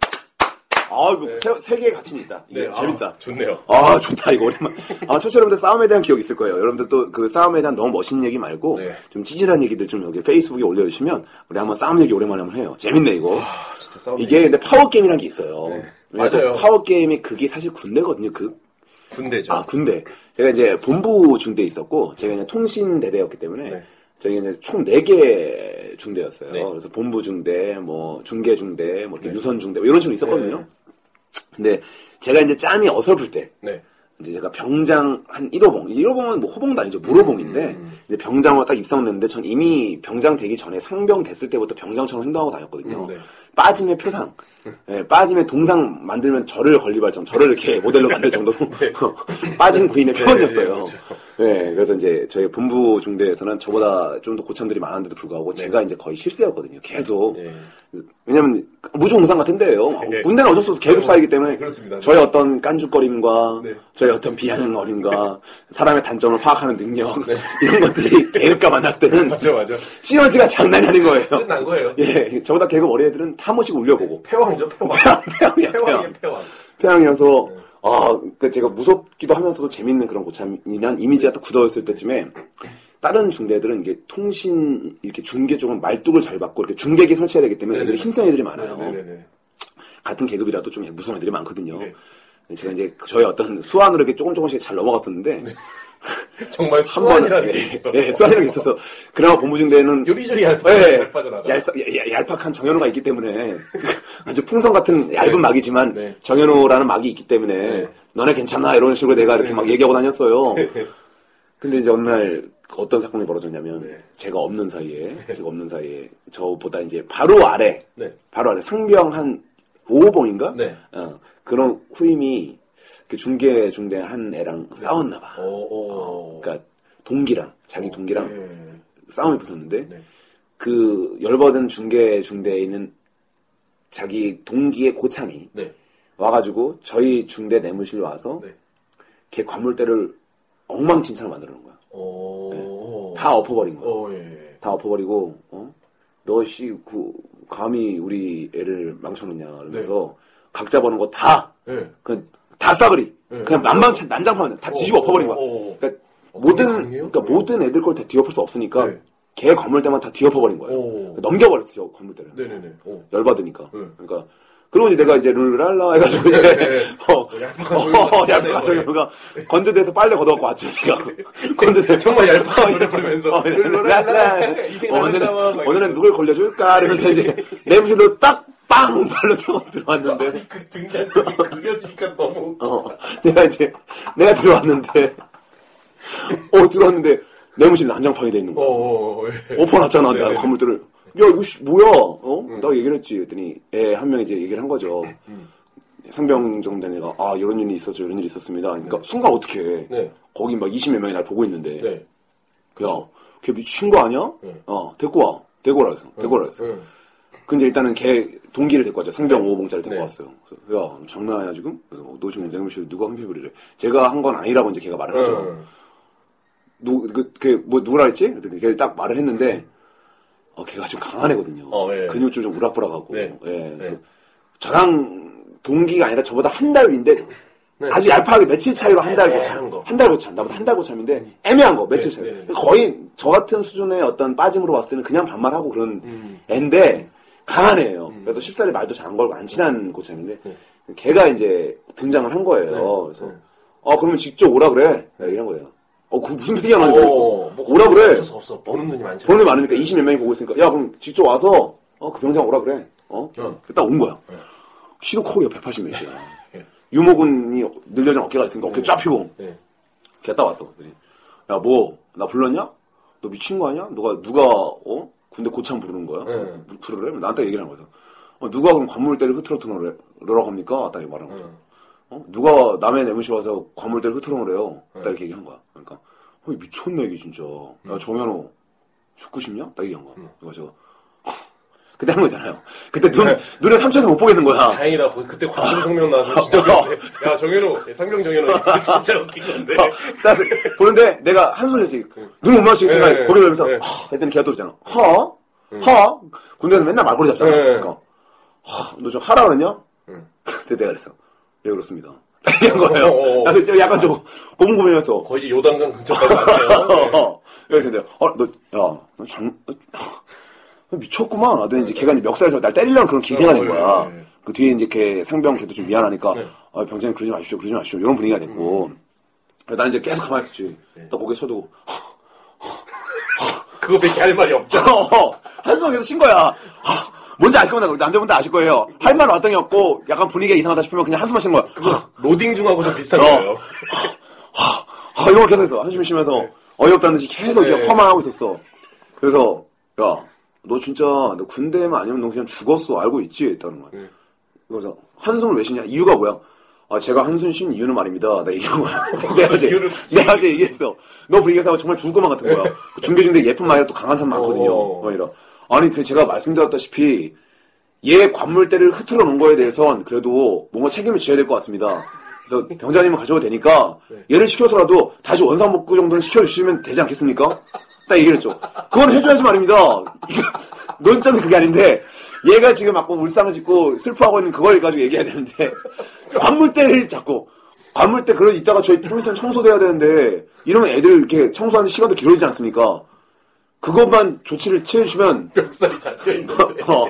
Speaker 1: 아, 이거 세, 세 개의 가치는 있다.
Speaker 2: 네,
Speaker 1: 이게 재밌다.
Speaker 2: 아, 좋네요.
Speaker 1: 아 좋다 이거 오랜만 아 청취자 여러분들 싸움에 대한 기억이 있을 거예요 여러분들 또 그 싸움에 대한 너무 멋있는 얘기 말고
Speaker 2: 네.
Speaker 1: 좀 찌질한 얘기들 좀 여기 페이스북에 올려주시면 우리 한번 싸움 얘기 오랜만에 한번 해요 재밌네 이거
Speaker 2: 진짜 아, 싸움 네.
Speaker 1: 이게 근데 파워 게임이란 게 있어요 왜냐면 그
Speaker 2: 맞아요.
Speaker 1: 파워 게임이 그게 사실 군대거든요 그 아
Speaker 2: 군대죠.
Speaker 1: 군대 제가 이제 본부 중대 에 있었고 제가 이제 통신 대대였기 때문에
Speaker 2: 네.
Speaker 1: 저희 이제 총4개 중대였어요.
Speaker 2: 네.
Speaker 1: 그래서 본부 중대, 뭐 중계 중대, 뭐 이렇게 유선 중대 뭐 이런 식으로 있었거든요.
Speaker 2: 네.
Speaker 1: 근데 제가 이제 짬이 어설플 때
Speaker 2: 네.
Speaker 1: 이제 제가 병장 한 1호봉, 1호봉은 뭐 호봉도 아니죠. 무호봉인데
Speaker 2: 음,
Speaker 1: 이제 병장으로 딱 입성됐는데 전 이미 병장 되기 전에 상병 됐을 때부터 병장처럼 행동하고 다녔거든요.
Speaker 2: 음, 네.
Speaker 1: 빠짐의 표상, 예, 빠짐의 동상 만들면 저를 건리발전, 저를 이렇게 모델로 만들 정도로 빠진 구인의
Speaker 2: 네,
Speaker 1: 표현이었어요.
Speaker 2: 그렇죠.
Speaker 1: 네, 그래서 이제 저희 본부 중대에서는 저보다 좀 더 고참들이 많은데도 불구하고 제가 이제 거의 실세였거든요. 계속.
Speaker 2: 네.
Speaker 1: 왜냐면 무주공산 같은 데예요. 아,
Speaker 2: 네.
Speaker 1: 군대는 어쩔 수 없어 계급 사이기 때문에
Speaker 2: 그렇습니다. 네.
Speaker 1: 저희 어떤 깐죽거림과
Speaker 2: 네.
Speaker 1: 저희 어떤 비아냥거림과 사람의 단점을 파악하는 능력 이런 것들이 계급과 만났을 때는
Speaker 2: 네. 맞아, 맞아.
Speaker 1: 시너지가 장난이 아닌 거예요.
Speaker 2: 끝난 거예요. 뭐,
Speaker 1: 예, 저보다 계급 어린 애들은 타모씩 울려보고
Speaker 2: 패왕이죠, 패왕.
Speaker 1: 패왕이야,
Speaker 2: 패왕이에요,
Speaker 1: 패왕.
Speaker 2: 패왕.
Speaker 1: 태양이어서
Speaker 2: 네.
Speaker 1: 아, 그 제가 무섭기도 하면서도 재밌는 그런 고참이란 이미지가 딱 굳어졌을 때쯤에 다른 중대들은 이게 통신 이렇게 중계 쪽은 말뚝을 잘 받고 이렇게 중계기 설치해야 되기 때문에
Speaker 2: 네네네.
Speaker 1: 되게 힘센 애들이 많아요. 뭐.
Speaker 2: 네네네.
Speaker 1: 같은 계급이라도 좀 무서운 애들이 많거든요.
Speaker 2: 네.
Speaker 1: 제가 이제 저희 어떤 수완으로 이렇게 조금 조금씩 잘 넘어갔었는데
Speaker 2: 정말
Speaker 1: 한 번은
Speaker 2: 네. 수완이라는 게
Speaker 1: 예,
Speaker 2: 있어.
Speaker 1: 예, 수완이라는 게 있어서 그나마 본부중대는
Speaker 2: 요리조리 얇아, 네. 잘 빠져나가.
Speaker 1: 예. 얄팍, 한 정현호가 있기 때문에 아주 풍선 같은 얇은
Speaker 2: 네.
Speaker 1: 막이지만
Speaker 2: 네.
Speaker 1: 정현호라는 막이 있기 때문에 너네 괜찮아 이런 식으로 내가
Speaker 2: 네.
Speaker 1: 이렇게 막 얘기하고 다녔어요. 근데 이제 어느 날 어떤 사건이 벌어졌냐면
Speaker 2: 네.
Speaker 1: 제가 없는 사이에 제가 없는 사이에 저보다 이제 바로 아래
Speaker 2: 네.
Speaker 1: 바로 아래 상병 한 5호봉인가?
Speaker 2: 네.
Speaker 1: 어, 그런 후임이 그 중계 중대 한 애랑 싸웠나
Speaker 2: 어,
Speaker 1: 봐.
Speaker 2: 네. 오, 오.
Speaker 1: 그러니까 동기랑 자기 동기랑
Speaker 2: 예.
Speaker 1: 싸움이 붙었는데
Speaker 2: 네.
Speaker 1: 그 열받은 중계 중대에 있는 자기 동기의 고참이
Speaker 2: 네.
Speaker 1: 와가지고 저희 중대 내무실 와서
Speaker 2: 네.
Speaker 1: 걔 관물대를 엉망진창을 만들어놓은 거야.
Speaker 2: 오.
Speaker 1: 다 엎어버린 거야.
Speaker 2: 오, 예.
Speaker 1: 다 엎어버리고 어? 너씨 그 감히 우리 애를 망쳐놓냐 그러면서
Speaker 2: 네.
Speaker 1: 각 잡아놓은 거다
Speaker 2: 예.
Speaker 1: 그냥 다 싸버리.
Speaker 2: 네.
Speaker 1: 그냥 만만치 난장판 다
Speaker 2: 어,
Speaker 1: 뒤집어 엎어버린 거야.
Speaker 2: 어, 어, 어.
Speaker 1: 그러니까
Speaker 2: 어,
Speaker 1: 모든
Speaker 2: 그게 가능해요?
Speaker 1: 그러니까
Speaker 2: 그래요?
Speaker 1: 모든 애들 걸 다 뒤엎을 수 없으니까
Speaker 2: 네.
Speaker 1: 걔 건물 때만 다 뒤엎어버린 거예요.
Speaker 2: 어.
Speaker 1: 넘겨버렸어 요 건물 때를.
Speaker 2: 네네네. 오.
Speaker 1: 열받으니까.
Speaker 2: 네.
Speaker 1: 그러니까 그러고 이제 내가 이제 룰랄라 해가지고 이제
Speaker 2: 네.
Speaker 1: 어,
Speaker 2: 얄팍한 소리가
Speaker 1: 어, 얄팍한
Speaker 2: 나네요. 네.
Speaker 1: 소리가 건조대에서 빨래 걷어갖고 왔죠. 그러니까 건조대
Speaker 2: 정말 얄팍한 노래 부르면서
Speaker 1: 어,
Speaker 2: 룰루랄라,
Speaker 1: 랄라.
Speaker 2: 인생
Speaker 1: 오늘은
Speaker 2: 아름다워, 막
Speaker 1: 오늘은 누굴 걸려줄까? 이러면서 이제 내부실로 딱빵 발로 차고 들어왔는데.
Speaker 2: 그 등장이 그려지니까 너무
Speaker 1: 어, 내가 이제, 내가 들어왔는데, 어, 들어왔는데 내무실 난장판이 돼 있는 거야.
Speaker 2: 어, 어, 예.
Speaker 1: 엎어놨잖아, 나
Speaker 2: 네네.
Speaker 1: 건물들을. 야, 이거 씨, 뭐야? 어? 나 얘기를 했지. 그랬더니 애 한 명 이제 얘기를 한 거죠.
Speaker 2: 음,
Speaker 1: 상병 정도 된 애가 아, 이런 일이 있었죠. 이런 일이 있었습니다. 그러니까 순간 어떻게 해.
Speaker 2: 네.
Speaker 1: 거기 막 20몇 명이 날 보고 있는데
Speaker 2: 네. 그렇죠.
Speaker 1: 야, 걔 미친 거 아니야?
Speaker 2: 네.
Speaker 1: 어, 데리고 와. 데리고 오라 그랬어. 데리고 오라 그랬어.
Speaker 2: 응.
Speaker 1: 근데 일단은 걔 동기를 데리고 왔죠. 상병 5호봉자를 데리고
Speaker 2: 네.
Speaker 1: 왔어요. 그래서 야, 너 장난하냐 지금? 그래서 어, 너 지금 냉무실 누가 흥패부리래? 제가 한 건 아니라고 이제 걔가 말을 하죠.
Speaker 2: 응.
Speaker 1: 누, 그, 그, 뭐, 누구라 했지? 그랬더니 걔를 딱 말을 했는데, 어, 걔가 좀 강한 애거든요.
Speaker 2: 어, 예.
Speaker 1: 근육줄 좀 우락부락하고.
Speaker 2: 네.
Speaker 1: 예. 그래서
Speaker 2: 네.
Speaker 1: 저랑 동기가 아니라 저보다 한 달 위인데, 아주 얄팍하게 며칠 차이로 한 달
Speaker 2: 네. 애매한
Speaker 1: 고참.
Speaker 2: 거.
Speaker 1: 한 달 고참. 나보다 한 달 고참인데, 애매한 거, 며칠
Speaker 2: 네,
Speaker 1: 차이.
Speaker 2: 네, 네.
Speaker 1: 거의 저 같은 수준의 어떤 빠짐으로 봤을 때는 그냥 반말하고 그런
Speaker 2: 음.
Speaker 1: 애인데, 강한 애예요. 그래서 쉽사리 말도 잘 안 걸고 안 친한 고참인데,
Speaker 2: 네.
Speaker 1: 걔가 이제 등장을 한 거예요. 그래서, 아, 그러면 직접 오라 그래. 얘기한 거예요. 어, 그 무슨 얘기 안 하는 거야?
Speaker 2: 어, 뭐
Speaker 1: 오라 그래.
Speaker 2: 어쩔 수 없어. 보는 눈이 많지.
Speaker 1: 보는 게 많으니까 20몇 명이 보고 있으니까 야 그럼 직접 와서 어, 그 병장 오라 그래 어?
Speaker 2: 어.
Speaker 1: 딱온 거야 키도 크고 180몇이야
Speaker 2: 예.
Speaker 1: 유모군이 늘려진 어깨가 있으니까 어깨 쫙 펴고
Speaker 2: 네.
Speaker 1: 걔가 딱 왔어 야 뭐 나 불렀냐? 너 미친 거 아니야? 누가 누가 어? 군대 고참 부르는 거야?
Speaker 2: 네.
Speaker 1: 부- 부르래? 나한테 얘기를 한 거야 어, 누가 그럼 관물대를 흐트러트러라고 합니까? 딱 말한 거죠 어? 누가 남의 내무실 와서 관물대를 흐트러놓으래요.
Speaker 2: 네.
Speaker 1: 딱 이렇게 얘기한 거야. 그러니까, 어이, 미쳤네, 이게 진짜. 야,
Speaker 2: 음.
Speaker 1: 정현호, 죽고 싶냐? 딱 얘기한 거야. 그래서 제가, 그때 한 거잖아요. 그때 눈, 눈에 삼쳐서 못 보겠는 거야.
Speaker 2: 다행이다. 거- 그때 관중 성명 나와서 진짜 웃겼는데. 야, 정현호. 야, 상병 정현호. 이거 진짜 웃긴 건데.
Speaker 1: 나 보는데 내가 한숨을 쉬지. 눈못 마주치니까
Speaker 2: 음. 네,
Speaker 1: 고개를 돌면서,
Speaker 2: 네.
Speaker 1: 허! 했더니 걔가 돌잖아. 허? 허? 군대에서 맨날 말꼬리 잡잖아.
Speaker 2: 네. 음.
Speaker 1: 그러니까, 허, 너 좀 하라 그랬냐? 그때 내가 그랬어. 예, 그렇습니다. 딱 이런 거예요.
Speaker 2: 어, 어.
Speaker 1: 나도 이제 약간 좀 고민고민해서,
Speaker 2: 거의 이제 요단강 근처까지 왔네요. 네.
Speaker 1: 여기서 내가, 어, 너, 야, 너 장, 너 미쳤구만. 하더니 이제 걔가 이제 멱살에서 날 때리려는 그런 기세가
Speaker 2: 어,
Speaker 1: 된
Speaker 2: 예,
Speaker 1: 거야.
Speaker 2: 예, 예.
Speaker 1: 그 뒤에 이제 걔 상병 걔도 좀 미안하니까,
Speaker 2: 네. 음,
Speaker 1: 아, 병장님 그러지 마십시오, 그러지 마십시오. 이런 분위기가 됐고. 그래서 난 이제 계속 가만히 있었지.
Speaker 2: 네.
Speaker 1: 나 고개 쳐두고,
Speaker 2: 그거밖에 할 말이 없죠.
Speaker 1: 어, 한숨 계속 쉰 거야. 아, 뭔지 아실 겁니다. 남자분들 아실 거예요. 할 말은 마땅히 없고, 약간 분위기가 이상하다 싶으면 그냥 한숨만 쉰 거야.
Speaker 2: 로딩 중하고 좀 비슷한
Speaker 1: 어.
Speaker 2: 거예요.
Speaker 1: 아, 이런 걸 계속 해서 한숨 쉬면서 어이없다는 듯이 계속 이렇게
Speaker 2: 네.
Speaker 1: 화만 하고 있었어. 그래서 야, 너 진짜 너 군대만 아니면 너 그냥 죽었어 알고 있지? 했다는 거야.
Speaker 2: 네.
Speaker 1: 그래서 한숨을 왜 쉬냐? 이유가 뭐야? 아, 제가 한숨 쉰 이유는 말입니다. 나 얘기한 거야. 내가 어제,
Speaker 2: 이유를
Speaker 1: 내가 어제 얘기했어. 너 분위기에서 정말 죽을 것만 같은 거야. 그 중대중대 예쁜 말이라 또 강한 사람 많거든요.
Speaker 2: 어.
Speaker 1: 어, 이런. 아니, 그 제가 말씀드렸다시피 얘 관물대를 흐트러 놓은 거에 대해선 그래도 뭔가 책임을 져야 될 것 같습니다. 그래서 병자님은 가져도 되니까 얘를 시켜서라도 다시 원상복구 정도는 시켜주시면 되지 않겠습니까? 딱 얘기를 했죠. 그건 해줘야지 말입니다. 이게 논점이 그게 아닌데 얘가 지금 막 울상을 짓고 슬퍼하고 있는 그걸 가지고 얘기해야 되는데 관물대를 자꾸 관물대 그런 이따가 저희 좀 있으면 청소돼야 되는데 이러면 애들 이렇게 청소하는 시간도 길어지지 않습니까? 그것만 조치를 취해주시면
Speaker 2: 멱살이 잡혀있는데.
Speaker 1: 어,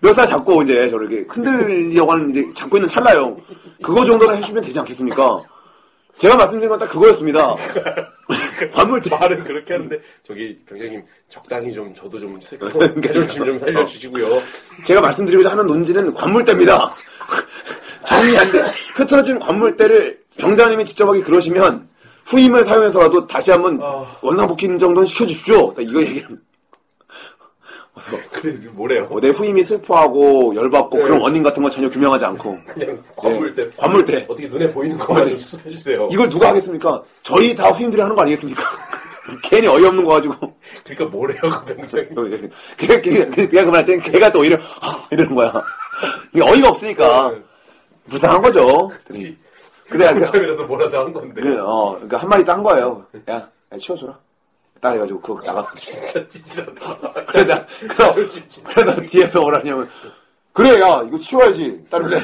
Speaker 1: 몇살 잡고 이제 저를 이렇게 흔들려고 하는 이제 잡고 있는 찰나요. 그거 정도는 해주면 되지 않겠습니까? 제가 말씀드린 건 딱 그거였습니다. 관물 대
Speaker 2: 말은 그렇게 하는데, 저기, 병장님, 적당히 좀, 저도 좀, 슬- 배려심 좀 살려주시고요.
Speaker 1: 제가 말씀드리고자 하는 논지는 관물대입니다. 정리 안 돼. 흐트러진 관물대를 병장님이 직접 하기 그러시면 후임을 사용해서라도 다시 한번
Speaker 2: 아.
Speaker 1: 원상복귀 정도는 시켜주십시오. 딱 이거 얘기합니다.
Speaker 2: 그래, 뭐래요?
Speaker 1: 어, 내 후임이 슬퍼하고 열받고
Speaker 2: 네.
Speaker 1: 그런 원인 같은 건 전혀 규명하지 않고
Speaker 2: 그냥 예. 관물대.
Speaker 1: 네, 관물대.
Speaker 2: 어떻게 눈에 보이는 것만 좀 수습해주세요.
Speaker 1: 이걸 누가 하겠습니까? 저희 다 후임들이 하는 거 아니겠습니까? 괜히 어이없는 거 가지고
Speaker 2: 그러니까 뭐래요, 그 병장님.
Speaker 1: 그리고 이제 걔- 걔- 걔- 걔가 그만할 땐 걔가 또 오히려 아, 이러는 거야 이게 어이가 없으니까 불쌍한 거죠
Speaker 2: 혹시
Speaker 1: 근데 약간-
Speaker 2: 고참이라서 뭐라도 한 건데.
Speaker 1: 그, 어, 그러니까 한마디 딴 거예요 야, 야 치워줘라 딱 해가지고 그거 나갔어
Speaker 2: 진짜 찌질하다.
Speaker 1: 그래, 나- 그래서,
Speaker 2: 자존심 진짜.
Speaker 1: 그래서 뒤에서 뭐라냐면 그래 야 이거 치워야지 다른 데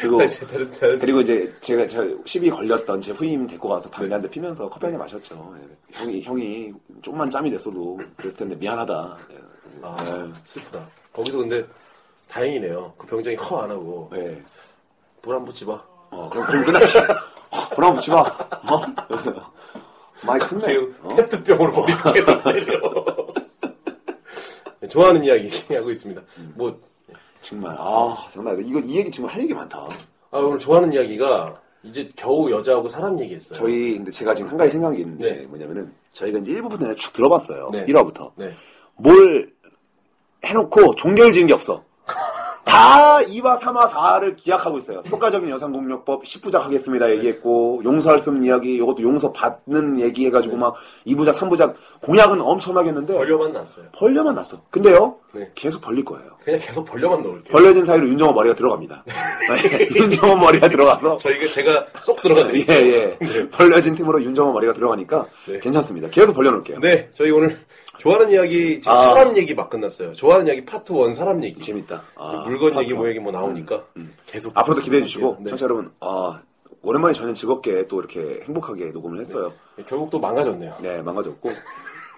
Speaker 1: 그리고
Speaker 2: 다른, 다른, 다른.
Speaker 1: 그리고 이제 제가 제가 시비 걸렸던 제 후임 데리고 가서 담배 한 대 피면서 커피 한 대 마셨죠. 예. 형이 형이 조금만 짬이 됐어도 그랬을 텐데 미안하다. 예.
Speaker 2: 아, 슬프다. 거기서 근데, 다행이네요. 그 병장이 허 안 하고,
Speaker 1: 예.
Speaker 2: 불 안 붙지 마.
Speaker 1: 어, 그럼, 그럼 끝났지. 그럼 붙지 마. 어? 많이 어? 큰데.
Speaker 2: 지금 페트병으로 머리 계속 내려. 네, 좋아하는 이야기 하고 있습니다. 뭐,
Speaker 1: 정말 아 정말 이거 이 얘기 정말 할 얘기 많다.
Speaker 2: 아, 오늘 좋아하는 이야기가 이제 겨우 여자하고 사람 얘기했어요.
Speaker 1: 저희 근데 제가 지금 한 가지 생각이 있는데
Speaker 2: 네.
Speaker 1: 뭐냐면은 저희가 이제 1부부터 내쭉 들어봤어요.
Speaker 2: 네.
Speaker 1: 1화부터.
Speaker 2: 네.
Speaker 1: 뭘 해놓고 종결 지은 게 없어. 다 2화, 3화, 4화를 기약하고 있어요. 효과적인 여성공략법 10부작 하겠습니다 얘기했고 용서할 수 없는 이야기 이것도 용서 받는 얘기 해가지고 막 2부작, 3부작 공약은 엄청나게 했는데
Speaker 2: 네. 벌려만 났어요.
Speaker 1: 벌려만 났어. 근데요.
Speaker 2: 네.
Speaker 1: 계속 벌릴 거예요.
Speaker 2: 그냥 계속 벌려만 넣을게요.
Speaker 1: 벌려진 사이로 윤정호 머리가 들어갑니다. 네, 윤정호 머리가
Speaker 2: 네.
Speaker 1: 들어가서
Speaker 2: 저희가 제가 쏙 들어가네요.
Speaker 1: 예, 예. 벌려진 팀으로 윤정호 머리가 들어가니까
Speaker 2: 네.
Speaker 1: 괜찮습니다. 계속 벌려놓을게요.
Speaker 2: 네, 저희 오늘 좋아하는 이야기 지금
Speaker 1: 아.
Speaker 2: 사람 얘기 막 끝났어요. 좋아하는 이야기 파트 1 사람 얘기. 그
Speaker 1: 재밌다. 아,
Speaker 2: 물건 얘기
Speaker 1: 파트원. 음,
Speaker 2: 뭐 얘기 뭐 나오니까 계속
Speaker 1: 앞으로도 기대해 주시고
Speaker 2: 네.
Speaker 1: 청취자 여러분 아, 오랜만에 저는 즐겁게 또 이렇게 행복하게 녹음을 했어요.
Speaker 2: 네, 결국 또 망가졌네요.
Speaker 1: 네, 망가졌고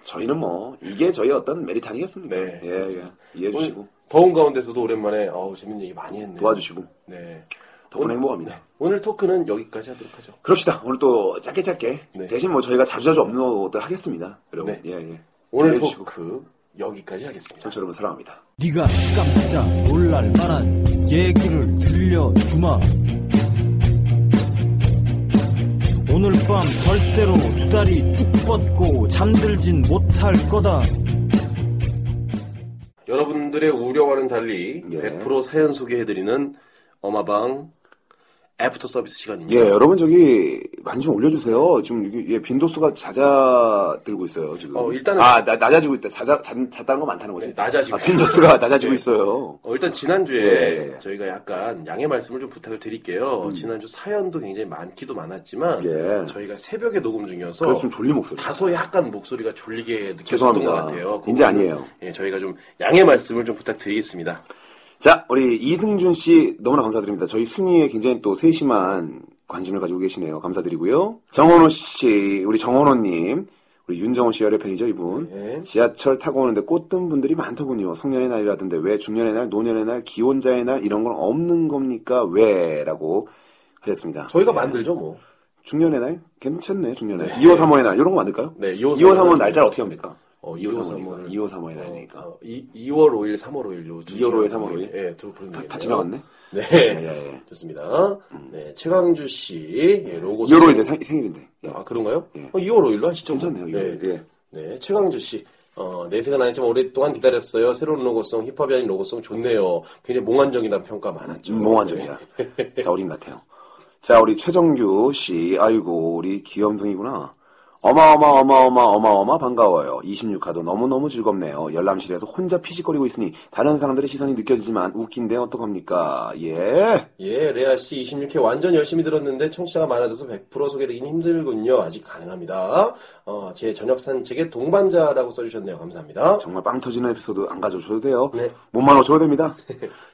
Speaker 1: 저희는 뭐 이게 저희 어떤 메리트 아니겠습니까?
Speaker 2: 네,
Speaker 1: 예,
Speaker 2: 그렇습니다.
Speaker 1: 예. 이해해 주시고
Speaker 2: 오늘 더운 가운데서도 오랜만에 어우 재밌는 얘기 많이 했네요.
Speaker 1: 도와주시고
Speaker 2: 네.
Speaker 1: 덕분에
Speaker 2: 오늘-
Speaker 1: 행복합니다.
Speaker 2: 네. 오늘 토크는 여기까지 하도록 하죠.
Speaker 1: 그럽시다. 오늘 또 짧게 짧게
Speaker 2: 네.
Speaker 1: 대신 뭐 저희가 자주 자주 없는 것들 하겠습니다. 여러분
Speaker 2: 네.
Speaker 1: 예, 예.
Speaker 2: 오늘
Speaker 1: 기대해 주시고.
Speaker 2: 토크 여기까지 하겠습니다.
Speaker 1: 청취자 여러분 사랑합니다.
Speaker 4: 네가 깜짝 놀랄 만한 얘기를 들려주마 오늘 밤 절대로 두 다리 쭉 뻗고 잠들진 못할 거다
Speaker 2: 여러분들의 우려와는 달리
Speaker 1: 예.
Speaker 2: 100% 사연 소개해드리는 어마방 애프터 서비스 시간입니다.
Speaker 1: 예, 여러분 저기 많이 좀 올려주세요. 지금 이게 예, 빈도수가 잦아들고 있어요 지금.
Speaker 2: 어, 일단은-
Speaker 1: 아 나- 낮아지고 있다. 잦아 잦, 잦다는 거 많다는 거지.
Speaker 2: 네, 낮아지고
Speaker 1: 아, 빈도수가 낮아지고
Speaker 2: 네.
Speaker 1: 있어요.
Speaker 2: 어, 일단 지난주에
Speaker 1: 예, 예, 예.
Speaker 2: 저희가 약간 양해 말씀을 좀 부탁을 드릴게요. 지난주 사연도 굉장히 많기도 많았지만
Speaker 1: 예.
Speaker 2: 저희가 새벽에 녹음 중이어서
Speaker 1: 그래서 좀 졸린 목소리.
Speaker 2: 다소 약간 목소리가 졸리게 느껴졌던
Speaker 1: 죄송합니다.
Speaker 2: 것 같아요.
Speaker 1: 이제 아니에요.
Speaker 2: 예, 저희가 좀 양해 말씀을 좀 부탁드리겠습니다.
Speaker 1: 자, 우리 이승준 씨 너무나 감사드립니다. 저희 순위에 굉장히 또 세심한 관심을 가지고 계시네요. 감사드리고요. 정원호 씨, 우리 정원호님, 우리 윤정호 씨 열애 팬이죠, 이분.
Speaker 2: 네.
Speaker 1: 지하철 타고 오는데 꽃든 분들이 많더군요. 성년의 날이라던데 왜 중년의 날, 노년의 날, 기혼자의 날 이런 건 없는 겁니까? 왜? 라고 하셨습니다. 네.
Speaker 2: 저희가 만들죠, 뭐.
Speaker 1: 중년의 날? 괜찮네, 중년의 날. 2호, 3호의 날, 이런 거 만들까요?
Speaker 2: 네, 2호,
Speaker 1: 2호, 3호
Speaker 2: 삼호는
Speaker 1: 날짜를 어떻게 합니까?
Speaker 2: 어, 2월 3월.
Speaker 1: 2호, 3호의 날이니까.
Speaker 2: 어, 이, 2월 5일, 3월 5일로.
Speaker 1: 2월 5일, 3월 5일?
Speaker 2: 예, 두 분이.
Speaker 1: 다, 다 지나갔네?
Speaker 2: 네.
Speaker 1: 예, 예, 예.
Speaker 2: 좋습니다. 네, 최강주 씨, 예, 로고.
Speaker 1: 2월
Speaker 2: 선생님.
Speaker 1: 5일 내 생- 생일인데. 예.
Speaker 2: 아, 그런가요?
Speaker 1: 예.
Speaker 2: 어, 2월 5일로 하시죠. 뭐.
Speaker 1: 괜찮네요, 이거.
Speaker 2: 네.
Speaker 1: 예.
Speaker 2: 네, 최강주 씨. 어, 내색은 아니지만 오랫동안 기다렸어요. 새로운 로고송, 힙합이 아닌 로고송 좋네요. 굉장히 몽환적이라는 평가 많았죠. 네.
Speaker 1: 음, 몽환적이야. 자, 어린 같아요. 자, 우리 최정규 씨. 아이고, 우리 귀염둥이구나. 어마어마어마어마어마어마 반가워요. 26화도 너무너무 즐겁네요. 열람실에서 혼자 피식거리고 있으니 다른 사람들의 시선이 느껴지지만 웃긴데 어떡합니까? 예.
Speaker 2: 예, 레아 씨 26회 완전 열심히 들었는데 청취자가 많아져서 100% 소개되긴 힘들군요. 아직 가능합니다. 어, 제 저녁 산책의 동반자라고 써주셨네요. 감사합니다.
Speaker 1: 정말 빵 터지는 에피소드 안 가져오셔도 돼요.
Speaker 2: 네.
Speaker 1: 몸만 오셔도 됩니다.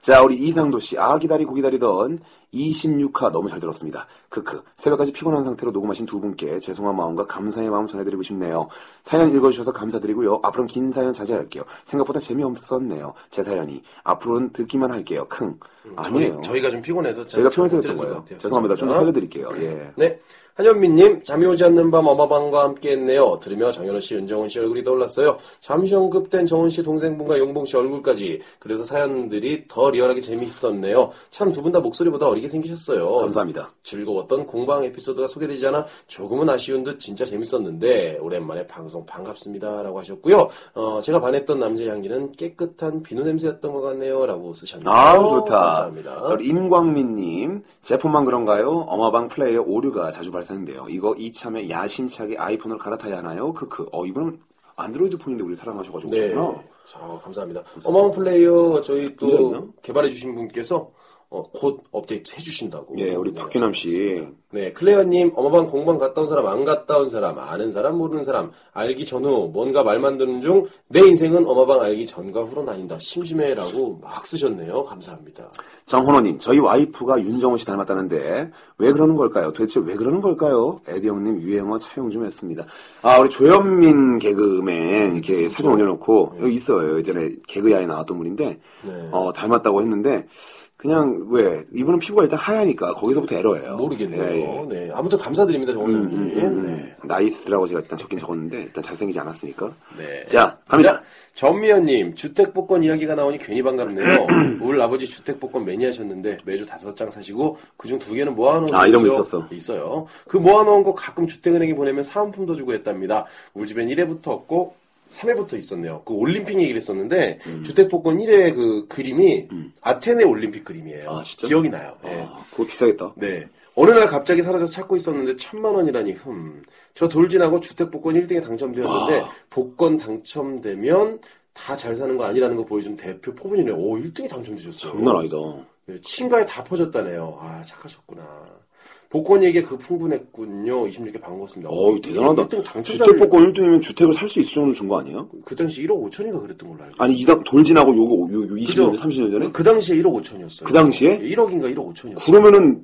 Speaker 1: 자, 우리 이상도 씨. 아, 기다리고 기다리던 26화 너무 잘 들었습니다. 크크. 새벽까지 피곤한 상태로 녹음하신 두 분께 죄송한 마음과 감사의 마음 전해드리고 싶네요. 사연 읽어주셔서 감사드리고요. 앞으로는 긴 사연 자제할게요. 생각보다 재미없었네요. 제 사연이. 앞으로는 듣기만 할게요. 킁. 아니에요.
Speaker 2: 저희, 가좀 피곤해서
Speaker 1: 저희가
Speaker 2: 잘
Speaker 1: 표현했던
Speaker 2: 못 들은 것
Speaker 1: 거예요.
Speaker 2: 같아요.
Speaker 1: 죄송합니다. 좀 더
Speaker 2: 죄송합니다.
Speaker 1: 살려드릴게요. 예.
Speaker 2: 네. 한현민님, 잠이 오지 않는 밤 어마방과 함께 했네요. 들으며 정현우 씨, 윤정훈 씨 얼굴이 떠올랐어요. 잠시 언급된 정훈 씨 동생분과 용봉 씨 얼굴까지. 그래서 사연들이 더 리얼하게 재미있었네요. 참 두 분 다 목소리보다 어리게 생기셨어요.
Speaker 1: 감사합니다.
Speaker 2: 즐거웠던 공방 에피소드가 소개되지 않아 조금은 아쉬운 듯 진짜 재밌었는데 오랜만에 방송 반갑습니다라고 하셨고요. 어, 제가 반했던 남자의 향기는 깨끗한 비누 냄새였던 것 같네요라고 쓰셨네요.
Speaker 1: 아우 좋다.
Speaker 2: 감사합니다.
Speaker 1: 우리 임광민님 어? 제품만 그런가요? 어마방 플레이어 오류가 자주 발생돼요. 이거 이참에 야심차게 아이폰으로 갈아타야 하나요? 크크. 어 이분은 안드로이드 폰인데 우리 사랑하셔가지고
Speaker 2: 네.
Speaker 1: 오셨구나.
Speaker 2: 자, 감사합니다. 어마어마 플레이어 저희
Speaker 1: 문제 있나?
Speaker 2: 또 개발해 주신 분께서 어, 곧 업데이트 해주신다고.
Speaker 1: 예, 우리 박규남 씨.
Speaker 2: 네, 클레어님, 어마방 공방 갔다 온 사람, 안 갔다 온 사람, 아는 사람, 모르는 사람, 알기 전후, 뭔가 말 만드는 중, 내 인생은 어마방 알기 전과 후로 나뉜다. 심심해라고 막 쓰셨네요. 감사합니다.
Speaker 1: 정hon호님, 저희 와이프가 윤정호 씨 닮았다는데 왜 그러는 걸까요? 도대체 왜 그러는 걸까요? 에디 형님 유행어 차용 좀 했습니다. 아 우리 조현민 개그맨 이렇게
Speaker 2: 그렇죠.
Speaker 1: 사진 올려놓고 여기 있어요. 예전에 개그야에 나왔던 분인데
Speaker 2: 네.
Speaker 1: 어, 닮았다고 했는데 그냥 왜 이분은 피부가 일단 하얘니까 거기서부터 에러예요.
Speaker 2: 모르겠네요.
Speaker 1: 예,
Speaker 2: 네,
Speaker 1: 예.
Speaker 2: 아무튼 감사드립니다,
Speaker 1: 음,
Speaker 2: 정원님.
Speaker 1: 음, 음, 네. 나이스라고 제가 일단 적긴 적었는데 일단 잘생기지 않았으니까.
Speaker 2: 네.
Speaker 1: 자 갑니다.
Speaker 2: 자, 전미연님 주택 복권 이야기가 나오니 괜히 반갑네요. 우리 아버지 주택 복권 매니아셨는데 매주 다섯 장 사시고 그중 두 개는 모아놓은
Speaker 1: 아, 이런 거
Speaker 2: 거죠?
Speaker 1: 있었어.
Speaker 2: 있어요. 그 모아놓은 거 가끔 주택은행에 보내면 사은품도 주고 했답니다. 우리 집엔 1회부터 없고 3회부터 있었네요. 그 올림픽 얘기를 했었는데
Speaker 1: 음.
Speaker 2: 주택 복권 1회 그 그림이 아테네 올림픽 그림이에요.
Speaker 1: 아, 진짜?
Speaker 2: 기억이 나요. 예.
Speaker 1: 아, 그거 비싸겠다.
Speaker 2: 네. 어느 날 갑자기 사라져 찾고 있었는데 천만 원이라니 흠. 저 돌진하고 주택 복권 1등에 당첨되었는데
Speaker 1: 아.
Speaker 2: 복권 당첨되면 다 잘 사는 거 아니라는 거 보여준 대표 포문이네요. 오, 1등이 당첨되셨어요.
Speaker 1: 장난 아니다.
Speaker 2: 네, 친가에 다 퍼졌다네요. 아, 착하셨구나. 복권 얘기에 그 풍분했군요. 26개 반갑습니다.
Speaker 1: 어우 대단하다.
Speaker 2: 1등 당첨자
Speaker 1: 주택 복권 1등이면 주택을 살 수 있을 정도 준 거 아니에요?
Speaker 2: 그 당시 1억 5천인가 그랬던 걸로 알고.
Speaker 1: 아니 이당 돌진하고 요거 요, 요 20년
Speaker 2: 그죠?
Speaker 1: 전 30년 전에
Speaker 2: 그, 그 당시에 1억 5천이었어요.
Speaker 1: 그 당시에?
Speaker 2: 1억인가 1억 5천이었어요.
Speaker 1: 그러면은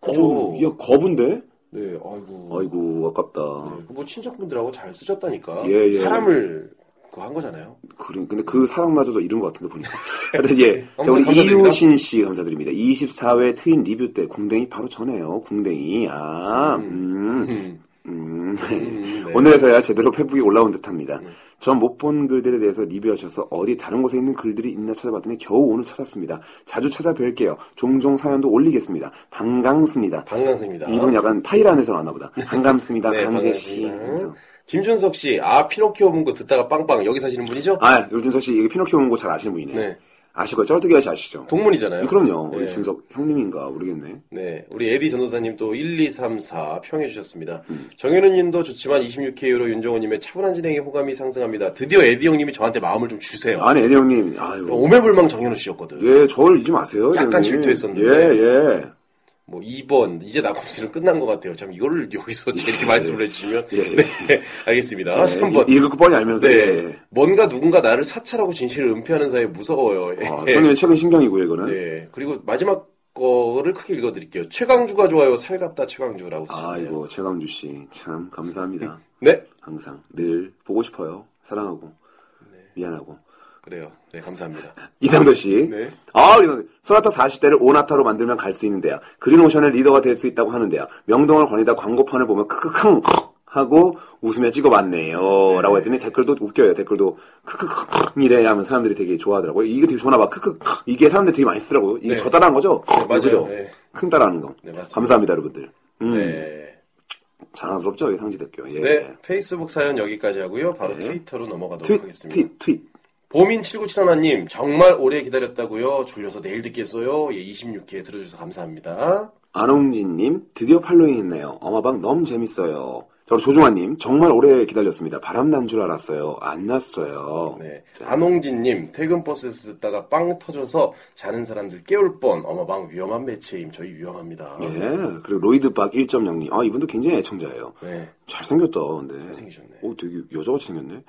Speaker 2: 그죠.
Speaker 1: 어우, 야 겁인데.
Speaker 2: 네, 아이고.
Speaker 1: 아이고 아깝다.
Speaker 2: 네, 그뭐 친척분들하고 잘 쓰셨다니까.
Speaker 1: 예, 예.
Speaker 2: 사람을 그 한 거잖아요.
Speaker 1: 그래. 근데 그 사랑마저도 잃은 것 같은데 보니까. 하여튼 예. 자,
Speaker 2: 아무튼
Speaker 1: 우리
Speaker 2: 감사드립니다.
Speaker 1: 이유신 씨 감사드립니다. 24회 트윈 리뷰 때 궁뎅이 바로 전에요. 궁뎅이. 아, 음,
Speaker 2: 음,
Speaker 1: 음.
Speaker 2: 음, 네.
Speaker 1: 오늘에서야 제대로 페북이 올라온 듯합니다.
Speaker 2: 음.
Speaker 1: 전 못 본 글들에 대해서 리뷰하셔서 어디 다른 곳에 있는 글들이 있나 찾아봤더니 겨우 오늘 찾았습니다. 자주 찾아뵐게요. 종종 사연도 올리겠습니다. 반갑습니다.
Speaker 2: 반강수입니다.
Speaker 1: 이분 약간 파일 안에서 왔나 보다. 반갑습니다,
Speaker 2: 네,
Speaker 1: 강재 씨.
Speaker 2: 반갑습니다.
Speaker 1: 그래서.
Speaker 2: 김준석 씨, 아 피노키오 문구 듣다가 빵빵 여기 사시는 분이죠?
Speaker 1: 아, 요준서 씨 이게 피노키오 온거 잘 아시는 분이네.
Speaker 2: 네,
Speaker 1: 아실 거예요. 쩔뚝이 아저씨 아시죠?
Speaker 2: 동문이잖아요.
Speaker 1: 그럼요.
Speaker 2: 네.
Speaker 1: 우리 준석 형님인가 모르겠네.
Speaker 2: 네, 우리 에디 전도사님 또 1, 2, 3, 4 평해 주셨습니다.
Speaker 1: 음.
Speaker 2: 정현우님도 좋지만 26K로 윤정호님의 차분한 진행에 호감이 상승합니다. 드디어 에디 형님이 저한테 마음을 좀 주세요.
Speaker 1: 아니, 애디 형님. 아유.
Speaker 2: 네, 오매불망 정현우 씨였거든.
Speaker 1: 예, 저를 잊지 마세요. 애디
Speaker 2: 약간
Speaker 1: 형님.
Speaker 2: 질투했었는데.
Speaker 1: 예, 예.
Speaker 2: 뭐 2번 이제 나꼼수는 끝난 것 같아요. 참 이거를 여기서 제 이렇게 말씀을 해주시면
Speaker 1: 음. 예, 예.
Speaker 2: 네 알겠습니다. 3번
Speaker 1: 읽을 거 뻔히 알면서.
Speaker 2: 네.
Speaker 1: 예.
Speaker 2: 뭔가 누군가 나를 사찰하고 진실을 은폐하는 사이에 무서워요.
Speaker 1: 아,
Speaker 2: 예.
Speaker 1: 형님의 최근 신경이고요, 이거는.
Speaker 2: 네. 그리고 마지막 거를 크게 읽어드릴게요. 최강주가 좋아요. 살갑다 최강주라고 쓰셨네요.
Speaker 1: 아이고, 최강주 씨. 참, 감사합니다.
Speaker 2: 네.
Speaker 1: 항상. 늘 보고 싶어요. 사랑하고.
Speaker 2: 네.
Speaker 1: 미안하고.
Speaker 2: 그래요. 네, 감사합니다.
Speaker 1: 이상도 씨.
Speaker 2: 네.
Speaker 1: 아, 이런 소나타 40대를 오나타로 만들면 갈 수 있는데요. 그린오션의 리더가 될 수 있다고 하는데요. 명동을 거니다 광고판을 보면 크크흥 하고 웃으며 찍어봤네요. 라고 했더니 댓글도 웃겨요. 댓글도 크크흥이래 하면 사람들이 되게 좋아하더라고요. 이게 되게 좋나 봐. 크크 이게 사람들이 되게 많이 쓰더라고요.
Speaker 2: 네.
Speaker 1: 이게 저 따라한 거죠?
Speaker 2: 네, 맞아요.
Speaker 1: 그죠?
Speaker 2: 네.
Speaker 1: 큰 따라하는 거.
Speaker 2: 네, 맞습니다.
Speaker 1: 감사합니다, 여러분들. 음,
Speaker 2: 네.
Speaker 1: 자랑스럽죠? 이 상지대교. 예.
Speaker 2: 네, 페이스북 사연 여기까지 하고요. 바로
Speaker 1: 네.
Speaker 2: 트위터로 넘어가도록
Speaker 1: 트윗,
Speaker 2: 하겠습니다.
Speaker 1: 트윗, 트윗.
Speaker 2: 보민 7971님 정말 오래 기다렸다고요. 졸려서 내일 듣겠어요. 예, 26회 들어주셔서 감사합니다.
Speaker 1: 안홍진님 드디어 팔로잉 했네요. 어마방 너무 재밌어요. 저로 조중환님 정말 오래 기다렸습니다. 바람 난 줄 알았어요. 안 났어요.
Speaker 2: 네.
Speaker 1: 자.
Speaker 2: 안홍진님, 퇴근 버스에서 듣다가 빵 터져서 자는 사람들 깨울 뻔, 어마방 위험한 매체임, 저희 위험합니다.
Speaker 1: 예. 그리고 로이드박 1.0님 아 이분도 굉장히 애청자예요.
Speaker 2: 네.
Speaker 1: 잘 생겼다. 근데
Speaker 2: 잘생기셨네.
Speaker 1: 오 되게 여자같이 생겼네.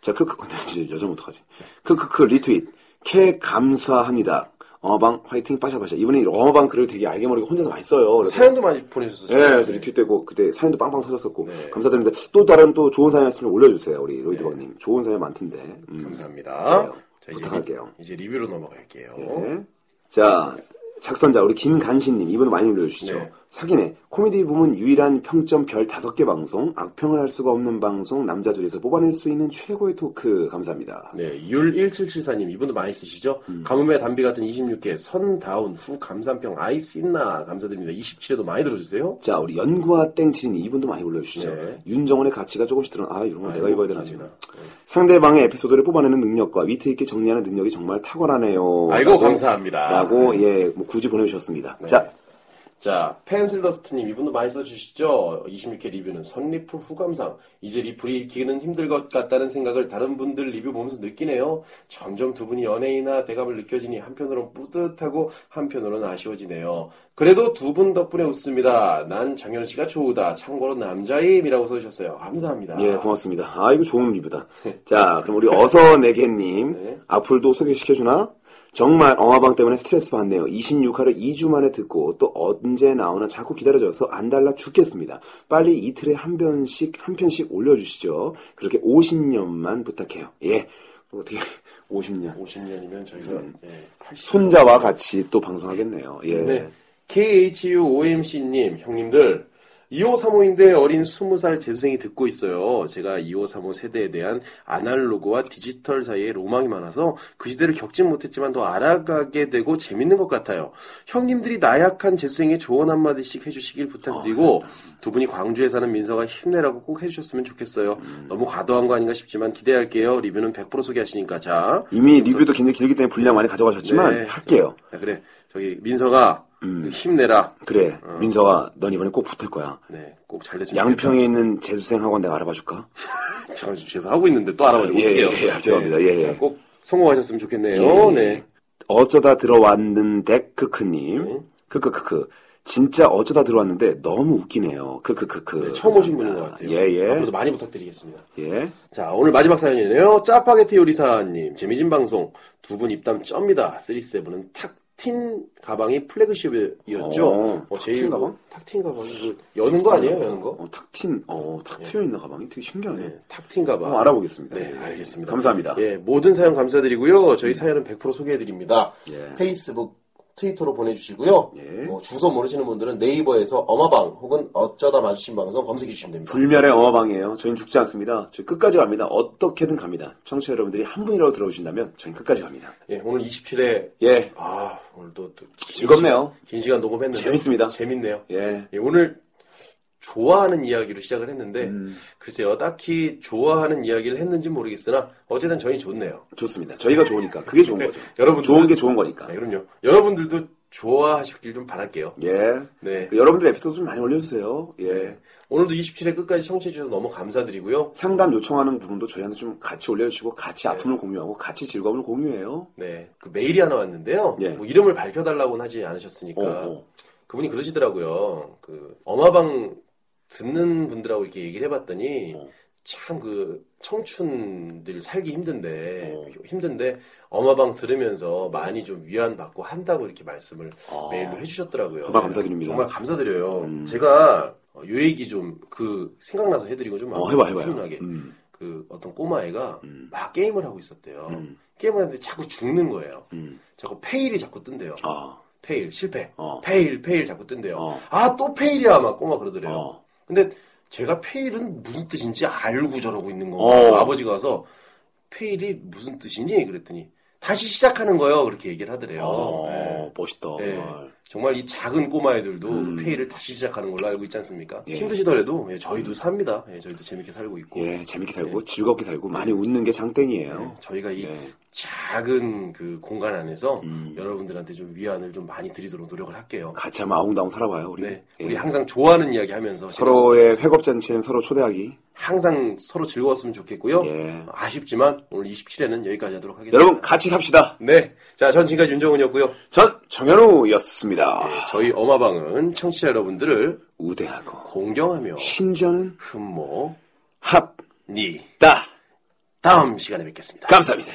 Speaker 1: 자 크크 근데 이제 여자 면 어떡하지? 크크크 리트윗 캐 감사합니다. 어마방 화이팅 빠샤빠샤 이번에 어마방 글을 되게 알게 모르게 혼자서 많이 써요. 그래서
Speaker 2: 사연도 많이 보내주셨어요.
Speaker 1: 예, 그래서 리트윗되고 그때 사연도 빵빵 터졌었고
Speaker 2: 네.
Speaker 1: 감사드립니다. 또 다른 또 좋은 사연 있으면 올려주세요, 우리 로이드박님. 좋은 사연 많던데. 음,
Speaker 2: 감사합니다.
Speaker 1: 그래요.
Speaker 2: 자, 이제,
Speaker 1: 부탁할게요.
Speaker 2: 리- 이제 리뷰로 넘어갈게요.
Speaker 1: 네. 자 작선자 우리 김간신님 이분 많이 올려주시죠.
Speaker 2: 네.
Speaker 1: 사기네 코미디 부문 유일한 평점 별 다섯 개 방송 악평을 할 수가 없는 방송 남자 둘이서 뽑아낼 수 있는 최고의 토크 감사합니다.
Speaker 2: 네, 율1774님, 이분도 많이 쓰시죠?
Speaker 1: 음.
Speaker 2: 가뭄의 담비 같은 26개, 선다운, 후, 감산평, 아이스 있나? 감사드립니다. 27회도 많이 들어주세요.
Speaker 1: 자 우리 연구와 땡치린 이분도 많이 올려주시죠.
Speaker 2: 네.
Speaker 1: 윤정원의 가치가 조금씩 드러나. 아 이런 거 내가 읽어야 되나 지금.
Speaker 2: 기지나.
Speaker 1: 상대방의 에피소드를 뽑아내는 능력과 위트 있게 정리하는 능력이 정말 탁월하네요.
Speaker 2: 아이고,
Speaker 1: 라고,
Speaker 2: 감사합니다.
Speaker 1: 라고 예, 뭐 굳이 보내주셨습니다.
Speaker 2: 네.
Speaker 1: 자,
Speaker 2: 자, 펜슬더스트님 이분도 많이 써주시죠. 26회 리뷰는 선리플 후감상. 이제 리플이 읽기는 힘들 것 같다는 생각을 다른 분들 리뷰 보면서 느끼네요. 점점 두 분이 연예인이나 대감을 느껴지니 한편으론 뿌듯하고 한편으론 아쉬워지네요. 그래도 두 분 덕분에 웃습니다. 난 장현우 씨가 좋으다. 참고로 남자임이라고 써주셨어요. 감사합니다.
Speaker 1: 예, 고맙습니다. 아, 이거 좋은 리뷰다. 자, 그럼 우리 어서내게님,
Speaker 2: 네.
Speaker 1: 악플도 소개시켜주나? 정말 어마방 때문에 스트레스 받네요. 26화를 2주 만에 듣고 또 언제 나오나 자꾸 기다려져서 안 달라 죽겠습니다. 빨리 이틀에 한 편씩, 한 편씩 올려주시죠. 그렇게 50년만 부탁해요. 예. 어떻게, 50년.
Speaker 2: 50년이면 저희가
Speaker 1: 음.
Speaker 2: 네, 80.
Speaker 1: 손자와 같이 또 방송하겠네요. 예.
Speaker 2: 네. KHUOMC님, 형님들. 2535인데 어린 20살 재수생이 듣고 있어요. 제가 2535 세대에 대한 아날로그와 디지털 사이에 로망이 많아서 그 시대를 겪진 못했지만 더 알아가게 되고 재밌는 것 같아요. 형님들이 나약한 재수생의 조언 한마디씩 해주시길
Speaker 1: 아,
Speaker 2: 부탁드리고 두 분이 광주에 사는 민서가 힘내라고 꼭 해주셨으면 좋겠어요. 너무 과도한 거 아닌가 싶지만 기대할게요. 리뷰는 100% 소개하시니까. 자,
Speaker 1: 이미 리뷰도 굉장히 길기 때문에 분량 많이 가져가셨지만
Speaker 2: 네.
Speaker 1: 할게요.
Speaker 2: 야, 그래. 저기 민서가
Speaker 1: 음.
Speaker 2: 힘내라.
Speaker 1: 그래,
Speaker 2: 어.
Speaker 1: 민서가 넌 이번에 꼭 붙을 거야.
Speaker 2: 네, 꼭 잘 됐으면
Speaker 1: 양평에 있는 재수생 학원 내가 알아봐 줄까?
Speaker 2: 잠깐 죄송 하고 있는데 또 알아봐주고
Speaker 1: 예, 예,
Speaker 2: 어떡해요. 네.
Speaker 1: 예, 죄송합니다. 예, 예.
Speaker 2: 자, 꼭 성공하셨으면 좋겠네요.
Speaker 1: 예.
Speaker 2: 네.
Speaker 1: 어쩌다 들어왔는데 크크님, 크크크크. 진짜 어쩌다 들어왔는데 너무 웃기네요. 크크크크.
Speaker 2: 네, 처음 오신 분인
Speaker 1: 그
Speaker 2: 것
Speaker 1: 감사합니다.
Speaker 2: 같아요.
Speaker 1: 예, 예.
Speaker 2: 앞으로도 많이 부탁드리겠습니다.
Speaker 1: 예.
Speaker 2: 자, 오늘 마지막 사연이네요. 짜파게티 요리사님, 재미진 방송. 두 분 입담 쩝니다. 37은 탁틴 가방이 플래그십이었죠.
Speaker 1: 어, 탁
Speaker 2: 제일
Speaker 1: 튄 가방?
Speaker 2: 뭐- 탁틴 가방. 이거 여는 거 아니에요? 여는 거? 예.
Speaker 1: 어, 탁 튄, 어, 탁 트여 있는 가방이 되게 신기하네.
Speaker 2: 네, 탁틴 가방.
Speaker 1: 한번 알아보겠습니다.
Speaker 2: 네,
Speaker 1: 예.
Speaker 2: 알겠습니다.
Speaker 1: 감사합니다.
Speaker 2: 예, 모든 사연 감사드리고요. 저희 사연은 100% 소개해드립니다.
Speaker 1: 예.
Speaker 2: 페이스북, 트위터로 보내주시고요.
Speaker 1: 예.
Speaker 2: 뭐 주소 모르시는 분들은 네이버에서 어마방 혹은 어쩌다 마주친 방송 검색해주시면 됩니다.
Speaker 1: 불멸의 어마방이에요. 저희는 죽지 않습니다. 저희 끝까지 갑니다. 어떻게든 갑니다. 청취자 여러분들이 한 분이라도 들어오신다면 저희 끝까지 갑니다.
Speaker 2: 예, 오늘 27회.
Speaker 1: 예.
Speaker 2: 아, 오늘도 또 긴
Speaker 1: 즐겁네요.
Speaker 2: 시간- 긴 시간 녹음했는데.
Speaker 1: 재밌습니다.
Speaker 2: 재밌네요.
Speaker 1: 예.
Speaker 2: 예, 오늘 좋아하는 이야기로 시작을 했는데,
Speaker 1: 음.
Speaker 2: 글쎄요, 딱히 좋아하는 이야기를 했는지 모르겠으나, 어쨌든 저희 좋네요.
Speaker 1: 좋습니다. 저희가 좋으니까 그게 좋은 거죠.
Speaker 2: 네. 여러분
Speaker 1: 좋은 게 좋은 거니까.
Speaker 2: 네, 그럼요. 여러분들도 좋아하셨길 좀 바랄게요.
Speaker 1: 예.
Speaker 2: 네.
Speaker 1: 그 여러분들 에피소드 좀 많이 올려주세요. 예.
Speaker 2: 네. 오늘도 27회 끝까지 청취해주셔서 너무 감사드리고요.
Speaker 1: 상담 요청하는 부분도 저희한테 좀 같이 올려주시고 같이 아픔을 공유하고 같이 즐거움을 공유해요.
Speaker 2: 네, 그 메일이 하나 왔는데요.
Speaker 1: 예.
Speaker 2: 뭐 이름을 밝혀달라고는 하지 않으셨으니까
Speaker 1: 어, 어.
Speaker 2: 그분이 그러시더라고요. 그 어마방 듣는 분들하고 이렇게 얘기를 해봤더니
Speaker 1: 어.
Speaker 2: 참 그 청춘들 살기 힘든데
Speaker 1: 어.
Speaker 2: 힘든데 어마방 들으면서 많이 좀 위안 받고 한다고 이렇게 말씀을
Speaker 1: 아.
Speaker 2: 메일로 해주셨더라고요.
Speaker 1: 정말 감사드립니다.
Speaker 2: 정말 감사드려요.
Speaker 1: 음.
Speaker 2: 제가 어, 요 얘기 좀 그 생각나서 해드리고 좀
Speaker 1: 어, 해봐, 해봐요.
Speaker 2: 순하게
Speaker 1: 음,
Speaker 2: 그 어떤 꼬마애가
Speaker 1: 음,
Speaker 2: 막 게임을 하고 있었대요.
Speaker 1: 음,
Speaker 2: 게임을 하는데 자꾸 죽는 거예요.
Speaker 1: 음.
Speaker 2: 자꾸 페일이 자꾸 뜬대요.
Speaker 1: 아,
Speaker 2: 페일 실패.
Speaker 1: 어,
Speaker 2: 페일 페일 자꾸 뜬대요.
Speaker 1: 어.
Speaker 2: 아 또 페일이야 막 꼬마 그러더래요.
Speaker 1: 어.
Speaker 2: 근데 제가 페일은 무슨 뜻인지 알고 저러고 있는 거예요.
Speaker 1: 어.
Speaker 2: 아버지가 와서 페일이 무슨 뜻이니 그랬더니 다시 시작하는 거예요. 그렇게 얘기를 하더래요.
Speaker 1: 어,
Speaker 2: 예.
Speaker 1: 멋있다.
Speaker 2: 예.
Speaker 1: 정말.
Speaker 2: 정말 이 작은 꼬마애들도
Speaker 1: 음.
Speaker 2: 페일을 다시 시작하는 걸로 알고 있지 않습니까?
Speaker 1: 예.
Speaker 2: 힘드시더라도 예, 저희도 삽니다. 예, 저희도 재밌게 살고 있고
Speaker 1: 예, 재밌게 살고
Speaker 2: 네.
Speaker 1: 즐겁게 살고 많이 웃는 게 장땡이에요.
Speaker 2: 예, 저희가 이
Speaker 1: 예.
Speaker 2: 작은 그 공간 안에서
Speaker 1: 음.
Speaker 2: 여러분들한테 좀 위안을 좀 많이 드리도록 노력을 할게요.
Speaker 1: 같이 한번 아웅다웅 살아봐요, 우리.
Speaker 2: 네, 우리
Speaker 1: 예.
Speaker 2: 항상 좋아하는 이야기 하면서
Speaker 1: 서로의
Speaker 2: 즐거웠으면 좋겠습니다.
Speaker 1: 회겁잔치엔 서로 초대하기.
Speaker 2: 항상 서로 즐거웠으면 좋겠고요.
Speaker 1: 예.
Speaker 2: 아쉽지만 오늘 27회는 여기까지 하도록 하겠습니다.
Speaker 1: 여러분, 같이 삽시다.
Speaker 2: 네, 자, 전 지금까지 윤정훈이었고요.
Speaker 1: 전 정현우였습니다.
Speaker 2: 저희 어마방은 청취자 여러분들을
Speaker 1: 우대하고,
Speaker 2: 공경하며
Speaker 1: 심지어는
Speaker 2: 흠모
Speaker 1: 합,
Speaker 2: 니
Speaker 1: 다.
Speaker 2: 다음 시간에 뵙겠습니다.
Speaker 1: 감사합니다.